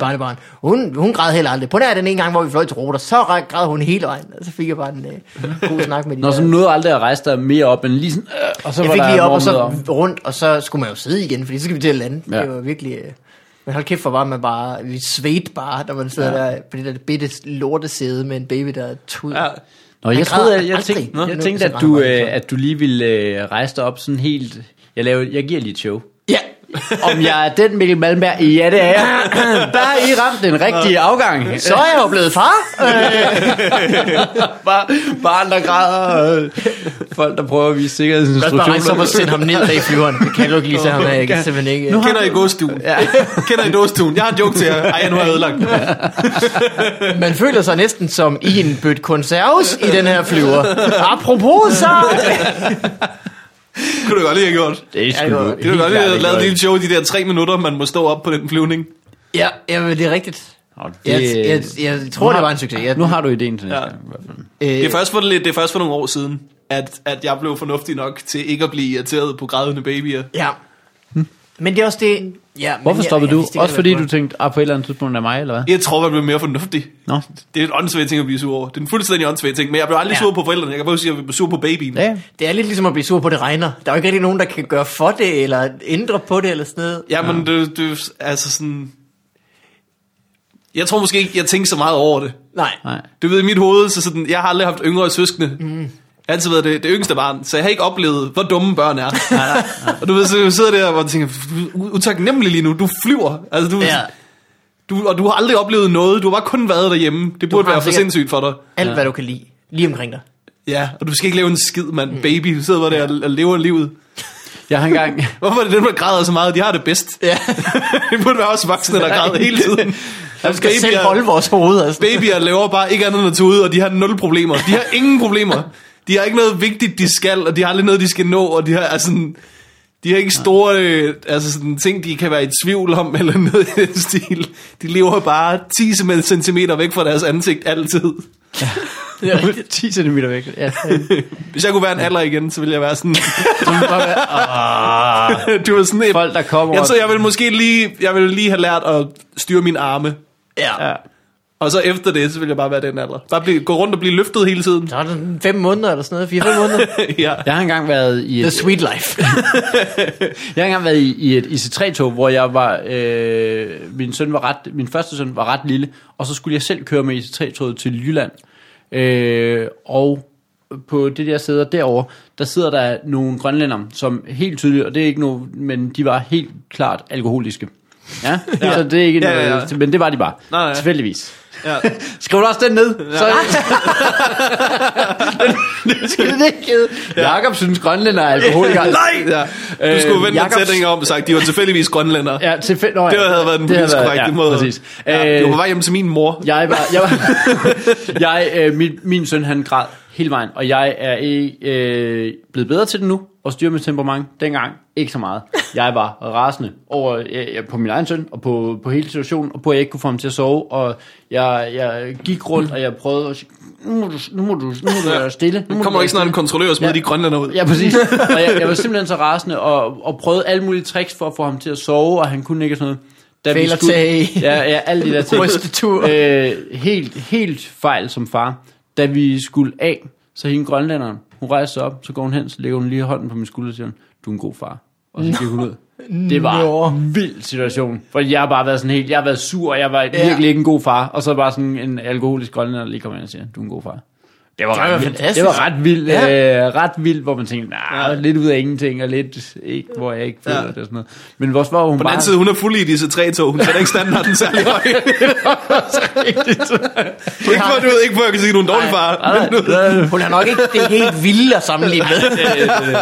Speaker 1: barnebarn. Hun, hun græd heller aldrig. På nær den ene gang, hvor vi fløj til Roter, så græd hun hele vejen. Og så fik jeg bare en øh, god snak med de
Speaker 3: Nå,
Speaker 1: der.
Speaker 3: så nåede aldrig at rejse dig mere op, end lige sådan... Øh, og så
Speaker 1: Jeg
Speaker 3: var
Speaker 1: fik
Speaker 3: der
Speaker 1: lige op og
Speaker 3: morgenmad
Speaker 1: så rundt, og så skulle man jo sidde igen, fordi så skal vi til at lande.
Speaker 3: Ja.
Speaker 1: Ja. Det var virkelig... øh, Men hold kæft, for var man bare... Vi svedte bare, når man sidder ja. der på det der bitte lortesæde med en baby, der tud.
Speaker 2: ja.
Speaker 1: Ja.
Speaker 3: Nå, jeg,
Speaker 1: Han
Speaker 3: troede,
Speaker 1: græder
Speaker 3: jeg, jeg,
Speaker 1: aldrig.
Speaker 3: tænkte,
Speaker 1: Nå,
Speaker 3: jeg
Speaker 1: nu-
Speaker 3: tænkte,
Speaker 1: så
Speaker 3: at
Speaker 1: rammer
Speaker 3: du,
Speaker 1: han så.
Speaker 3: øh, at du lige ville øh, rejse dig op sådan helt... Jeg, laver, jeg giver lige et show.
Speaker 1: ja.
Speaker 3: Om jeg er den Mikkel Malmberg? Ja, det er jeg. Der har I ramt den rigtige afgang.
Speaker 1: Så er jeg jo blevet far.
Speaker 3: bare barn, der græder. og Folk, der prøver at vise
Speaker 1: Først bare rejse op og
Speaker 3: sikkerhedsinstruktioner.
Speaker 1: sætte ham ned bag flyveren. Det kan du ikke lige se ham af. Jeg kan simpelthen ikke...
Speaker 2: Kender I gåstuen? Ja. Kender I dåstuen? Jeg har en joke til jer. Ej, nu har jeg ødelagt. den.
Speaker 1: Man føler sig næsten som i en bødt konserves i den her flyver. Apropos så...
Speaker 2: Kunne du godt lige have gjort.
Speaker 3: Det er sgu
Speaker 1: Ja, det var-
Speaker 2: Det kunne du godt lige have lavet et lille show i de der tre minutter, man må stå op på den flyvning.
Speaker 1: Ja, jamen, det er rigtigt. Jeg,
Speaker 3: det,
Speaker 1: jeg, jeg, tror, det var en succes. Jeg,
Speaker 3: Nu har du ideen til næste
Speaker 2: Ja.
Speaker 3: ja. gang. i hvert fald.
Speaker 2: Det er
Speaker 1: øh,
Speaker 2: først for, lidt, det er først for nogle år siden, at, at jeg blev fornuftig nok til ikke at blive irriteret på grædende babyer.
Speaker 1: Ja. Men det er også det... Ja, men
Speaker 3: Hvorfor
Speaker 1: jeg-
Speaker 3: stoppede
Speaker 1: jeg
Speaker 3: du?
Speaker 1: vidste ikke,
Speaker 3: Også
Speaker 1: at
Speaker 3: fordi
Speaker 1: det var-
Speaker 3: du tænkte, ah, på et eller andet tidspunkt er mig, eller hvad?
Speaker 2: Jeg tror, man bliver mere fornuftig.
Speaker 3: Nå.
Speaker 2: Det er en åndssvag ting at blive sur over. Det er en fuldstændig åndssvag ting, men jeg blev aldrig
Speaker 1: Ja.
Speaker 2: sur på forældrene. Jeg kan bare sige, at jeg blev sur på babyen.
Speaker 3: Ja, ja.
Speaker 1: Det er lidt ligesom at blive sur på, at det regner. Der er jo ikke rigtig nogen, der kan gøre for det, eller ændre på det, eller sådan noget.
Speaker 2: Ja, men det, det, altså sådan... Jeg tror måske ikke, jeg tænker så meget over det.
Speaker 1: Nej.
Speaker 3: Nej.
Speaker 2: Du ved, i mit hoved, så sådan, jeg har aldrig haft yngre søskende. Mm. Jeg har altid været det, det yngste barn, så jeg har ikke oplevet, hvor dumme børn er. og du ved, så jeg sidder der og tænker, "Du er utaknemmelig lige nu, du flyver. Altså, du,
Speaker 1: Ja,
Speaker 2: du, og du har aldrig oplevet noget, du har bare kun været derhjemme. Det burde
Speaker 1: har
Speaker 2: være for
Speaker 1: sikkert-
Speaker 2: sindssygt for dig.
Speaker 1: alt
Speaker 3: Ja.
Speaker 1: hvad du kan lide. Lige omkring dig.
Speaker 2: Ja, og du skal ikke lave en skid, mand.
Speaker 1: Mm.
Speaker 2: Baby, du sidder bare der og, og lever livet.
Speaker 3: Jeg har engang...
Speaker 2: Hvorfor er det dem, der græder så meget? De har det bedst.
Speaker 1: Ja.
Speaker 2: det burde være også voksne, der græder hele tiden.
Speaker 1: Vi skal
Speaker 2: Babyer-
Speaker 1: selv holde vores hoveder. Altså.
Speaker 2: Babyer laver bare ikke andet end at tage ud, og de har nul problemer. De har ingen problemer. De har ikke noget vigtigt, de skal, og de har aldrig noget, de skal nå, og de har altså sådan, de har ikke store øh, altså sådan, ting, de kan være i tvivl om, eller noget i den stil. De lever bare 10 centimeter væk fra deres ansigt altid.
Speaker 3: 10 cm væk. Ja.
Speaker 2: Hvis jeg kunne være en alder igen, så ville jeg være sådan,
Speaker 3: Så må man bare være, Ah.
Speaker 2: du er sådan et,
Speaker 3: folk, der kommer...
Speaker 2: jeg tror, jeg vil måske lige, jeg vil lige have lært at styre mine arme.
Speaker 1: Ja.
Speaker 3: Ja.
Speaker 2: Og så efter det, så vil jeg bare være den alder. Bare blive, gå rundt og blive løftet hele tiden.
Speaker 1: Så er det fem måneder eller sådan noget. Fire-fem måneder.
Speaker 2: ja.
Speaker 3: Jeg har engang været i
Speaker 1: The
Speaker 3: et,
Speaker 1: sweet life.
Speaker 3: jeg har engang været i, i et IC3-tog, hvor jeg var, øh, min, søn var ret, min første søn var ret lille, og så skulle jeg selv køre med IC3-toget til Jylland. Øh, og på det der sæder derovre, der sidder der nogle grønlænder, som helt tydeligt, og det er ikke noget, men de var helt klart alkoholiske. Ja, ja. så det er ikke
Speaker 2: Ja,
Speaker 3: noget,
Speaker 2: ja,
Speaker 3: ja,
Speaker 2: ja.
Speaker 3: ja, ja. men det var de bare,
Speaker 2: Nej, nej.
Speaker 3: tilfældigvis.
Speaker 2: ja.
Speaker 3: Skriv du også den ned? Så, skal det ikke ja. Jakob synes, grønlænder er alkoholikere.
Speaker 2: Nej! Ja. Du skulle
Speaker 3: Øh,
Speaker 2: vende Jacobs...
Speaker 3: Jakobs-
Speaker 2: sætningen om og sagt, de var tilfældigvis grønlændere. Ja.
Speaker 3: Ja, tilfældigt. Nå, ja.
Speaker 2: Det havde været den
Speaker 3: Det havde
Speaker 2: politisk
Speaker 3: været-
Speaker 2: korrekte
Speaker 3: ja,
Speaker 2: måde.
Speaker 3: Præcis.
Speaker 2: Ja,
Speaker 3: Øh,
Speaker 2: du var vej hjem til min mor.
Speaker 3: jeg var, jeg, var, jeg øh, min, min søn han græd hele vejen, og jeg er ikke, øh, blevet bedre til det nu, og styrer mit temperament dengang, ikke så meget. Jeg var rasende over, øh, på min egen søn, og på, på hele situationen, og på at jeg ikke kunne få ham til at sove, og jeg, jeg gik rundt, og jeg prøvede at sige, nu må du, nu må du, nu må du være stille. Nu må
Speaker 2: Nu
Speaker 3: du
Speaker 2: kommer
Speaker 3: være
Speaker 2: ikke snart en
Speaker 3: stille."
Speaker 2: kontrollør og smider ja.
Speaker 3: Ja.
Speaker 2: de grønlænder ud.
Speaker 3: Ja, præcis. Og jeg, jeg var simpelthen så rasende og, og prøvede alle mulige tricks for at få ham til at sove, og han kunne ikke og sådan noget. Da vi
Speaker 1: Fail at
Speaker 3: skulle-
Speaker 1: tage.
Speaker 3: Ja, ja, alle de der ting.
Speaker 1: Rystetur.
Speaker 3: Øh, helt, helt fejl som far. Da vi skulle af, så hende grønlænderen, hun rejser sig op, så går hun hen, så lægger hun lige hånden på min skulder og siger, hun, du er en god far. Og så gik hun ud. Det var
Speaker 1: Nå.
Speaker 3: en vild situation. For jeg har bare været sådan helt, jeg har været sur, og jeg var
Speaker 1: Ja.
Speaker 3: virkelig ikke en god far. Og så bare sådan en alkoholisk grønlænder, der lige kommer ind og siger, du er en god far.
Speaker 1: Det var, det var fantastisk.
Speaker 3: Det var ret vildt,
Speaker 1: Ja.
Speaker 3: ja. øh, ret vildt hvor man tænkte, nej,
Speaker 2: Ja.
Speaker 3: nah, lidt ud af ingenting, og lidt ikke, hvor jeg ikke føler
Speaker 2: Ja.
Speaker 3: ja. det og sådan noget. Men hvor var hun
Speaker 2: På den
Speaker 3: bare...
Speaker 2: anden side, hun er fuld i disse tre tog. Hun sætter ikke standarden særlig højt. ikke for, du ved, ikke for, at jeg kan sige, du er en dårlig far.
Speaker 3: Nej, nej, nej.
Speaker 1: Hun er nok ikke det helt vilde at sammenligne med.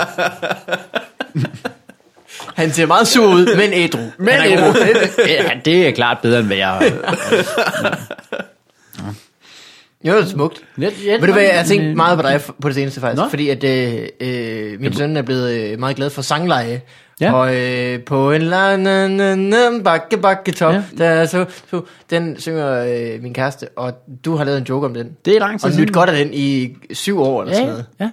Speaker 1: Han ser meget sur ud, men ædru.
Speaker 3: Men
Speaker 1: Han er god.
Speaker 3: ja, det er klart bedre, end hvad jeg...
Speaker 1: Jo, det er smukt.
Speaker 3: Net, net,
Speaker 1: Ved du hvad, jeg har tænkt meget på dig på det seneste faktisk, øh, Nå?
Speaker 3: Nå.
Speaker 1: fordi at øh, øh, min søn er blevet øh, meget glad for sangleje. Ja.
Speaker 3: Ja.
Speaker 1: Og øh, på en la na na na bakke bakke top, ja.
Speaker 3: Ja.
Speaker 1: der, så, så, den synger øh, min kæreste, og du har lavet en joke om den.
Speaker 3: Det er lang tid
Speaker 1: Og nyt godt af den i syv år eller
Speaker 3: Ja,
Speaker 1: sådan noget.
Speaker 3: ja.
Speaker 1: Men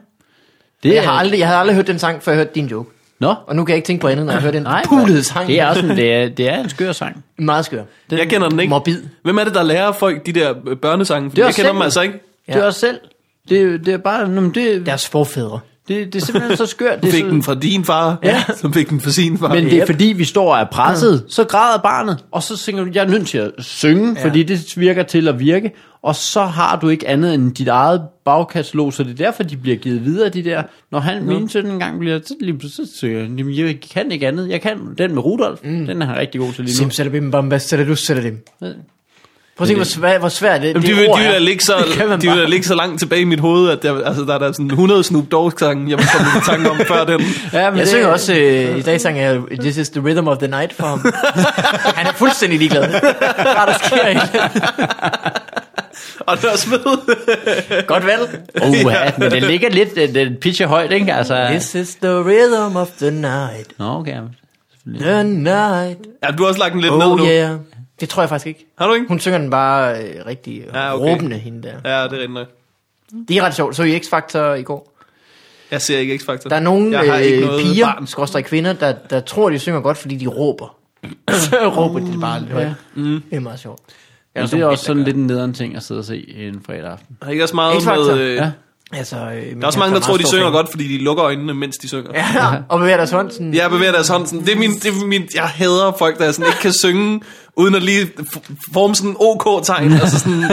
Speaker 3: Det
Speaker 1: Jeg, har aldrig, jeg havde aldrig hørt den sang, før jeg hørte din joke.
Speaker 3: Nå,
Speaker 1: Og nu kan jeg ikke tænke på andet, når jeg hører den
Speaker 3: nej.
Speaker 1: pulede sang.
Speaker 3: Det er også en, det er, det er en skør sang.
Speaker 1: meget skør.
Speaker 2: Jeg kender den ikke.
Speaker 1: Morbid.
Speaker 2: Hvem er det, der lærer folk de der øh, børnesange?
Speaker 3: Det er
Speaker 2: jeg
Speaker 3: også
Speaker 2: kender dem
Speaker 3: selv.
Speaker 2: altså ikke.
Speaker 1: Ja.
Speaker 3: Ja. Det er også selv. Det, det er bare... nå, men Det, det,
Speaker 1: Deres forfædre.
Speaker 3: det, er simpelthen så skørt.
Speaker 2: Du
Speaker 3: Det er
Speaker 2: fik
Speaker 3: så,
Speaker 2: den fra din far, ja. som fik den fra sin far.
Speaker 3: Men det er fordi, vi står og er presset, så græder barnet, og så tænker du, jeg er nødt til at synge, Mm. ja. fordi det virker til at virke, og så har du ikke andet end dit eget bagkatalog, så det er derfor, de bliver givet videre, de der. Når han, min søn engang bliver, så lige pludselig så synger han, "Jamen, jeg kan ikke andet, jeg kan den med Rudolf, mm. den er han rigtig god til lige nu.
Speaker 1: Sim sætter bim bam, sætter du sætter dem.
Speaker 3: Ja.
Speaker 1: Prøv at se, hvor svært, hvor svært det,
Speaker 2: Jamen, de,
Speaker 1: det
Speaker 2: vil,
Speaker 1: ord
Speaker 2: de, vil
Speaker 1: er.
Speaker 2: da ligge så,
Speaker 1: Det kan man
Speaker 2: de vil da
Speaker 1: bare.
Speaker 2: ligge så langt tilbage i mit hoved, at jeg, altså, der er der sådan 100 Snoop Dogg-sange, jeg var kommet i tanke om før den.
Speaker 3: Ja, men
Speaker 1: Jeg
Speaker 3: det-
Speaker 1: synger også, øh, i dag sang jeg This is the rhythm of the night for ham. Han er fuldstændig ligeglad. Bare der sker et eller andet.
Speaker 2: Og der smed.
Speaker 1: Godt valg.
Speaker 3: Åh, ja, men det ligger lidt, det, det pitcher højt, ikke? Altså,
Speaker 1: This is the rhythm of the night.
Speaker 3: Nå, okay. men selvfølgelig.
Speaker 1: The night.
Speaker 2: Ja, du har også lagt den lidt ned
Speaker 1: Oh
Speaker 2: nu.
Speaker 1: yeah. Det tror jeg faktisk ikke.
Speaker 2: Har du ikke?
Speaker 1: Hun synger den bare øh, rigtig
Speaker 2: Ja,
Speaker 1: ja,
Speaker 2: okay.
Speaker 1: okay. råbende, hende der.
Speaker 2: Ja, det er rigtigt nok.
Speaker 1: Det er ret sjovt. Så I X-Factor i går?
Speaker 2: Jeg ser ikke X-Factor.
Speaker 1: Der er nogle
Speaker 2: jeg har ikke
Speaker 1: øh,
Speaker 2: noget
Speaker 1: piger,
Speaker 2: barn.
Speaker 1: skorstræk kvinder, der, der tror, de synger godt, fordi de råber. Så råber de bare lidt højt.
Speaker 3: Ja.
Speaker 2: Mm.
Speaker 1: Det er meget sjovt.
Speaker 3: Ja, det er også sådan lidt en nederen ting at sidde og se en fredag aften.
Speaker 2: Der er ikke også meget
Speaker 1: X-Factor.
Speaker 2: med... Øh,
Speaker 3: Ja.
Speaker 1: Altså, øh,
Speaker 2: Der er også mange, der tror, de synger godt, fordi de lukker øjnene, mens de synger.
Speaker 1: Ja, og bevæger deres hånd sådan.
Speaker 2: Jeg bevæger deres hånd sådan. Det er min, det er min, jeg hader folk, der sådan ikke kan synge, uden at lige f- forme sådan en OK-tegn. altså sådan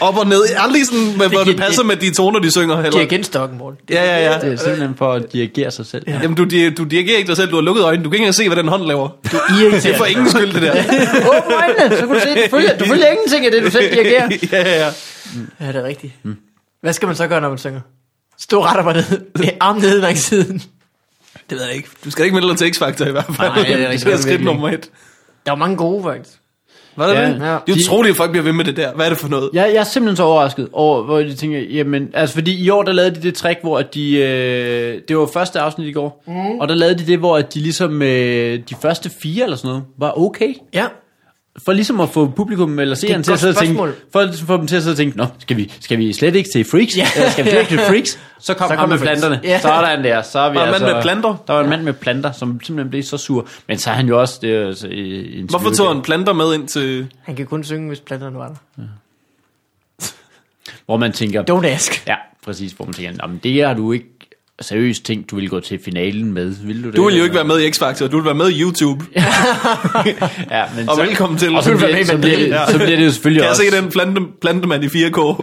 Speaker 2: op og ned. Aldrig sådan, med, hvor det
Speaker 1: giver-
Speaker 2: passer med de toner, de synger heller.
Speaker 1: De er genstokken, Morten.
Speaker 2: Ja, ja, ja.
Speaker 3: Det er simpelthen for at dirigere sig selv.
Speaker 2: Jamen, du, di- du dirigerer ikke dig selv. Du har lukket øjnene. Du kan ikke engang se, hvad den hånd laver. Det
Speaker 1: Irriterende.
Speaker 2: er for ingen skyld, det der.
Speaker 1: Åbn øjnene, så kan du se, du følger, du følger ingenting af det, du selv dirigerer.
Speaker 2: ja, ja, ja.
Speaker 1: Ja, det er rigtigt.
Speaker 2: Mm.
Speaker 1: Hvad skal man så gøre, når man synger? Stå ret op og ned, med armen nede langs siden.
Speaker 2: Det ved jeg ikke. Du skal ikke melde dig til X-Factor i hvert fald.
Speaker 1: Nej, det er
Speaker 2: det
Speaker 1: rigtigt,
Speaker 2: er skridt
Speaker 1: virkelig.
Speaker 2: nummer et.
Speaker 1: Der var mange gode, faktisk.
Speaker 2: Var det
Speaker 3: Ja.
Speaker 2: det?
Speaker 1: Ja.
Speaker 2: Det er utroligt, at folk bliver ved med det der. Hvad er det for noget?
Speaker 3: Jeg, jeg er simpelthen så overrasket over, hvor jeg tænker, jamen, altså fordi i år, der lavede de det trick, hvor at de, øh, det var første afsnit i går, mm. og der lavede de det, hvor at de ligesom, øh, de første fire eller sådan noget, var okay.
Speaker 1: Ja,
Speaker 3: For ligesom at få publikum eller seeren
Speaker 1: et
Speaker 3: til at
Speaker 1: godt
Speaker 3: sidde og tænke,
Speaker 1: spørgsmål.
Speaker 3: for at ligesom få dem til at sidde og tænke, nå, skal vi, skal vi slet ikke se Freaks? Ja. Eller skal vi slet ikke se Freaks? Så kom, så
Speaker 1: Så
Speaker 3: kom ham
Speaker 1: kom
Speaker 3: med
Speaker 1: Freaks.
Speaker 3: planterne. Ja.
Speaker 1: Ja.
Speaker 3: Så er der en der. Så er vi
Speaker 2: Der var en
Speaker 3: altså,
Speaker 2: mand med planter.
Speaker 3: Der var en mand med planter, som simpelthen blev så sur. Men så er han jo også... Det er jo altså, en
Speaker 2: Hvorfor tog han planter med ind til...
Speaker 1: han kan kun synge, hvis planterne var der.
Speaker 3: Hvor man tænker,
Speaker 1: Don't ask.
Speaker 3: Ja, præcis, hvor man tænker, "Nå, men det har du ikke seriøst tænkt, du ville gå til finalen med, vil du det?
Speaker 2: Du vil jo ikke være med i X-Factor. Du vil være med i YouTube.
Speaker 3: Ja, men
Speaker 2: Og velkommen til.
Speaker 3: Og så,
Speaker 2: Du vil være med
Speaker 3: bliver,
Speaker 2: i
Speaker 3: så, bliver,
Speaker 2: Mandel.
Speaker 3: det, så bliver det jo selvfølgelig
Speaker 2: Kan jeg
Speaker 3: også...
Speaker 2: se den plante, plantemand i 4K?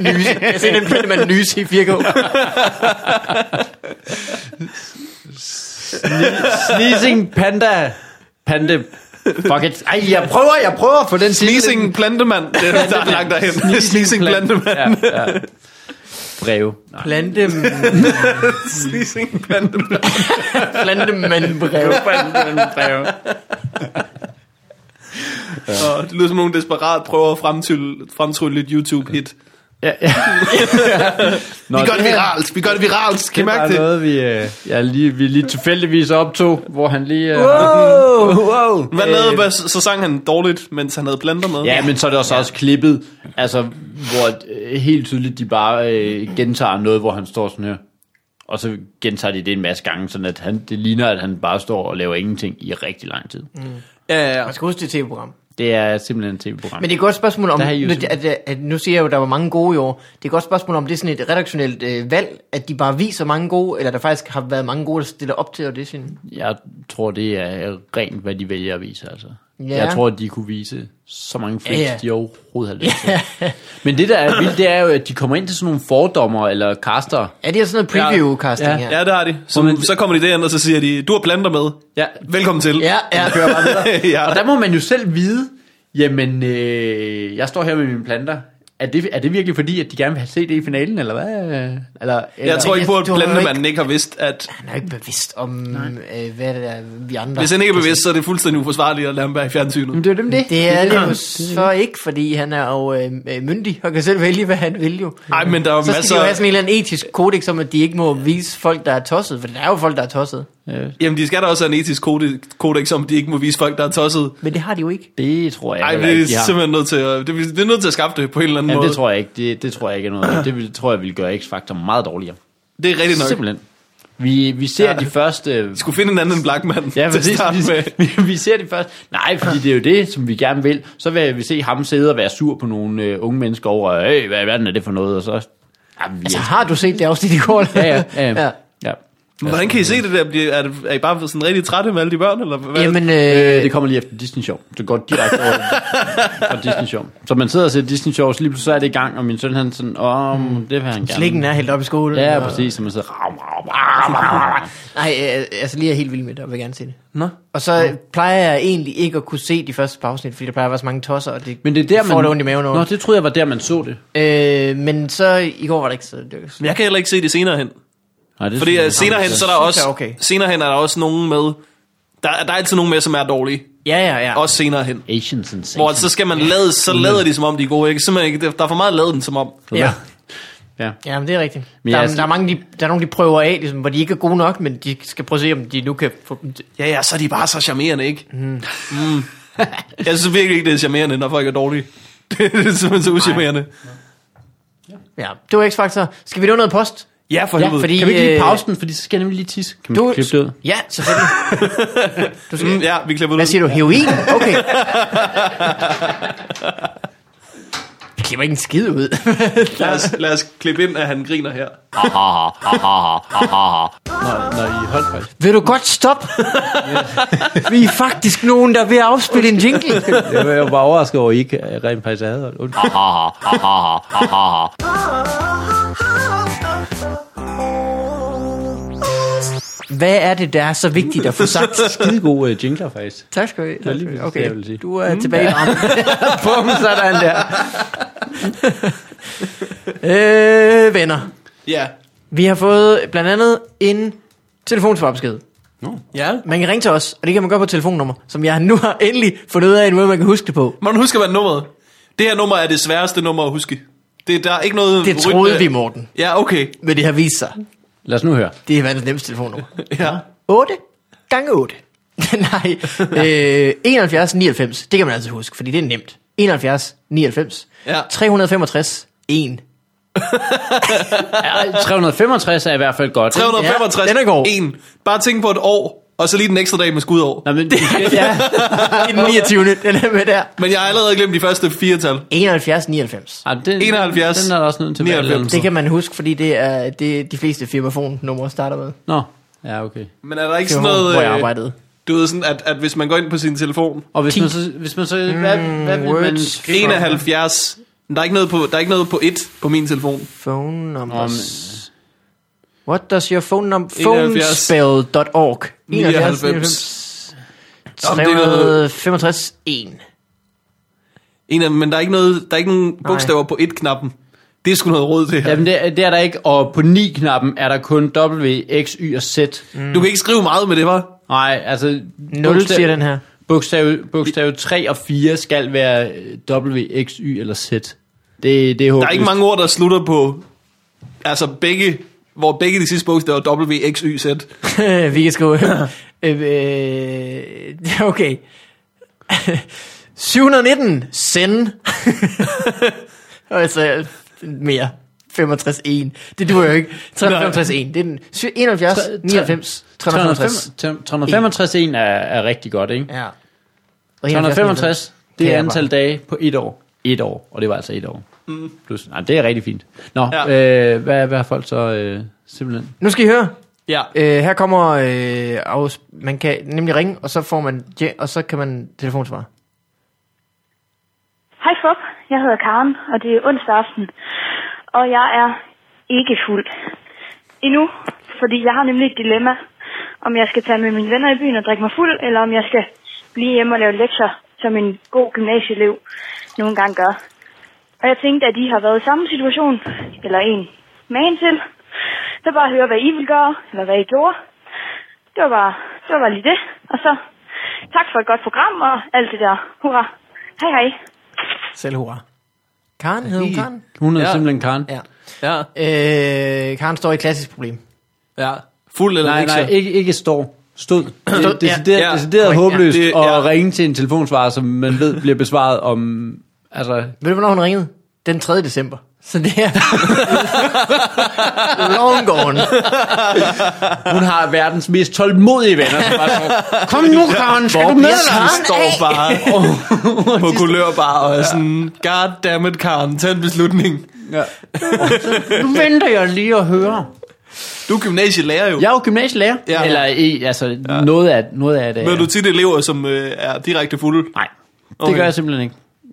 Speaker 1: Nyse. Jeg ser den plante, man nyse i 4K.
Speaker 3: Sneezing panda. Pande. Fuck it. Ej, jeg prøver, jeg prøver at få den titel.
Speaker 2: Sneezing plantemand. Det er der er langt derhen. Sneezing plantemand.
Speaker 3: Ja, ja. Breve. Nej.
Speaker 1: Plante,
Speaker 2: Sneezing plantemand.
Speaker 1: plante man brev.
Speaker 3: Breve.
Speaker 2: Åh, Det lyder som nogen desperat prøver at fremtrylle, fremtrylle et YouTube-hit.
Speaker 3: Ja, ja. Nå,
Speaker 2: Vi gør det
Speaker 3: her,
Speaker 2: viralt. Vi gør det viralt. Kan I
Speaker 3: det
Speaker 2: mærke
Speaker 3: var
Speaker 2: det?
Speaker 3: noget, vi, øh, ja, lige, vi lige tilfældigvis optog, hvor han lige... Øh,
Speaker 1: Wow, wow.
Speaker 2: Hvad lavede, hvad, så sang han dårligt, mens han havde planter med.
Speaker 3: Ja, men så er det også, ja. også klippet, altså, hvor øh, helt tydeligt de bare øh, gentager noget, hvor han står sådan her. Og så gentager de det en masse gange, sådan at han, det ligner, at han bare står og laver ingenting i rigtig lang tid. Mm.
Speaker 2: ja, ja.
Speaker 1: Man skal huske det tv-program.
Speaker 3: Det er simpelthen et tv-program.
Speaker 1: Men det er et godt spørgsmål om,
Speaker 3: Der er
Speaker 1: nu,
Speaker 3: YouTube.
Speaker 1: at, at, at, nu siger jeg jo, at der var mange gode i år. Det er et godt spørgsmål om, det er sådan et redaktionelt øh, valg, at de bare viser mange gode, eller der faktisk har været mange gode, der stiller op til audition.
Speaker 3: Jeg tror, det er rent, hvad de vælger at vise, altså.
Speaker 1: Ja.
Speaker 3: Jeg tror, at de kunne vise så mange flips,
Speaker 1: Ja, ja.
Speaker 3: de overhovedet har lyst til. Men det, der er vildt, det er jo, at de kommer ind til sådan nogle fordommer eller kaster.
Speaker 1: Er det her sådan noget preview-casting
Speaker 3: Ja.
Speaker 1: her?
Speaker 2: Ja, det har de. Så,
Speaker 3: Hvor man-
Speaker 2: så kommer de derind, og så siger de, du har planter med.
Speaker 3: Ja,
Speaker 2: Velkommen til.
Speaker 1: Ja, ja.
Speaker 3: kører bare videre.
Speaker 2: ja.
Speaker 3: Og der må man jo selv vide, jamen, øh, jeg står her med mine planter. Er det, er det virkelig fordi, at de gerne vil have set det i finalen, eller hvad? Eller, eller,
Speaker 2: Jeg tror ikke på, at
Speaker 1: Du har jo ikke-
Speaker 2: plantemanden ikke har vidst, at
Speaker 1: Han er jo ikke bevidst om, øh, hvad det er, vi andre...
Speaker 2: hvis han ikke er bevidst, så er det fuldstændig uforsvarligt at lade ham være i fjernsynet.
Speaker 3: Men det er jo dem det.
Speaker 1: Det er det jo
Speaker 3: det.
Speaker 1: så ikke, fordi han er jo øh, øh, myndig og kan selv vælge, hvad han vil jo.
Speaker 2: Nej, men der er jo
Speaker 1: Så skal de jo have
Speaker 2: masser...
Speaker 1: sådan en eller anden etisk kodex om, at de ikke må vise folk, der er tosset, for der er jo folk, der er tosset.
Speaker 3: Øh,
Speaker 2: Jamen, de skal da også have en etisk kode- kodex, om de ikke må vise folk, der er tosset.
Speaker 1: Men det har de jo ikke.
Speaker 3: det tror jeg
Speaker 2: Nej,
Speaker 3: heller
Speaker 2: det er
Speaker 3: ikke, de har.
Speaker 2: simpelthen nødt til at, det, er- det er nødt til at skaffe det på en eller anden
Speaker 3: Jamen,
Speaker 2: måde.
Speaker 3: det tror jeg ikke. Det, det tror jeg ikke er noget. Det vil, tror jeg vil gøre X-Factor meget dårligere.
Speaker 2: det er rigtigt nok. Simpelthen.
Speaker 3: Simpelthen. Vi, vi ser
Speaker 2: Ja.
Speaker 3: ja. de første...
Speaker 2: Vi skulle finde en anden blackman
Speaker 3: Ja,
Speaker 2: til at
Speaker 3: præcis.
Speaker 2: starte med.
Speaker 3: Vi, vi ser det først. Nej, fordi det er jo det, som vi gerne vil. Så vil vi se ham sidde og være sur på nogle øh, unge mennesker over, hey, hvad i verden er det for noget? Og så... Jamen, vi
Speaker 1: Altså, har du set det afsnit i går? eller?
Speaker 3: Ja, ja, ja. ja.
Speaker 1: ja.
Speaker 3: ja.
Speaker 2: Men Hvordan kan I se det der? Bliver- Er, det, er I bare sådan rigtig trætte med alle de børn? Eller hvad?
Speaker 1: Jamen,
Speaker 3: Øh,
Speaker 1: øh,
Speaker 3: det kommer lige efter Disney Show. Det går direkte over fra Disney Show. Så man sidder og ser Disney Show, så lige pludselig så er det i gang, og min søn han er sådan, åh,
Speaker 1: Mm.
Speaker 3: det vil han gerne.
Speaker 1: slikken er helt op i skolen.
Speaker 3: Ja,
Speaker 1: og-
Speaker 3: præcis, så man sidder, rav, rav, rav, rav, rav.
Speaker 1: Nej, øh, altså lige er jeg helt vild med det, og vil gerne se det.
Speaker 2: Nå.
Speaker 1: Og så øh, plejer jeg egentlig ikke at kunne se de første par afsnit, fordi der plejer at være så mange tosser, og det,
Speaker 3: Men det er der, man...
Speaker 1: får det ondt i maven over.
Speaker 3: Nå, det troede jeg var der, man så det.
Speaker 1: Øh, men så i går var det ikke så lykkedes.
Speaker 2: Men jeg kan heller ikke se det senere hen.
Speaker 3: Nej, det
Speaker 2: Fordi
Speaker 3: synes jeg
Speaker 2: uh, senere hen, så er der
Speaker 1: synes
Speaker 2: også,
Speaker 1: jeg er okay.
Speaker 2: senere hen er der også nogen med, der, er- der er altid nogen med, som er dårlige.
Speaker 1: Ja, ja, ja.
Speaker 2: Også senere hen.
Speaker 3: ikke. Asian Sensation.
Speaker 2: Hvor så skal man lade, så lader de som om de er gode. Ikke? Simpelthen ikke, der er for meget lavet den som om.
Speaker 1: ja.
Speaker 3: Ja.
Speaker 1: Ja, men det er rigtigt.
Speaker 3: Men
Speaker 1: der,
Speaker 3: jeg
Speaker 1: er,
Speaker 3: er sådan-
Speaker 1: der, er mange, de, der er nogle, de prøver af, ligesom, hvor de ikke er gode nok, men de skal prøve at se, om de nu kan få dem til.
Speaker 2: Ja, ja, så er de bare så charmerende, ikke? Mm. Mm. Jeg synes virkelig ikke, det er charmerende, når folk er dårlige. Det, det er simpelthen så uscharmerende.
Speaker 1: Ja, det var X-Factor. Skal vi nå noget post?
Speaker 2: Ja, for
Speaker 3: Ja,
Speaker 2: helvede.
Speaker 1: fordi-
Speaker 3: fordi, kan vi ikke lige
Speaker 1: øh,
Speaker 3: pause den, fordi så skal jeg nemlig lige tisse. Kan man du, klippe det ud?
Speaker 1: Ja, selvfølgelig. du skal,
Speaker 2: Mm, ja, vi klipper ud.
Speaker 1: Hvad siger du? Heroin? Okay. Vi klipper ikke en skid ud.
Speaker 2: Lad os, lad os klippe ind, at han griner her.
Speaker 3: Nej, nej, I holdt faktisk.
Speaker 1: Vil du godt stoppe? Vi er faktisk nogen, der er ved at afspille en jingle.
Speaker 3: Jeg var jo bare overrasket over, at I ikke øh, rent faktisk havde holdt. Undskyld.
Speaker 4: Ah, ah,
Speaker 1: Hvad er det, der er så vigtigt at få sagt?
Speaker 3: Skide gode øh, jingler, faktisk.
Speaker 1: Tak skal du
Speaker 3: var
Speaker 1: have.
Speaker 3: lige præcis det,
Speaker 1: Okay,
Speaker 3: jeg ville sige.
Speaker 1: du er tilbage i rammen. Bum, sådan der. øh, venner,
Speaker 2: Ja.
Speaker 1: vi har fået blandt andet en telefonsvarbesked.
Speaker 2: Ja.
Speaker 1: Man kan ringe til os, og det kan man gøre på et telefonnummer, som jeg nu har endelig fundet ud af en måde, man kan huske det på.
Speaker 2: Man husker, hvad nummeret. Det her nummer er det sværeste nummer at huske. Det, der er ikke noget...
Speaker 1: Det
Speaker 2: rytme-
Speaker 1: troede vi, Morten,
Speaker 2: Ja, okay.
Speaker 1: men det har vist sig.
Speaker 3: Lad os nu høre.
Speaker 1: Det er verdens nemmeste telefonnummer.
Speaker 2: Ja.
Speaker 1: 8 gange 8. Nej, øh, 71 99, det kan man altid huske, fordi det er nemt. 71 99,
Speaker 2: Ja.
Speaker 1: 365 1.
Speaker 3: Ja, 365 er i hvert fald godt.
Speaker 2: 365.
Speaker 1: Ja, den er god.
Speaker 2: En. Bare tænk på et år, og så lige den ekstra dag med skudår.
Speaker 3: Nå, men, det,
Speaker 1: Ja, den 29. Den er med der.
Speaker 2: Men jeg har allerede glemt de første fire tal.
Speaker 1: 71 99.
Speaker 3: ja, den,
Speaker 2: 71,
Speaker 3: Den er der også nødt til at være
Speaker 2: 99.
Speaker 1: Det kan man huske, fordi det er det de fleste firmafonnumre starter med.
Speaker 3: Nå, ja, okay.
Speaker 2: Men er der ikke
Speaker 1: Det var,
Speaker 2: sådan noget...
Speaker 1: hvor jeg
Speaker 2: øh,
Speaker 1: arbejdede.
Speaker 2: Du ved sådan, at, at hvis man går ind på sin telefon...
Speaker 3: Og hvis man så, hvis man så hvad,
Speaker 2: Mm,
Speaker 3: hvad vil man...
Speaker 1: words.
Speaker 2: 71... Men Der er ikke noget på, der er ikke noget på 1 på min telefon.
Speaker 1: Phone
Speaker 3: Om,
Speaker 1: numbers. What does your phone number... Phonespell.org.
Speaker 2: 99.
Speaker 1: 365 1.
Speaker 2: En af, men der er ikke, noget, der er ikke nogen bogstaver på 1-knappen. Det er sgu noget råd, det her.
Speaker 3: jamen, det, er- det er der ikke, og på 9-knappen er der kun W, X, Y og Z.
Speaker 2: Du kan ikke skrive meget med det, var?
Speaker 3: Nej, altså...
Speaker 1: 0 siger den her.
Speaker 3: Bogstav, bogstav 3 og 4 skal være øh, W, X, Y eller Z. Det, det er
Speaker 2: Der er ikke mange ord, der slutter på... Altså begge... Hvor begge de sidste bogstaver er W, X, Y, Z.
Speaker 1: vi kan skrive... øh, øh, okay. 719, send. Og altså, mere. 65 1. Det duer jo ikke. 365 1. Det er den syv- 71,
Speaker 3: Tre- tre-
Speaker 1: 99, 365.
Speaker 3: 365 en er, er rigtig godt, ikke?
Speaker 1: Ja.
Speaker 3: 365, det
Speaker 1: Kan
Speaker 3: er
Speaker 1: jeg
Speaker 3: antal dage på et år. Et år, og det var altså et år. Mm. Plus, nej, det er rigtig fint. Nå,
Speaker 2: Ja.
Speaker 3: ja. øh, hvad, hvad har folk så øh, simpelthen?
Speaker 1: Nu skal I høre.
Speaker 2: Ja.
Speaker 1: Øh, her kommer... Øh, afs- man kan nemlig ringe, og så får man... Ja, og så kan man telefonsvare.
Speaker 5: Hej Fup, jeg hedder Karen, og det er onsdag aften, og jeg er ikke fuld endnu, fordi jeg har nemlig et dilemma, om jeg skal tage med mine venner i byen og drikke mig fuld, eller om jeg skal blive hjemme og lave lektier, som en god gymnasieelev nogle gange gør. Og jeg tænkte, at I har været i samme situation, eller en magen til, så bare høre, hvad I vil gøre, eller hvad I gjorde. Det var bare, det var bare lige det, og så tak for et godt program og alt det der. Hurra. Hej hej.
Speaker 1: Selv hurra. Karen hedder hun Karen.
Speaker 3: Hun er
Speaker 2: Ja.
Speaker 3: ja. simpelthen Karen.
Speaker 1: Ja.
Speaker 2: Ja.
Speaker 1: Øh, Karen står i et klassisk problem.
Speaker 2: Ja. Fuld eller
Speaker 3: Nej,
Speaker 2: ikke
Speaker 3: nej,
Speaker 2: så?
Speaker 3: ikke, ikke står. Stod.
Speaker 1: Stod,
Speaker 3: Det
Speaker 1: ja.
Speaker 3: decideret,
Speaker 2: Ja.
Speaker 3: ja. decideret
Speaker 1: Ja.
Speaker 3: håbløst
Speaker 2: Det-
Speaker 3: at
Speaker 2: ja.
Speaker 3: ringe til en telefonsvarer, som man ved bliver besvaret om... Altså,
Speaker 1: Ved du, hvornår hun ringede? Den 3. december. Så det er long gone.
Speaker 3: hun har verdens mest tålmodige venner, som bare så, Kom nu, Karen, skal du med?
Speaker 2: Karen står bare på
Speaker 3: de-
Speaker 2: kulørbar og er sådan, God damn it, Karen, tag en beslutning.
Speaker 3: Ja. Nu venter jeg lige at høre.
Speaker 2: Du er gymnasielærer jo.
Speaker 3: Jeg er jo gymnasielærer.
Speaker 2: Ja.
Speaker 3: Ja. Eller i, altså, ja. noget, af, noget af det.
Speaker 2: Møder
Speaker 3: ja.
Speaker 2: du tit elever, som øh, er direkte fulde?
Speaker 3: Nej, det
Speaker 2: Okay.
Speaker 3: okay. gør jeg simpelthen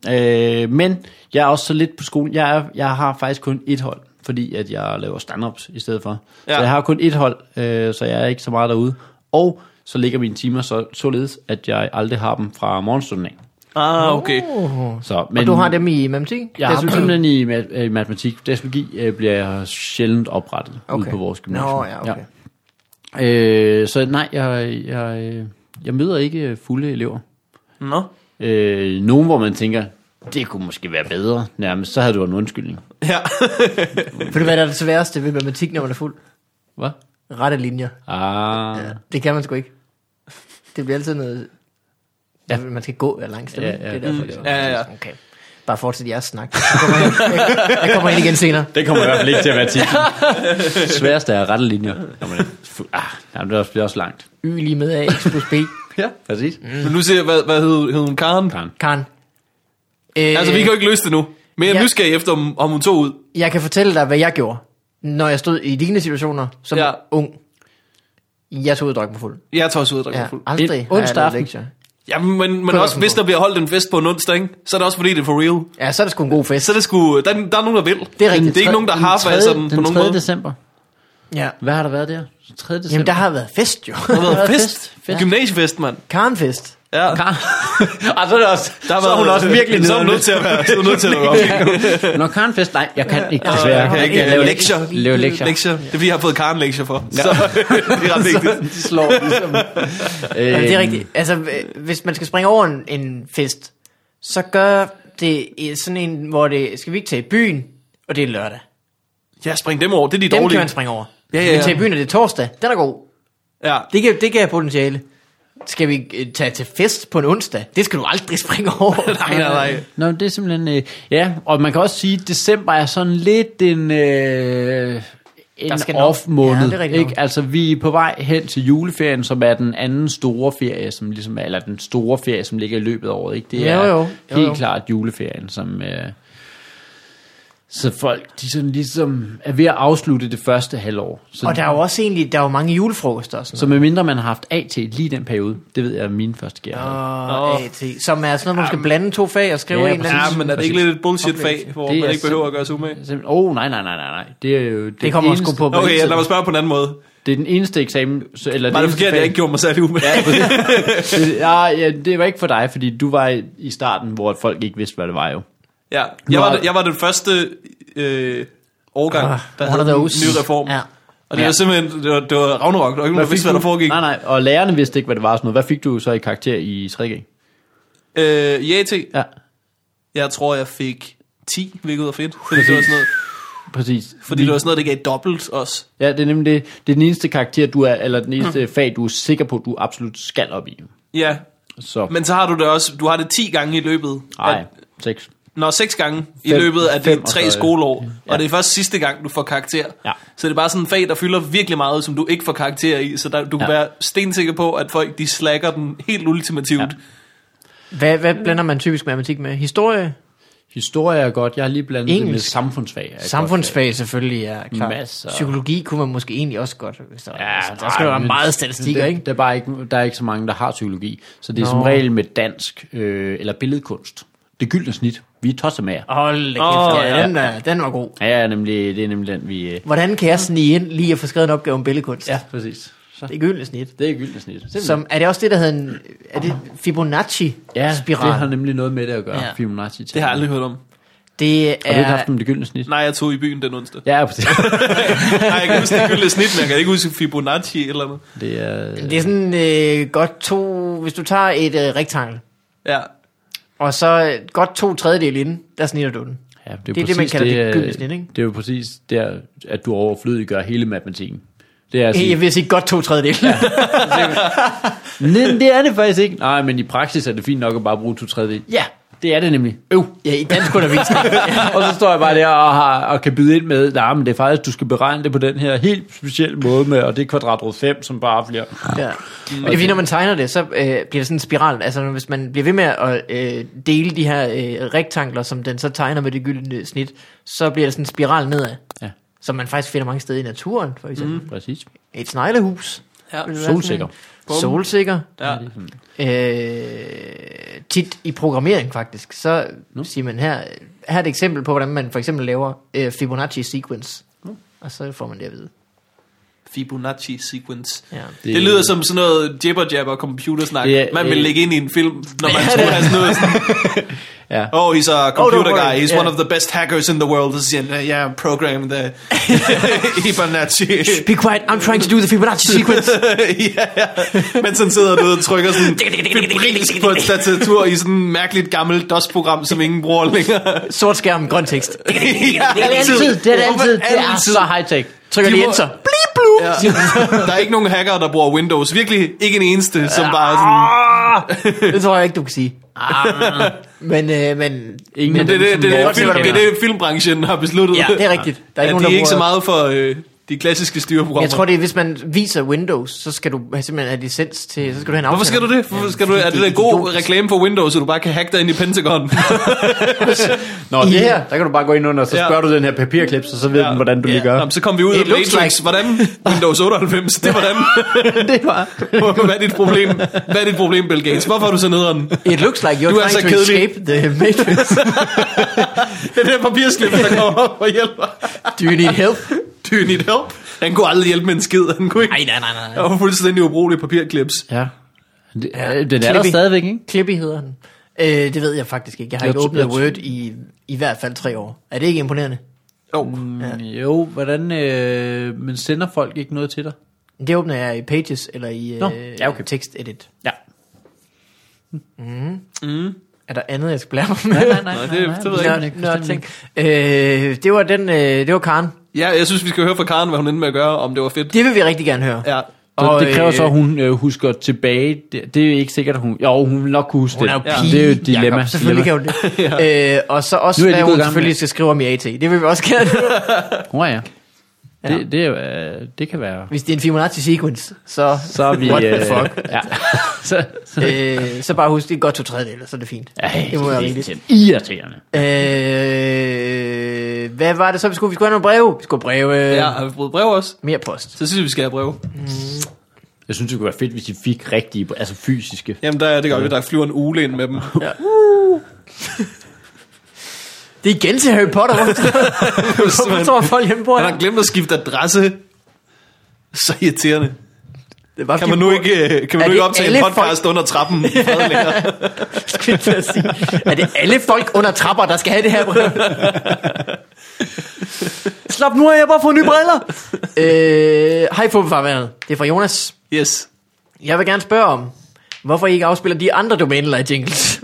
Speaker 3: ikke. Øh, men jeg er også så lidt på skolen. Jeg, er, jeg har faktisk kun et hold, fordi at jeg laver stand-ups i stedet for.
Speaker 2: Ja.
Speaker 3: Ja. Så jeg har kun et hold, øh, så jeg er ikke så meget derude. Og så ligger mine timer så, således, at jeg aldrig har dem fra morgenstunden af.
Speaker 2: Ah, okay.
Speaker 3: Så, men
Speaker 1: Men, og du har dem i matematik?
Speaker 3: Jeg har
Speaker 1: Det er
Speaker 3: dem
Speaker 1: sådan-
Speaker 3: simpelthen i mat- øh, matematik. Datalogi øh, bliver jeg sjældent oprettet okay.
Speaker 1: Okay.
Speaker 3: ude på vores gymnasium.
Speaker 1: Nå, ja, okay.
Speaker 3: Ja. Øh, så nej, jeg, jeg, øh, jeg møder ikke øh, fulde elever.
Speaker 2: Nå.
Speaker 3: Øh, nogen, hvor man tænker, det kunne måske være bedre nærmest, så havde du en undskyldning.
Speaker 2: Ja.
Speaker 1: Ved du, hvad der er det sværeste ved matematik, når man er fuld?
Speaker 3: Hvad?
Speaker 1: Rette linjer.
Speaker 3: Ah, ja.
Speaker 1: Ja. Det kan man sgu ikke. Det bliver altid noget... Ja. Man skal gå langs dem.
Speaker 3: Ja,
Speaker 1: ikke?
Speaker 3: ja.
Speaker 1: det er derfor,
Speaker 3: Mm.
Speaker 1: det er-
Speaker 2: Ja, ja.
Speaker 1: Okay. Bare fortsæt jeres snak. Jeg kommer ind, jeg, jeg kommer ind igen senere.
Speaker 6: Det kommer i hvert fald ikke til at være tit.
Speaker 3: Sværeste er rette linjer. Jamen, fu- ah, jamen, det er også- det er også langt.
Speaker 1: Y lige med A, X plus B.
Speaker 3: Ja, præcis. Mm.
Speaker 2: Men nu ser jeg, hvad, hvad hed, hed hun? Karen? Karen.
Speaker 1: Karen. Øh,
Speaker 2: Altså, vi kan jo ikke løse det nu. Men jeg er
Speaker 1: Ja.
Speaker 2: nysgerrig efter, om, om hun tog ud.
Speaker 1: Jeg kan fortælle dig, hvad jeg gjorde, når jeg stod i dine situationer som
Speaker 2: Ja.
Speaker 1: ja. ung. Jeg tog ud og drak mig fuld.
Speaker 2: Jeg tager også ud og drikker
Speaker 1: Ja,
Speaker 2: mig fuld.
Speaker 1: aldrig
Speaker 3: En
Speaker 1: har jeg
Speaker 3: onsdag
Speaker 1: lavet
Speaker 3: aften.
Speaker 1: lektier.
Speaker 2: Ja, men, men
Speaker 1: Kunne
Speaker 2: også
Speaker 1: jeg
Speaker 2: hvis
Speaker 1: godt
Speaker 2: der bliver holdt en fest på en onsdag, ikke? så er det også fordi, det er for real.
Speaker 1: Ja, så er det sgu en god fest.
Speaker 2: Så er det sgu, øh, der, er- der er nogen, der vil.
Speaker 1: Det er rigtigt.
Speaker 2: Det er ikke nogen, der har været sådan på
Speaker 3: den
Speaker 2: nogen
Speaker 3: 3.
Speaker 2: måde.
Speaker 3: december.
Speaker 1: Ja.
Speaker 3: Hvad har der været der? 3. december.
Speaker 1: Jamen, der har været fest jo. Der
Speaker 2: Det har været fest.
Speaker 3: fest.
Speaker 2: Gymnasiefest, mand.
Speaker 1: Karenfest.
Speaker 2: Ja.
Speaker 3: ah, så er det også,
Speaker 2: Der
Speaker 3: der så er hun også virkelig
Speaker 2: Så er hun
Speaker 3: nede.
Speaker 2: nødt til at være, så er hun nødt til at være op.
Speaker 3: Når Karen fest, nej, jeg kan ikke,
Speaker 2: Ja,
Speaker 3: desværre.
Speaker 2: jeg kan ikke. øh,
Speaker 3: Jeg laver
Speaker 2: Lektier.
Speaker 3: Lave lektier.
Speaker 2: Lektier. Det er fordi, jeg har fået Karen lektier for. Så det er ret vigtigt.
Speaker 3: De slår ligesom.
Speaker 1: Ja, det er
Speaker 3: Øhm,
Speaker 1: rigtigt. Altså, øh, hvis man skal springe over en, en fest, så gør det i sådan en, hvor det, skal vi ikke tage i byen, og det er lørdag.
Speaker 2: Ja, spring dem over. Det er de
Speaker 1: Dem
Speaker 2: dårlige.
Speaker 1: kan man springe over.
Speaker 2: Ja, ja,
Speaker 1: Men
Speaker 2: ja.
Speaker 1: tage i byen, og det er torsdag. Den er god.
Speaker 2: Ja.
Speaker 1: Det kan, det kan have potentiale. Skal vi øh, tage til fest på en onsdag? Det skal du aldrig springe over.
Speaker 2: Nej, nej, nej.
Speaker 3: Nå, men det er simpelthen... Øh, ja, og man kan også sige, at december er sådan lidt en... Øh, en
Speaker 1: skal nok- Ja,
Speaker 3: off-måned.
Speaker 1: det er rigtigt
Speaker 3: ikke?
Speaker 1: nok.
Speaker 3: Altså, vi er på vej hen til juleferien, som er den anden store ferie, som ligesom, er- eller den store ferie, som ligger i løbet af året. Ikke? Det
Speaker 1: Jo,
Speaker 3: er
Speaker 1: jo. Jo,
Speaker 3: helt
Speaker 1: jo.
Speaker 3: klart juleferien, som... Øh, så folk, de sådan ligesom er ved at afslutte det første halvår. Så,
Speaker 1: Og der er jo også egentlig, der er jo mange julefrokoster og sådan
Speaker 3: så medmindre man har haft AT lige den periode, det ved jeg, at mine første gear havde.
Speaker 1: Og AT, som er sådan noget, man skal blande to fag og skrive
Speaker 3: Ja,
Speaker 1: en eller
Speaker 2: Ja,
Speaker 1: anden.
Speaker 2: men er det ikke lidt et bullshit fag, hvor
Speaker 3: Det
Speaker 2: man
Speaker 3: er
Speaker 2: ikke behøver at gøre sig umage?
Speaker 3: Simpelthen- Åh, oh, nej, nej, nej, nej, nej. Det, er jo, det,
Speaker 1: Det kommer
Speaker 3: eneste,
Speaker 1: sgu på.
Speaker 2: Okay, ja, lad mig spørge på en anden måde.
Speaker 3: Det er den eneste eksamen, så- eller
Speaker 2: Var det
Speaker 3: eneste
Speaker 2: forkert, at jeg ikke gjorde mig særlig umage?
Speaker 3: fag- det- ja, ja, det var ikke for dig, fordi du var i, i starten, hvor folk ikke vidste, hvad det var jo.
Speaker 2: Ja, jeg var,
Speaker 3: Nå.
Speaker 2: det- jeg var den første øh, årgang,
Speaker 1: Ah,
Speaker 2: der
Speaker 1: one
Speaker 2: havde
Speaker 1: of
Speaker 2: en
Speaker 1: those.
Speaker 2: ny reform.
Speaker 1: Ja.
Speaker 2: Og det var
Speaker 3: Ja.
Speaker 2: simpelthen, det var, det var Ragnarok, der var ikke nogen, der
Speaker 3: fik
Speaker 2: vidste, hvad
Speaker 3: du?
Speaker 2: der foregik.
Speaker 3: Nej, nej, og lærerne vidste ikke, hvad det var og sådan noget. Hvad fik du så i karakter i 3G?
Speaker 2: Øh, I AT,
Speaker 3: Ja,
Speaker 2: jeg tror, jeg fik 10, hvilket var fedt. Fordi det var sådan noget,
Speaker 3: præcis.
Speaker 2: fordi det var sådan noget, det gav dobbelt også.
Speaker 3: Ja, det er nemlig det, det er den eneste karakter, du er, eller den
Speaker 2: Mm.
Speaker 3: eneste fag, du er sikker på, du absolut skal op i.
Speaker 2: Ja,
Speaker 3: Så, Men,
Speaker 2: men så har du det også, du har det 10 gange i løbet.
Speaker 3: nej,
Speaker 2: At-
Speaker 3: seks.
Speaker 2: Nå, 6 gange i
Speaker 3: Fem-
Speaker 2: løbet af de
Speaker 3: fem og
Speaker 2: tre
Speaker 3: så-
Speaker 2: skoleår.
Speaker 3: Ja.
Speaker 2: Og det er først sidste gang, du får karakter.
Speaker 3: Ja.
Speaker 2: Så det er bare sådan en fag, der fylder virkelig meget, som du ikke får karakter i. Så der, du kan
Speaker 3: Ja.
Speaker 2: være stensikker på, at folk de slacker den helt ultimativt.
Speaker 3: Ja.
Speaker 1: Hvad, hvad blander man typisk matematik med? Historie?
Speaker 3: Historie er godt, jeg har lige blandet det med
Speaker 1: Engelsk.
Speaker 3: samfundsfag. er et godt fag.
Speaker 1: Samfundsfag selvfølgelig er klart.
Speaker 3: Masser.
Speaker 1: Psykologi kunne man måske egentlig også godt. Hvis der, ja, altså,
Speaker 3: Ja,
Speaker 1: der skal jo
Speaker 3: nej,
Speaker 1: være
Speaker 3: men
Speaker 1: meget statistik,
Speaker 3: det,
Speaker 1: ikke?
Speaker 3: Der er, bare ikke, der er ikke så mange, der har psykologi. Så det er
Speaker 1: Nå.
Speaker 3: som regel med dansk øh, eller billedkunst. Det gyldne snit. Vi er tossemager.
Speaker 1: Hold da
Speaker 2: Åh,
Speaker 1: kæft, oh,
Speaker 2: ja.
Speaker 1: ja, den, er, den var god.
Speaker 3: Ja, ja, nemlig, det er nemlig den, vi... Øh,
Speaker 1: Hvordan kan jeg snige ind lige at få skrevet en opgave om billedkunst?
Speaker 3: præcis. Så.
Speaker 1: Det er gyldne snit.
Speaker 3: Det er gyldne snit. Simpelthen.
Speaker 1: Som, er det også det, der hedder en... Er det Fibonacci-spiral?
Speaker 3: ja, det har nemlig noget med det at gøre.
Speaker 1: Ja.
Speaker 3: Ja. Fibonacci.
Speaker 2: Det har jeg aldrig hørt om.
Speaker 1: det er...
Speaker 3: Har du ikke haft dem det gyldne snit?
Speaker 2: Nej, jeg tog i byen den onsdag.
Speaker 3: Ja, præcis.
Speaker 2: Nej, jeg kan huske det gyldne snit, men jeg kan ikke huske Fibonacci eller noget.
Speaker 3: det er...
Speaker 1: Det er sådan øh, godt to... Hvis du tager et øh, rektangel,
Speaker 2: Ja.
Speaker 1: og så øh, godt to tredjedel inden, der snitter du den.
Speaker 3: Ja, det, er
Speaker 1: det, man
Speaker 3: præcis
Speaker 1: kalder det
Speaker 3: øh,
Speaker 1: gyldne snit, ikke?
Speaker 3: Det er jo præcis der, at du overflødiggør hele matematikken. Det er at
Speaker 1: Altså,
Speaker 3: sige,
Speaker 1: jeg vil sige godt to tredjedel. Ja.
Speaker 3: "Nej, det er det faktisk ikke. Nej, men i praksis er det fint nok at bare bruge to tredjedel.
Speaker 1: ja.
Speaker 3: Det er det nemlig. Øv.
Speaker 1: Ja, i dansk undervisning.
Speaker 3: og så står jeg bare der og, har, og kan byde ind med, nej, men det er faktisk, du skal beregne det på den her helt specielle måde med, og det er kvadratrod 5, som bare bliver...
Speaker 1: ja. Men det er fordi, når man tegner det, så øh, bliver det sådan en spiral. Altså, når- hvis man bliver ved med at øh, dele de her øh, rektangler, som den så tegner med det gyldne snit, så bliver det sådan en spiral nedad.
Speaker 3: Ja.
Speaker 1: Som man faktisk finder mange steder i naturen, for eksempel. Mm.
Speaker 3: Præcis.
Speaker 1: Et sneglehus.
Speaker 2: Ja.
Speaker 1: vil være sådan
Speaker 3: Solsikker.
Speaker 1: en- Solsikker.
Speaker 2: ja.
Speaker 1: øh, tit i programmering faktisk, så no. siger man her, her er et eksempel på, hvordan man for eksempel laver øh, Fibonacci sequence. No. Og så får man det at vide.
Speaker 2: Fibonacci sequence.
Speaker 1: Ja.
Speaker 2: Det, det lyder som sådan noget jibber-jabber computersnak,
Speaker 3: Det er,
Speaker 2: man vil
Speaker 3: øh,
Speaker 2: lægge ind i en film, når man skulle have sådan noget sådan,
Speaker 3: Ja.
Speaker 2: oh, he's a
Speaker 1: Oh,
Speaker 2: computer
Speaker 1: don't worry.
Speaker 2: guy, he's
Speaker 1: Ja.
Speaker 2: one of the best hackers in the world, og så siger han, "Yeah, yeah, program the Fibonacci.
Speaker 1: Shh, Be quiet, I'm trying to do the Fibonacci sequence.
Speaker 2: ja, ja. Mens han sidder dernede og trykker sådan febrilsk på et tastatur i sådan en mærkeligt gammelt DOS-program, som ingen bruger længere.
Speaker 1: Sort skærm, grøn tekst.
Speaker 2: ja,
Speaker 3: Det er det altid, det er det altid, det er
Speaker 2: Altid.
Speaker 3: så high-tech.
Speaker 1: Trykker
Speaker 2: De
Speaker 1: lige
Speaker 2: må-
Speaker 1: enter.
Speaker 2: Ja. Der er ikke nogen hacker, der bruger Windows. Virkelig ikke en eneste, som bare er sådan...
Speaker 1: Det tror jeg ikke, du kan sige. Ah, Men, øh, men
Speaker 3: Ingen
Speaker 2: Men det, det, det, det,
Speaker 1: Morten
Speaker 2: det, film, det,
Speaker 1: kender.
Speaker 2: det, det filmbranchen har besluttet.
Speaker 1: Ja, det er rigtigt. Der
Speaker 2: Der
Speaker 1: er
Speaker 2: er,
Speaker 1: ikke
Speaker 2: ja,
Speaker 1: nogen,
Speaker 2: de er
Speaker 1: der
Speaker 2: ikke så
Speaker 1: bruger-
Speaker 2: meget for øh, de klassiske styreprogrammer.
Speaker 1: Jeg tror, det er, hvis man viser Windows, så skal du have- simpelthen have licens til... Så skal du have en
Speaker 2: Hvorfor skal du det? Hvorfor skal du, er det der god reklame for Windows, så du bare kan hacke dig ind i Pentagon?
Speaker 3: Nå, det her, der kan du bare gå ind under, så
Speaker 2: Ja.
Speaker 3: spørger du den her papirklips, og så ved den, hvordan du lige gør.
Speaker 2: Nå, men så kom vi ud af
Speaker 1: It looks
Speaker 2: Matrix.
Speaker 1: like-
Speaker 2: Hvordan? Windows 98, det var hvordan?
Speaker 3: det var...
Speaker 2: Hvad er dit problem? Hvad er dit problem, Bill Gates? Hvorfor er du så nederen?
Speaker 1: It looks like you're
Speaker 2: Du er
Speaker 1: trying
Speaker 2: så
Speaker 1: to
Speaker 2: kedelig.
Speaker 1: escape the matrix.
Speaker 2: Det er det her papirslip, der kommer op og hjælper.
Speaker 1: Do you need help?
Speaker 2: Do you need help? Han kunne aldrig hjælpe med en skid. Han kunne ikke.
Speaker 1: Nej, nej, nej, nej.
Speaker 2: Der var fuldstændig ubrugelige papirklips.
Speaker 3: Ja. Det, øh, den er der
Speaker 1: Klippy.
Speaker 3: stadigvæk, ikke?
Speaker 1: Clippy hedder den. Øh, det ved jeg faktisk ikke. Jeg har
Speaker 3: Jeg
Speaker 1: ikke
Speaker 3: tror-
Speaker 1: åbnet
Speaker 3: jeg tror-
Speaker 1: Word i, i hvert fald tre år. Er det ikke imponerende?
Speaker 2: Jo.
Speaker 3: Ja. Mm, Jo, hvordan... Øh, men sender folk ikke noget til dig?
Speaker 1: Det åbner jeg i Pages eller i
Speaker 3: Nå,
Speaker 1: øh,
Speaker 3: ja, okay.
Speaker 1: Text Edit.
Speaker 3: Ja.
Speaker 1: Er der andet, jeg skal blære mig med?
Speaker 3: Nej, nej, nej.
Speaker 2: det-
Speaker 3: nej, nej,
Speaker 2: det ved jeg
Speaker 3: bestemt
Speaker 1: Nå,
Speaker 3: ikke,
Speaker 1: nå,
Speaker 3: bestemt
Speaker 1: tænk.
Speaker 3: ikke.
Speaker 1: Øh, det var den, øh, det var Karen.
Speaker 2: Ja, jeg synes, vi skal høre fra Karen, hvad hun endte med at gøre, om det var fedt.
Speaker 1: Det vil vi rigtig gerne høre.
Speaker 2: Ja.
Speaker 3: Så
Speaker 1: Og,
Speaker 3: det kræver
Speaker 1: øh,
Speaker 3: så, at hun øh, husker tilbage. Det, det er jo ikke sikkert, at hun... Jo, hun vil nok kunne huske
Speaker 1: Hun er
Speaker 3: det.
Speaker 1: jo
Speaker 3: Ja.
Speaker 1: pige,
Speaker 3: Det er jo et dilemma.
Speaker 1: Jacob, selvfølgelig kan
Speaker 3: dilemma.
Speaker 1: hun det. ja. øh, og så også,
Speaker 3: Nu er jeg
Speaker 1: hvad
Speaker 3: lige gået i
Speaker 1: hun
Speaker 3: gang
Speaker 1: selvfølgelig
Speaker 3: med-
Speaker 1: skal skrive om i AT. Det vil vi også gerne høre.
Speaker 3: Hun... Ja, ja.
Speaker 1: Ja.
Speaker 3: Det, det, er, øh, det kan være...
Speaker 1: Hvis det er en Fibonacci sequence, så,
Speaker 3: Så er vi...
Speaker 1: What the
Speaker 3: øh,
Speaker 1: fuck?
Speaker 3: Ja. så, så,
Speaker 1: øh, så bare husk, det er godt to tredjedel, så er det fint.
Speaker 3: Ej,
Speaker 1: det må være
Speaker 3: det
Speaker 1: rigeligt.
Speaker 3: er irriterende.
Speaker 1: Øh, hvad var det så, vi skulle? Vi skulle have nogle breve. Vi skulle have breve.
Speaker 2: Ja,
Speaker 1: Ja.
Speaker 2: har vi fået brev også?
Speaker 1: Mere post.
Speaker 2: Så synes jeg, vi skal have brev.
Speaker 3: Jeg synes, det kunne være fedt, hvis de fik rigtige, altså fysiske.
Speaker 2: Jamen, der, det gør vi. Der flyver en ule ind med dem.
Speaker 1: Det er igen til Harry Potter. Hvorfor
Speaker 2: Simpelthen.
Speaker 1: tror folk hjemme på
Speaker 2: Han har glemt at skifte adresse. Så irriterende.
Speaker 1: Det var,
Speaker 2: Kan man nu ikke, øh, kan man
Speaker 1: Er
Speaker 2: nu ikke
Speaker 1: det
Speaker 2: optage
Speaker 1: alle
Speaker 2: en podcast under trappen? i fred længere?
Speaker 1: at sige. Er det alle folk under trapper, der skal have det her brev? Slap nu af, jeg har bare fået nye briller. Øh, Hej fodboldfarvandet. Det er fra Jonas.
Speaker 2: yes.
Speaker 1: Jeg vil gerne spørge om, hvorfor I ikke afspiller de andre domæner i jingles.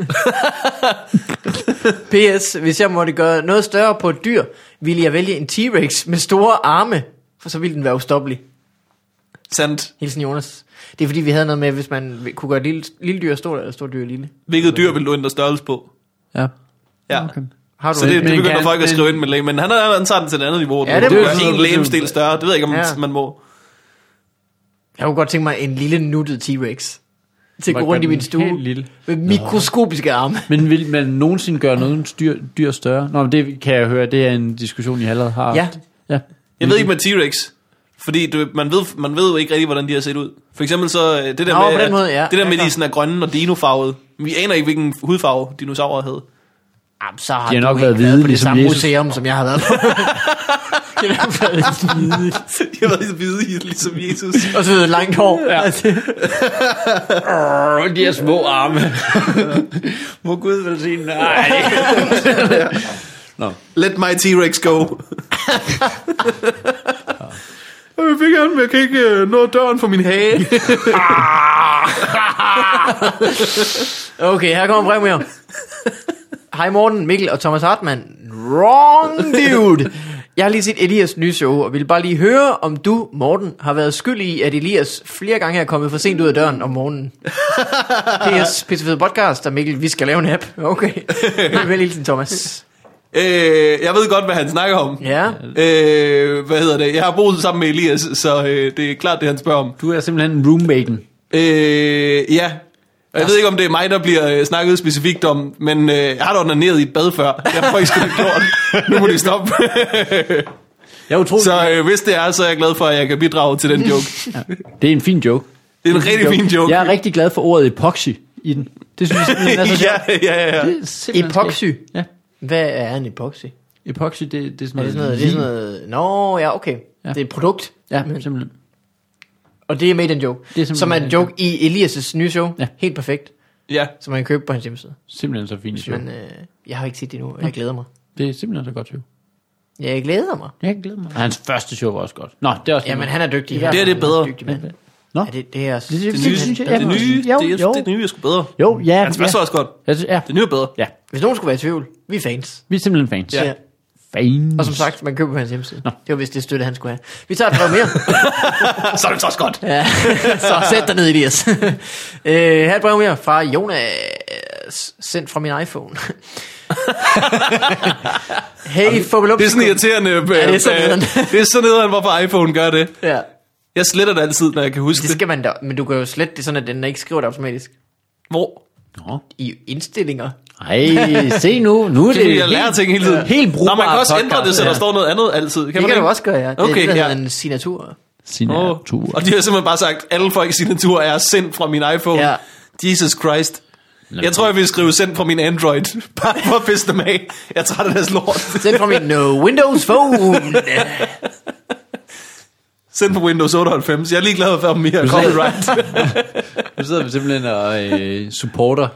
Speaker 1: P.S. Hvis jeg måtte gøre noget større på et dyr, ville jeg vælge en T-Rex med store arme, for så ville den være ustoppelig.
Speaker 2: Sandt.
Speaker 1: Hilsen Jonas. Det er fordi, vi havde noget med, hvis man kunne gøre et lille, lille dyr stort, eller stort dyr lille.
Speaker 2: Hvilket dyr vil du ændre størrelse på?
Speaker 3: Ja.
Speaker 2: Ja.
Speaker 3: Okay.
Speaker 1: Har du
Speaker 2: Så det, det
Speaker 3: Men
Speaker 2: begynder
Speaker 3: kan-
Speaker 2: folk at
Speaker 3: men-
Speaker 2: skrive ind med læge, men han, er, han tager den til et andet niveau.
Speaker 1: Ja, det
Speaker 2: det
Speaker 1: må
Speaker 2: er
Speaker 1: man-
Speaker 2: en lægemstil større. Det ved jeg ikke, om
Speaker 1: Ja.
Speaker 2: ja. man må.
Speaker 1: Jeg kunne godt tænke mig en lille nuttet T-Rex. Til at
Speaker 3: Hvor
Speaker 1: gå rundt i
Speaker 3: gør
Speaker 1: min
Speaker 3: den
Speaker 1: stue.
Speaker 3: helt lille?
Speaker 1: Med mikroskopiske arme.
Speaker 3: Men vil man nogensinde gøre noget dyr, dyr større? Nå, men det kan jeg høre, det er en diskussion, I allerede har.
Speaker 1: Ja.
Speaker 3: haft. ja.
Speaker 2: Jeg ved ikke med T-Rex. Fordi du, man, ved, man ved jo ikke rigtig, hvordan de har set ud. For eksempel så øh, det der
Speaker 1: Nå,
Speaker 2: med,
Speaker 1: på den
Speaker 2: at-
Speaker 1: måde, ja.
Speaker 2: det der
Speaker 1: Ja,
Speaker 2: med, at
Speaker 1: klar.
Speaker 2: de sådan er grønne og dinofarvede. Vi aner ikke, hvilken hudfarve dinosaurer havde.
Speaker 1: Jamen, så har
Speaker 3: De har
Speaker 1: du
Speaker 3: nok
Speaker 1: ikke
Speaker 3: været hvide,
Speaker 1: på det
Speaker 3: ligesom
Speaker 1: samme
Speaker 3: Jesus.
Speaker 1: museum, som jeg har været på. Det har nok været hvide.
Speaker 2: de har været hvide, ligesom Jesus.
Speaker 1: Og så langt hår. Ja.
Speaker 3: Åh, de her små arme. Må Gud vel sige nej.
Speaker 2: Let my T-Rex go. Jeg vil gerne, men jeg kan ikke øh, nå døren for min hage.
Speaker 1: Okay, her kommer en brev mere. Hej Morten, Mikkel og Thomas Hartmann. Wrong dude! Jeg har lige set Elias nye show, og ville bare lige høre, om du, Morten, har været skyld i, at Elias flere gange er kommet for sent ud af døren om morgenen. P.S. Pissefed podcast, og Mikkel, vi skal lave en app. Okay. Vel hilsen, Thomas.
Speaker 2: øh, jeg ved godt, hvad han snakker om.
Speaker 1: Ja.
Speaker 2: Øh, hvad hedder det? Jeg har boet sammen med Elias, så øh, det er klart, det han spørger om.
Speaker 3: Du er simpelthen roommaten.
Speaker 2: Øh, ja. Og jeg ved ikke, om det er mig, der bliver øh, snakket specifikt om, men øh, jeg har da onaneret i et bad før. Jeg har faktisk ikke gjort. Nu må det stoppe.
Speaker 3: Jeg er utrolig.
Speaker 2: så øh, hvis det er, så er jeg glad for, at jeg kan bidrage til den joke.
Speaker 3: Det er en fin joke.
Speaker 2: Det er en rigtig fin joke.
Speaker 3: Jeg er rigtig glad for ordet epoxy i den. Det synes jeg simpelthen er så sjovt.
Speaker 2: ja, ja, ja.
Speaker 3: altså, Det er simpelthen skægt.
Speaker 1: Epoxy.
Speaker 3: Ja.
Speaker 1: Hvad er en epoxy?
Speaker 3: Epoxy, det, det er sådan
Speaker 1: Er det sådan noget, det er sådan noget... Nå, ja, okay.
Speaker 3: Ja.
Speaker 1: Det er et produkt.
Speaker 3: Ja, simpelthen.
Speaker 1: Og det er made in joke.
Speaker 3: Det er simpelthen
Speaker 1: som er
Speaker 3: made
Speaker 1: en
Speaker 3: in
Speaker 1: joke i Elias' nye show.
Speaker 3: Ja.
Speaker 1: Helt perfekt.
Speaker 2: ja.
Speaker 1: Som man kan købe på hans hjemmeside.
Speaker 3: Simpelthen så fint sjov.
Speaker 1: Men øh, jeg har ikke set det endnu, og jeg glæder mig.
Speaker 3: Det er simpelthen så godt sjov.
Speaker 1: Jeg glæder mig.
Speaker 3: Jeg glæder mig. Og hans første show var også godt. Nå, det er også
Speaker 1: Jamen, han er dygtig.
Speaker 3: Det er
Speaker 1: Han
Speaker 2: det bedre.
Speaker 1: Dygtig, mand.
Speaker 3: Nå.
Speaker 1: Er det, det er også...
Speaker 3: Det synes-
Speaker 2: Det nye,
Speaker 3: Det synes jeg,
Speaker 2: det,
Speaker 3: ja.
Speaker 2: nye,
Speaker 3: Jo,
Speaker 2: det,
Speaker 3: jo.
Speaker 2: er- det nye er sgu bedre.
Speaker 3: Jo, ja.
Speaker 2: Hans første var også godt.
Speaker 3: ja. synes- ja.
Speaker 2: Det nye er bedre.
Speaker 3: ja.
Speaker 1: Hvis nogen skulle være i tvivl, vi er fans.
Speaker 3: Vi er simpelthen fans.
Speaker 1: Ja.
Speaker 3: Fans.
Speaker 1: Og som sagt, man køber på hans hjemmeside. Nå. Det var vist det støtte, han skulle have. Vi tager et brev mere.
Speaker 2: Så er det så også godt.
Speaker 1: ja. Så sæt dig ned, Elias. øh, her er et brev mere fra Jonas. s- sendt fra min iPhone. hey, Fubbelup.
Speaker 2: Det er sådan irriterende. Øh,
Speaker 1: Ja, det er så nederen.
Speaker 2: det er så nederen, hvorfor iPhone gør det.
Speaker 1: Ja.
Speaker 2: Jeg sletter det altid, når jeg kan huske
Speaker 1: Det
Speaker 2: det.
Speaker 1: skal man da, men du kan jo slette det sådan, at den ikke skriver det automatisk.
Speaker 2: Hvor?
Speaker 3: Nå.
Speaker 1: I indstillinger.
Speaker 3: Ej, se nu. Nu er
Speaker 2: Det er,
Speaker 3: det
Speaker 2: jeg lærer ting hele tiden.
Speaker 3: Helt brugbart
Speaker 2: Nå, man kan også
Speaker 3: podcast,
Speaker 2: ændre det, så der
Speaker 3: ja.
Speaker 2: står noget andet altid. Kan
Speaker 1: Det
Speaker 2: man
Speaker 1: kan
Speaker 2: ikke?
Speaker 1: du også gøre, ja. Det
Speaker 2: Okay,
Speaker 1: er det, der
Speaker 2: ja.
Speaker 1: hedder en signatur.
Speaker 3: Signatur.
Speaker 2: Og de har simpelthen bare sagt, alle folks signaturer er sendt fra min iPhone.
Speaker 1: Ja.
Speaker 2: Jesus Christ. Jeg tror, jeg vil skrive sendt fra min Android. Bare for at pisse dem af. Jeg er træt af deres lort.
Speaker 1: Sendt fra min uh, Windows Phone.
Speaker 2: Sendt på Windows 98. Jeg er ligeglad for om mere
Speaker 3: sagde-
Speaker 2: copyright.
Speaker 3: Nu sidder vi simpelthen og øh, supporter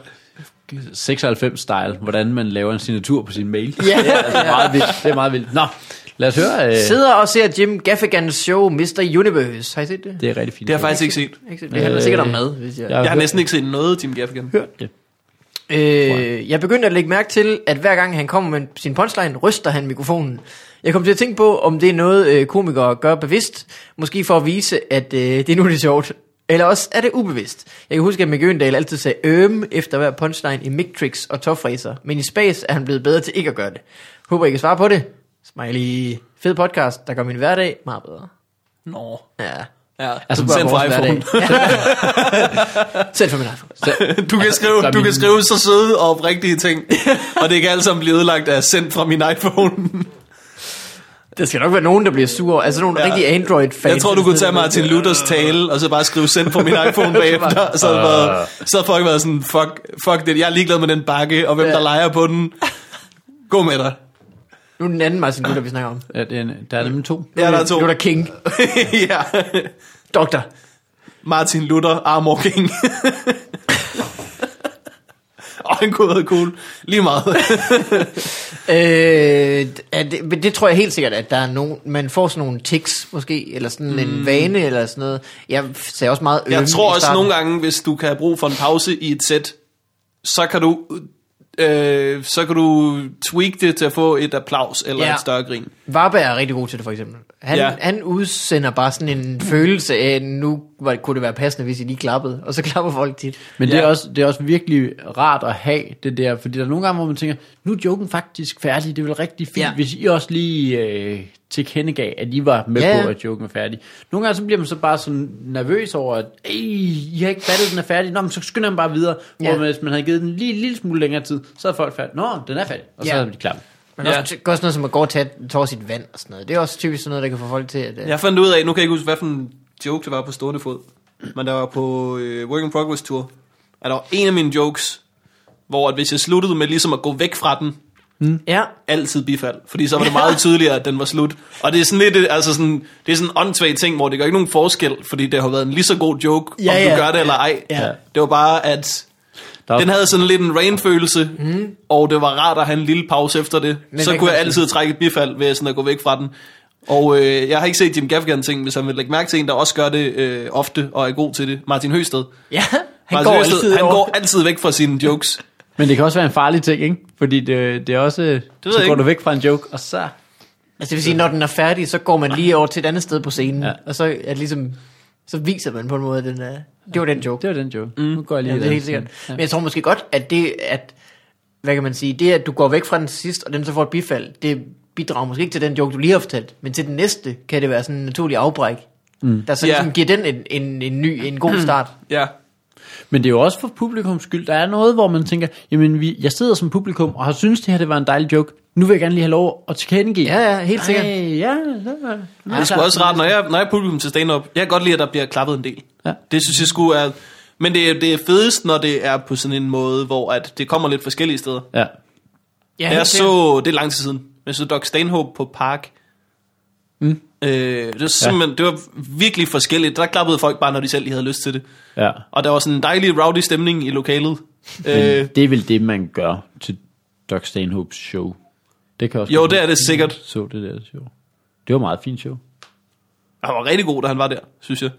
Speaker 3: 96-style, hvordan man laver en signatur på sin mail.
Speaker 1: Ja.
Speaker 3: Det er altså meget vildt. Det er meget vildt. Nå, lad os høre. Øh,
Speaker 1: Sidder og ser Jim Gaffigans show Mr. Universe. Har I set det?
Speaker 3: det er rigtig fint.
Speaker 2: Det har jeg faktisk ikke set.
Speaker 1: Ikke set Det handler sikkert om
Speaker 3: Øh,
Speaker 1: mad, hvis jeg...
Speaker 2: Jeg har
Speaker 3: hørt-
Speaker 2: næsten ikke set noget Jim Gaffigan.
Speaker 1: Altså,
Speaker 3: hørt det.
Speaker 1: Øh, jeg begyndte at lægge mærke til, at hver gang han kommer med sin punchline, ryster han mikrofonen. Jeg kom til at tænke på, om det er noget, øh, komikere gør bevidst. Måske for at vise, at øh, det er nu, det er sjovt. Eller også er det ubevidst. Jeg kan huske, at Mick Øgendal altid sagde øm efter hver punchline i Mictrix og Tofræser. Men i Space er han blevet bedre til ikke at gøre det. Håber, I kan svare på det. Smiley. Fed podcast, der gør min hverdag meget bedre.
Speaker 2: Nå.
Speaker 1: Ja.
Speaker 2: Ja.
Speaker 3: Altså,
Speaker 2: Altså, sendt fra
Speaker 1: Vores
Speaker 2: iPhone.
Speaker 1: hverdag. Sendt fra min iPhone.
Speaker 2: Du kan,
Speaker 3: der
Speaker 2: skrive, du
Speaker 3: er
Speaker 2: kan
Speaker 3: min-
Speaker 2: skrive så søde og oprigtige ting, og det kan alt sammen blive ødelagt af sendt fra min iPhone.
Speaker 1: Der skal nok være nogen, der bliver sure. Altså nogle ja.
Speaker 2: Ja.
Speaker 1: rigtige Android-fans.
Speaker 2: Jeg tror, du kunne tage Martin Luthers tale, og så bare skrive send på min iPhone bagefter. Så Ah. havde, det været, så havde folk været sådan, fuck, fuck det, jeg er ligeglad med den bakke, og hvem
Speaker 1: Ja.
Speaker 2: der leger på den. Gå med dig.
Speaker 1: Nu er den anden Martin Luther, vi snakker om.
Speaker 3: Ja, det er, en- der er nemlig to.
Speaker 2: Ja, der er to.
Speaker 1: Luther King.
Speaker 2: ja.
Speaker 1: Doktor.
Speaker 2: Martin Luther, Armor King. og han kunne have været cool. Lige meget.
Speaker 1: Øh, er det, men det tror jeg helt sikkert, at der er nogen, man får sådan nogle tics måske, eller sådan mm. en vane, eller sådan noget. Jeg sagde også meget øm
Speaker 2: Jeg
Speaker 1: i
Speaker 2: tror også
Speaker 1: starten.
Speaker 2: nogle gange, hvis du kan have brug for en pause i et sæt, så kan du... Øh, så kan du tweak det til at få et applaus eller
Speaker 1: Ja.
Speaker 2: ja. et større grin.
Speaker 1: Varberg er rigtig god til det, for eksempel. Han, ja.
Speaker 2: Ja.
Speaker 1: han udsender bare sådan en følelse af, nu var, kunne det være passende, hvis I lige klappede. Og så klapper folk tit.
Speaker 3: Men det, er
Speaker 2: Ja.
Speaker 3: også, det er også virkelig rart at have det der, fordi der er nogle gange, hvor man tænker, nu er joken faktisk færdig, det er vel rigtig fint,
Speaker 1: Ja.
Speaker 3: ja. hvis I også lige øh, tilkendegav, at I var med
Speaker 1: Ja,
Speaker 3: ja.
Speaker 1: ja.
Speaker 3: på, at joken er færdig. Nogle gange så bliver man så bare sådan nervøs over, at "Ej, I har ikke fattet, den er færdig, Nå, men så skynder man bare videre,
Speaker 1: Ja.
Speaker 3: ja. hvor hvis man havde givet den lige en lille smule længere tid, så havde folk færdig, nå, den er færdig, og så
Speaker 1: Ja.
Speaker 3: havde de klappet.
Speaker 1: Men ja.
Speaker 2: Ja.
Speaker 1: også, også noget som at gå og tage, tage sit vand og sådan noget. Det er også typisk sådan noget, der kan få folk til at... øh,
Speaker 2: Jeg fandt ud af, nu kan jeg ikke huske, hvad for en joke det var på stående fod, men der var på øh, Work in Progress Tour, at der var en af mine jokes, hvor at hvis jeg sluttede med ligesom at gå væk fra den,
Speaker 1: ja.
Speaker 2: altid bifald, fordi så var det meget tydeligere, at den var slut. Og det er sådan lidt, øh, altså sådan, det er sådan en åndssvag ting, hvor det gør ikke nogen forskel, fordi det har været en lige så god
Speaker 1: Ja,
Speaker 2: joke, ja, om du
Speaker 1: ja.
Speaker 2: gør det eller ej.
Speaker 1: Ja.
Speaker 2: Det var bare, at
Speaker 3: Der var-
Speaker 2: den havde sådan lidt en rain-følelse, mm. og det var rart at have en lille pause efter det.
Speaker 1: Mhm. Men
Speaker 2: Men så
Speaker 1: hvad
Speaker 2: kunne
Speaker 1: kan
Speaker 2: jeg
Speaker 1: man
Speaker 2: altid trække et bifald ved sådan at gå væk fra den. Og øh, jeg har ikke set Jim Gaffigan ting, hvis han vil lægge mærke til en, der også gør det øh, ofte og er god til det. Martin Høsted.
Speaker 1: Ja, han
Speaker 2: Martin
Speaker 1: går
Speaker 2: Høsted,
Speaker 1: altid
Speaker 2: han
Speaker 1: over.
Speaker 2: går altid væk fra sine jokes.
Speaker 3: Men det kan også være en farlig ting, ikke? Fordi det, det er også, det
Speaker 2: ved
Speaker 3: så
Speaker 2: jeg
Speaker 3: går
Speaker 2: ikke.
Speaker 3: du væk fra en joke, og så...
Speaker 1: Altså det vil sige, når den er færdig, så går man lige over til et andet sted på scenen, ja.
Speaker 3: Ja.
Speaker 1: og så er det ligesom, så viser man på en måde, at den er, det var den joke.
Speaker 3: Det var den joke. Mm. Nu går jeg lige
Speaker 1: Ja, det er
Speaker 3: den.
Speaker 1: helt sikkert.
Speaker 3: Ja.
Speaker 1: Men jeg tror måske godt, at det, at, hvad kan man sige, det at du går væk fra den sidste, og den så får et bifald, det bidrager måske ikke til den joke, du lige har fortalt, men til den næste kan det være sådan en naturlig afbræk, mm. der så
Speaker 2: Ja.
Speaker 1: ligesom giver den en, en, en ny, en god start.
Speaker 2: Ja.
Speaker 3: Men det er jo også for publikums skyld. Der er noget, hvor man tænker, jamen vi, jeg sidder som publikum og har synes det her det var en dejlig joke. Nu vil jeg gerne lige have lov at tilkendegive.
Speaker 1: Ja, ja, helt sikkert.
Speaker 3: Ej, ja, det var,
Speaker 2: Det er sgu også rart, når jeg, når jeg er publikum til stand-up. Jeg kan godt lide, at der bliver klappet en del.
Speaker 3: Ja.
Speaker 2: Det synes jeg sgu er... Men det, er- det er fedest, når det er på sådan en måde, hvor at det kommer lidt forskellige steder.
Speaker 3: Ja.
Speaker 1: Ja,
Speaker 2: Jeg
Speaker 1: helt sikkert.
Speaker 2: så, det er lang tid siden, men jeg så Doc Stanhope på Park. Mm. Øh, det var simpelthen, ja. det var virkelig forskelligt. Der klappede folk bare, når de selv lige havde lyst til det.
Speaker 3: ja.
Speaker 2: Og der var sådan en dejlig rowdy stemning i lokalet. Øh,
Speaker 3: Det er vel det, man gør til Doc Stanhopes show. Det kan også
Speaker 2: jo,
Speaker 3: godt
Speaker 2: det
Speaker 3: være,
Speaker 2: er det sikkert.
Speaker 3: jeg så det der show. Det var meget fint show.
Speaker 2: Han var rigtig god, da han var der, synes jeg.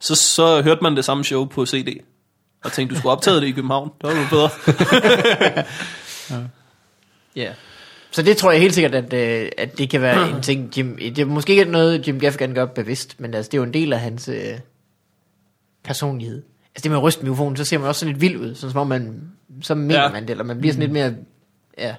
Speaker 2: Så, så hørte man det samme show på CD. Og tænkte, du skulle optage det i København. Det var jo bedre.
Speaker 1: Ja. Så det tror jeg helt sikkert, at, øh, at det kan
Speaker 2: Hmm.
Speaker 1: være en ting, Jim, det er måske ikke noget, Jim Gaffigan gør bevidst, men altså, det er jo en del af hans øh, personlighed. Altså det med at ryste mikrofonen, så ser man også sådan lidt vild ud, sådan som om man, så mener
Speaker 2: Ja.
Speaker 1: ja. man det, eller man bliver sådan lidt mere, ja,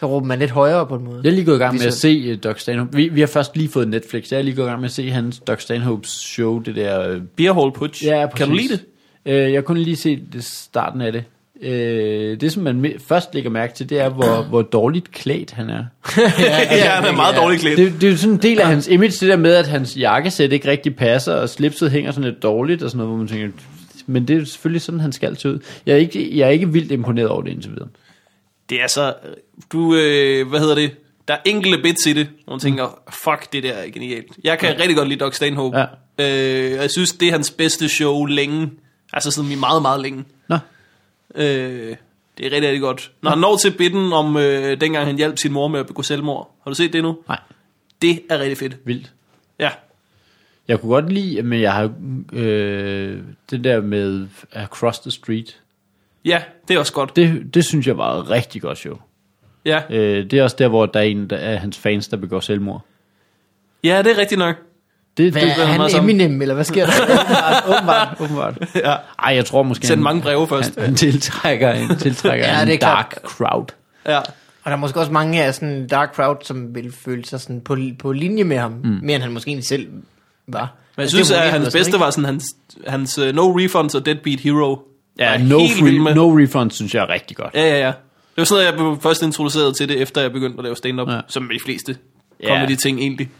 Speaker 1: så råber man lidt højere på en måde. Ligesom,
Speaker 3: Jeg er lige gået i gang
Speaker 1: Vi
Speaker 3: med at
Speaker 1: så-
Speaker 3: se uh, Doc Stanhope. Vi, vi har først lige fået Netflix. Jeg er lige gået i gang med at se hans Doc Stanhopes show, det der... Øh,
Speaker 2: Beer Hall Putsch.
Speaker 3: ja,
Speaker 2: kan du
Speaker 3: præcis.
Speaker 2: lide det?
Speaker 3: Øh, jeg kunne lige se det, starten af det. Øh, det, som man me- først lægger mærke til, det er, hvor, hvor dårligt klædt han er.
Speaker 2: Ja, ja, han er meget dårlig klædt.
Speaker 3: Det, det er jo sådan en del af hans image, det der med, at hans jakkesæt ikke rigtig passer, og slipset hænger sådan lidt dårligt, og sådan noget, hvor man tænker, men det er jo selvfølgelig sådan, han skal se ud. Jeg er ikke, jeg er ikke vildt imponeret over det indtil videre.
Speaker 2: Det er så... Du, øh, hvad hedder det? Der er enkelte bits i det, hvor man tænker, fuck, det der er genialt. Jeg kan rigtig godt lide Doc Stanhope.
Speaker 3: Ja.
Speaker 2: Øh, og jeg synes, det er hans bedste show længe. Altså sådan i meget, meget længe.
Speaker 3: Nå,
Speaker 2: Øh, det er rigtig, rigtig godt. Når han når til bitten om, øh, dengang han hjalp sin mor med at begå selvmord. Har du set det nu?
Speaker 3: nej,
Speaker 2: Det er rigtig fedt.
Speaker 3: vildt.
Speaker 2: Ja.
Speaker 3: Jeg kunne godt lide, men jeg har øh, det der med Across the Street.
Speaker 2: Ja, det er også godt.
Speaker 3: Det, det synes jeg var et rigtig godt show.
Speaker 2: Ja,
Speaker 3: Øh, det er også der, hvor der er en der er hans fans, der begår selvmord.
Speaker 2: ja det er rigtigt nok.
Speaker 3: Det,
Speaker 1: Hvad
Speaker 3: det
Speaker 1: er
Speaker 2: meget
Speaker 1: han
Speaker 2: sammen.
Speaker 1: Eminem, eller hvad sker der?
Speaker 3: åbenbart, åbenbart. ja. Ej, jeg tror måske,
Speaker 2: Send mange breve først.
Speaker 3: han, han tiltrækker en, tiltrækker
Speaker 1: Ja,
Speaker 3: ja, en
Speaker 1: det er
Speaker 3: dark
Speaker 1: klart.
Speaker 3: crowd.
Speaker 2: Ja.
Speaker 1: og der er måske også mange af sådan dark crowd, som vil føle sig sådan på, på linje med ham, mm. mere end han måske egentlig selv var. Altså,
Speaker 2: Men jeg synes,
Speaker 1: det er
Speaker 2: at
Speaker 1: måske
Speaker 3: altså
Speaker 2: hans
Speaker 1: også,
Speaker 2: bedste
Speaker 1: ikke?
Speaker 2: var sådan hans, hans øh, No Refunds og Deadbeat Hero.
Speaker 3: Ja,
Speaker 2: Jeg er
Speaker 3: no,
Speaker 2: helt vild
Speaker 3: free, no refund synes jeg er rigtig godt.
Speaker 2: Ja, ja, ja. Det var sådan noget, jeg blev først introduceret til det, efter jeg begyndte at lave stand-up,
Speaker 3: Ja.
Speaker 2: ja. som de fleste
Speaker 3: Ja.
Speaker 2: ja. de ting egentlig.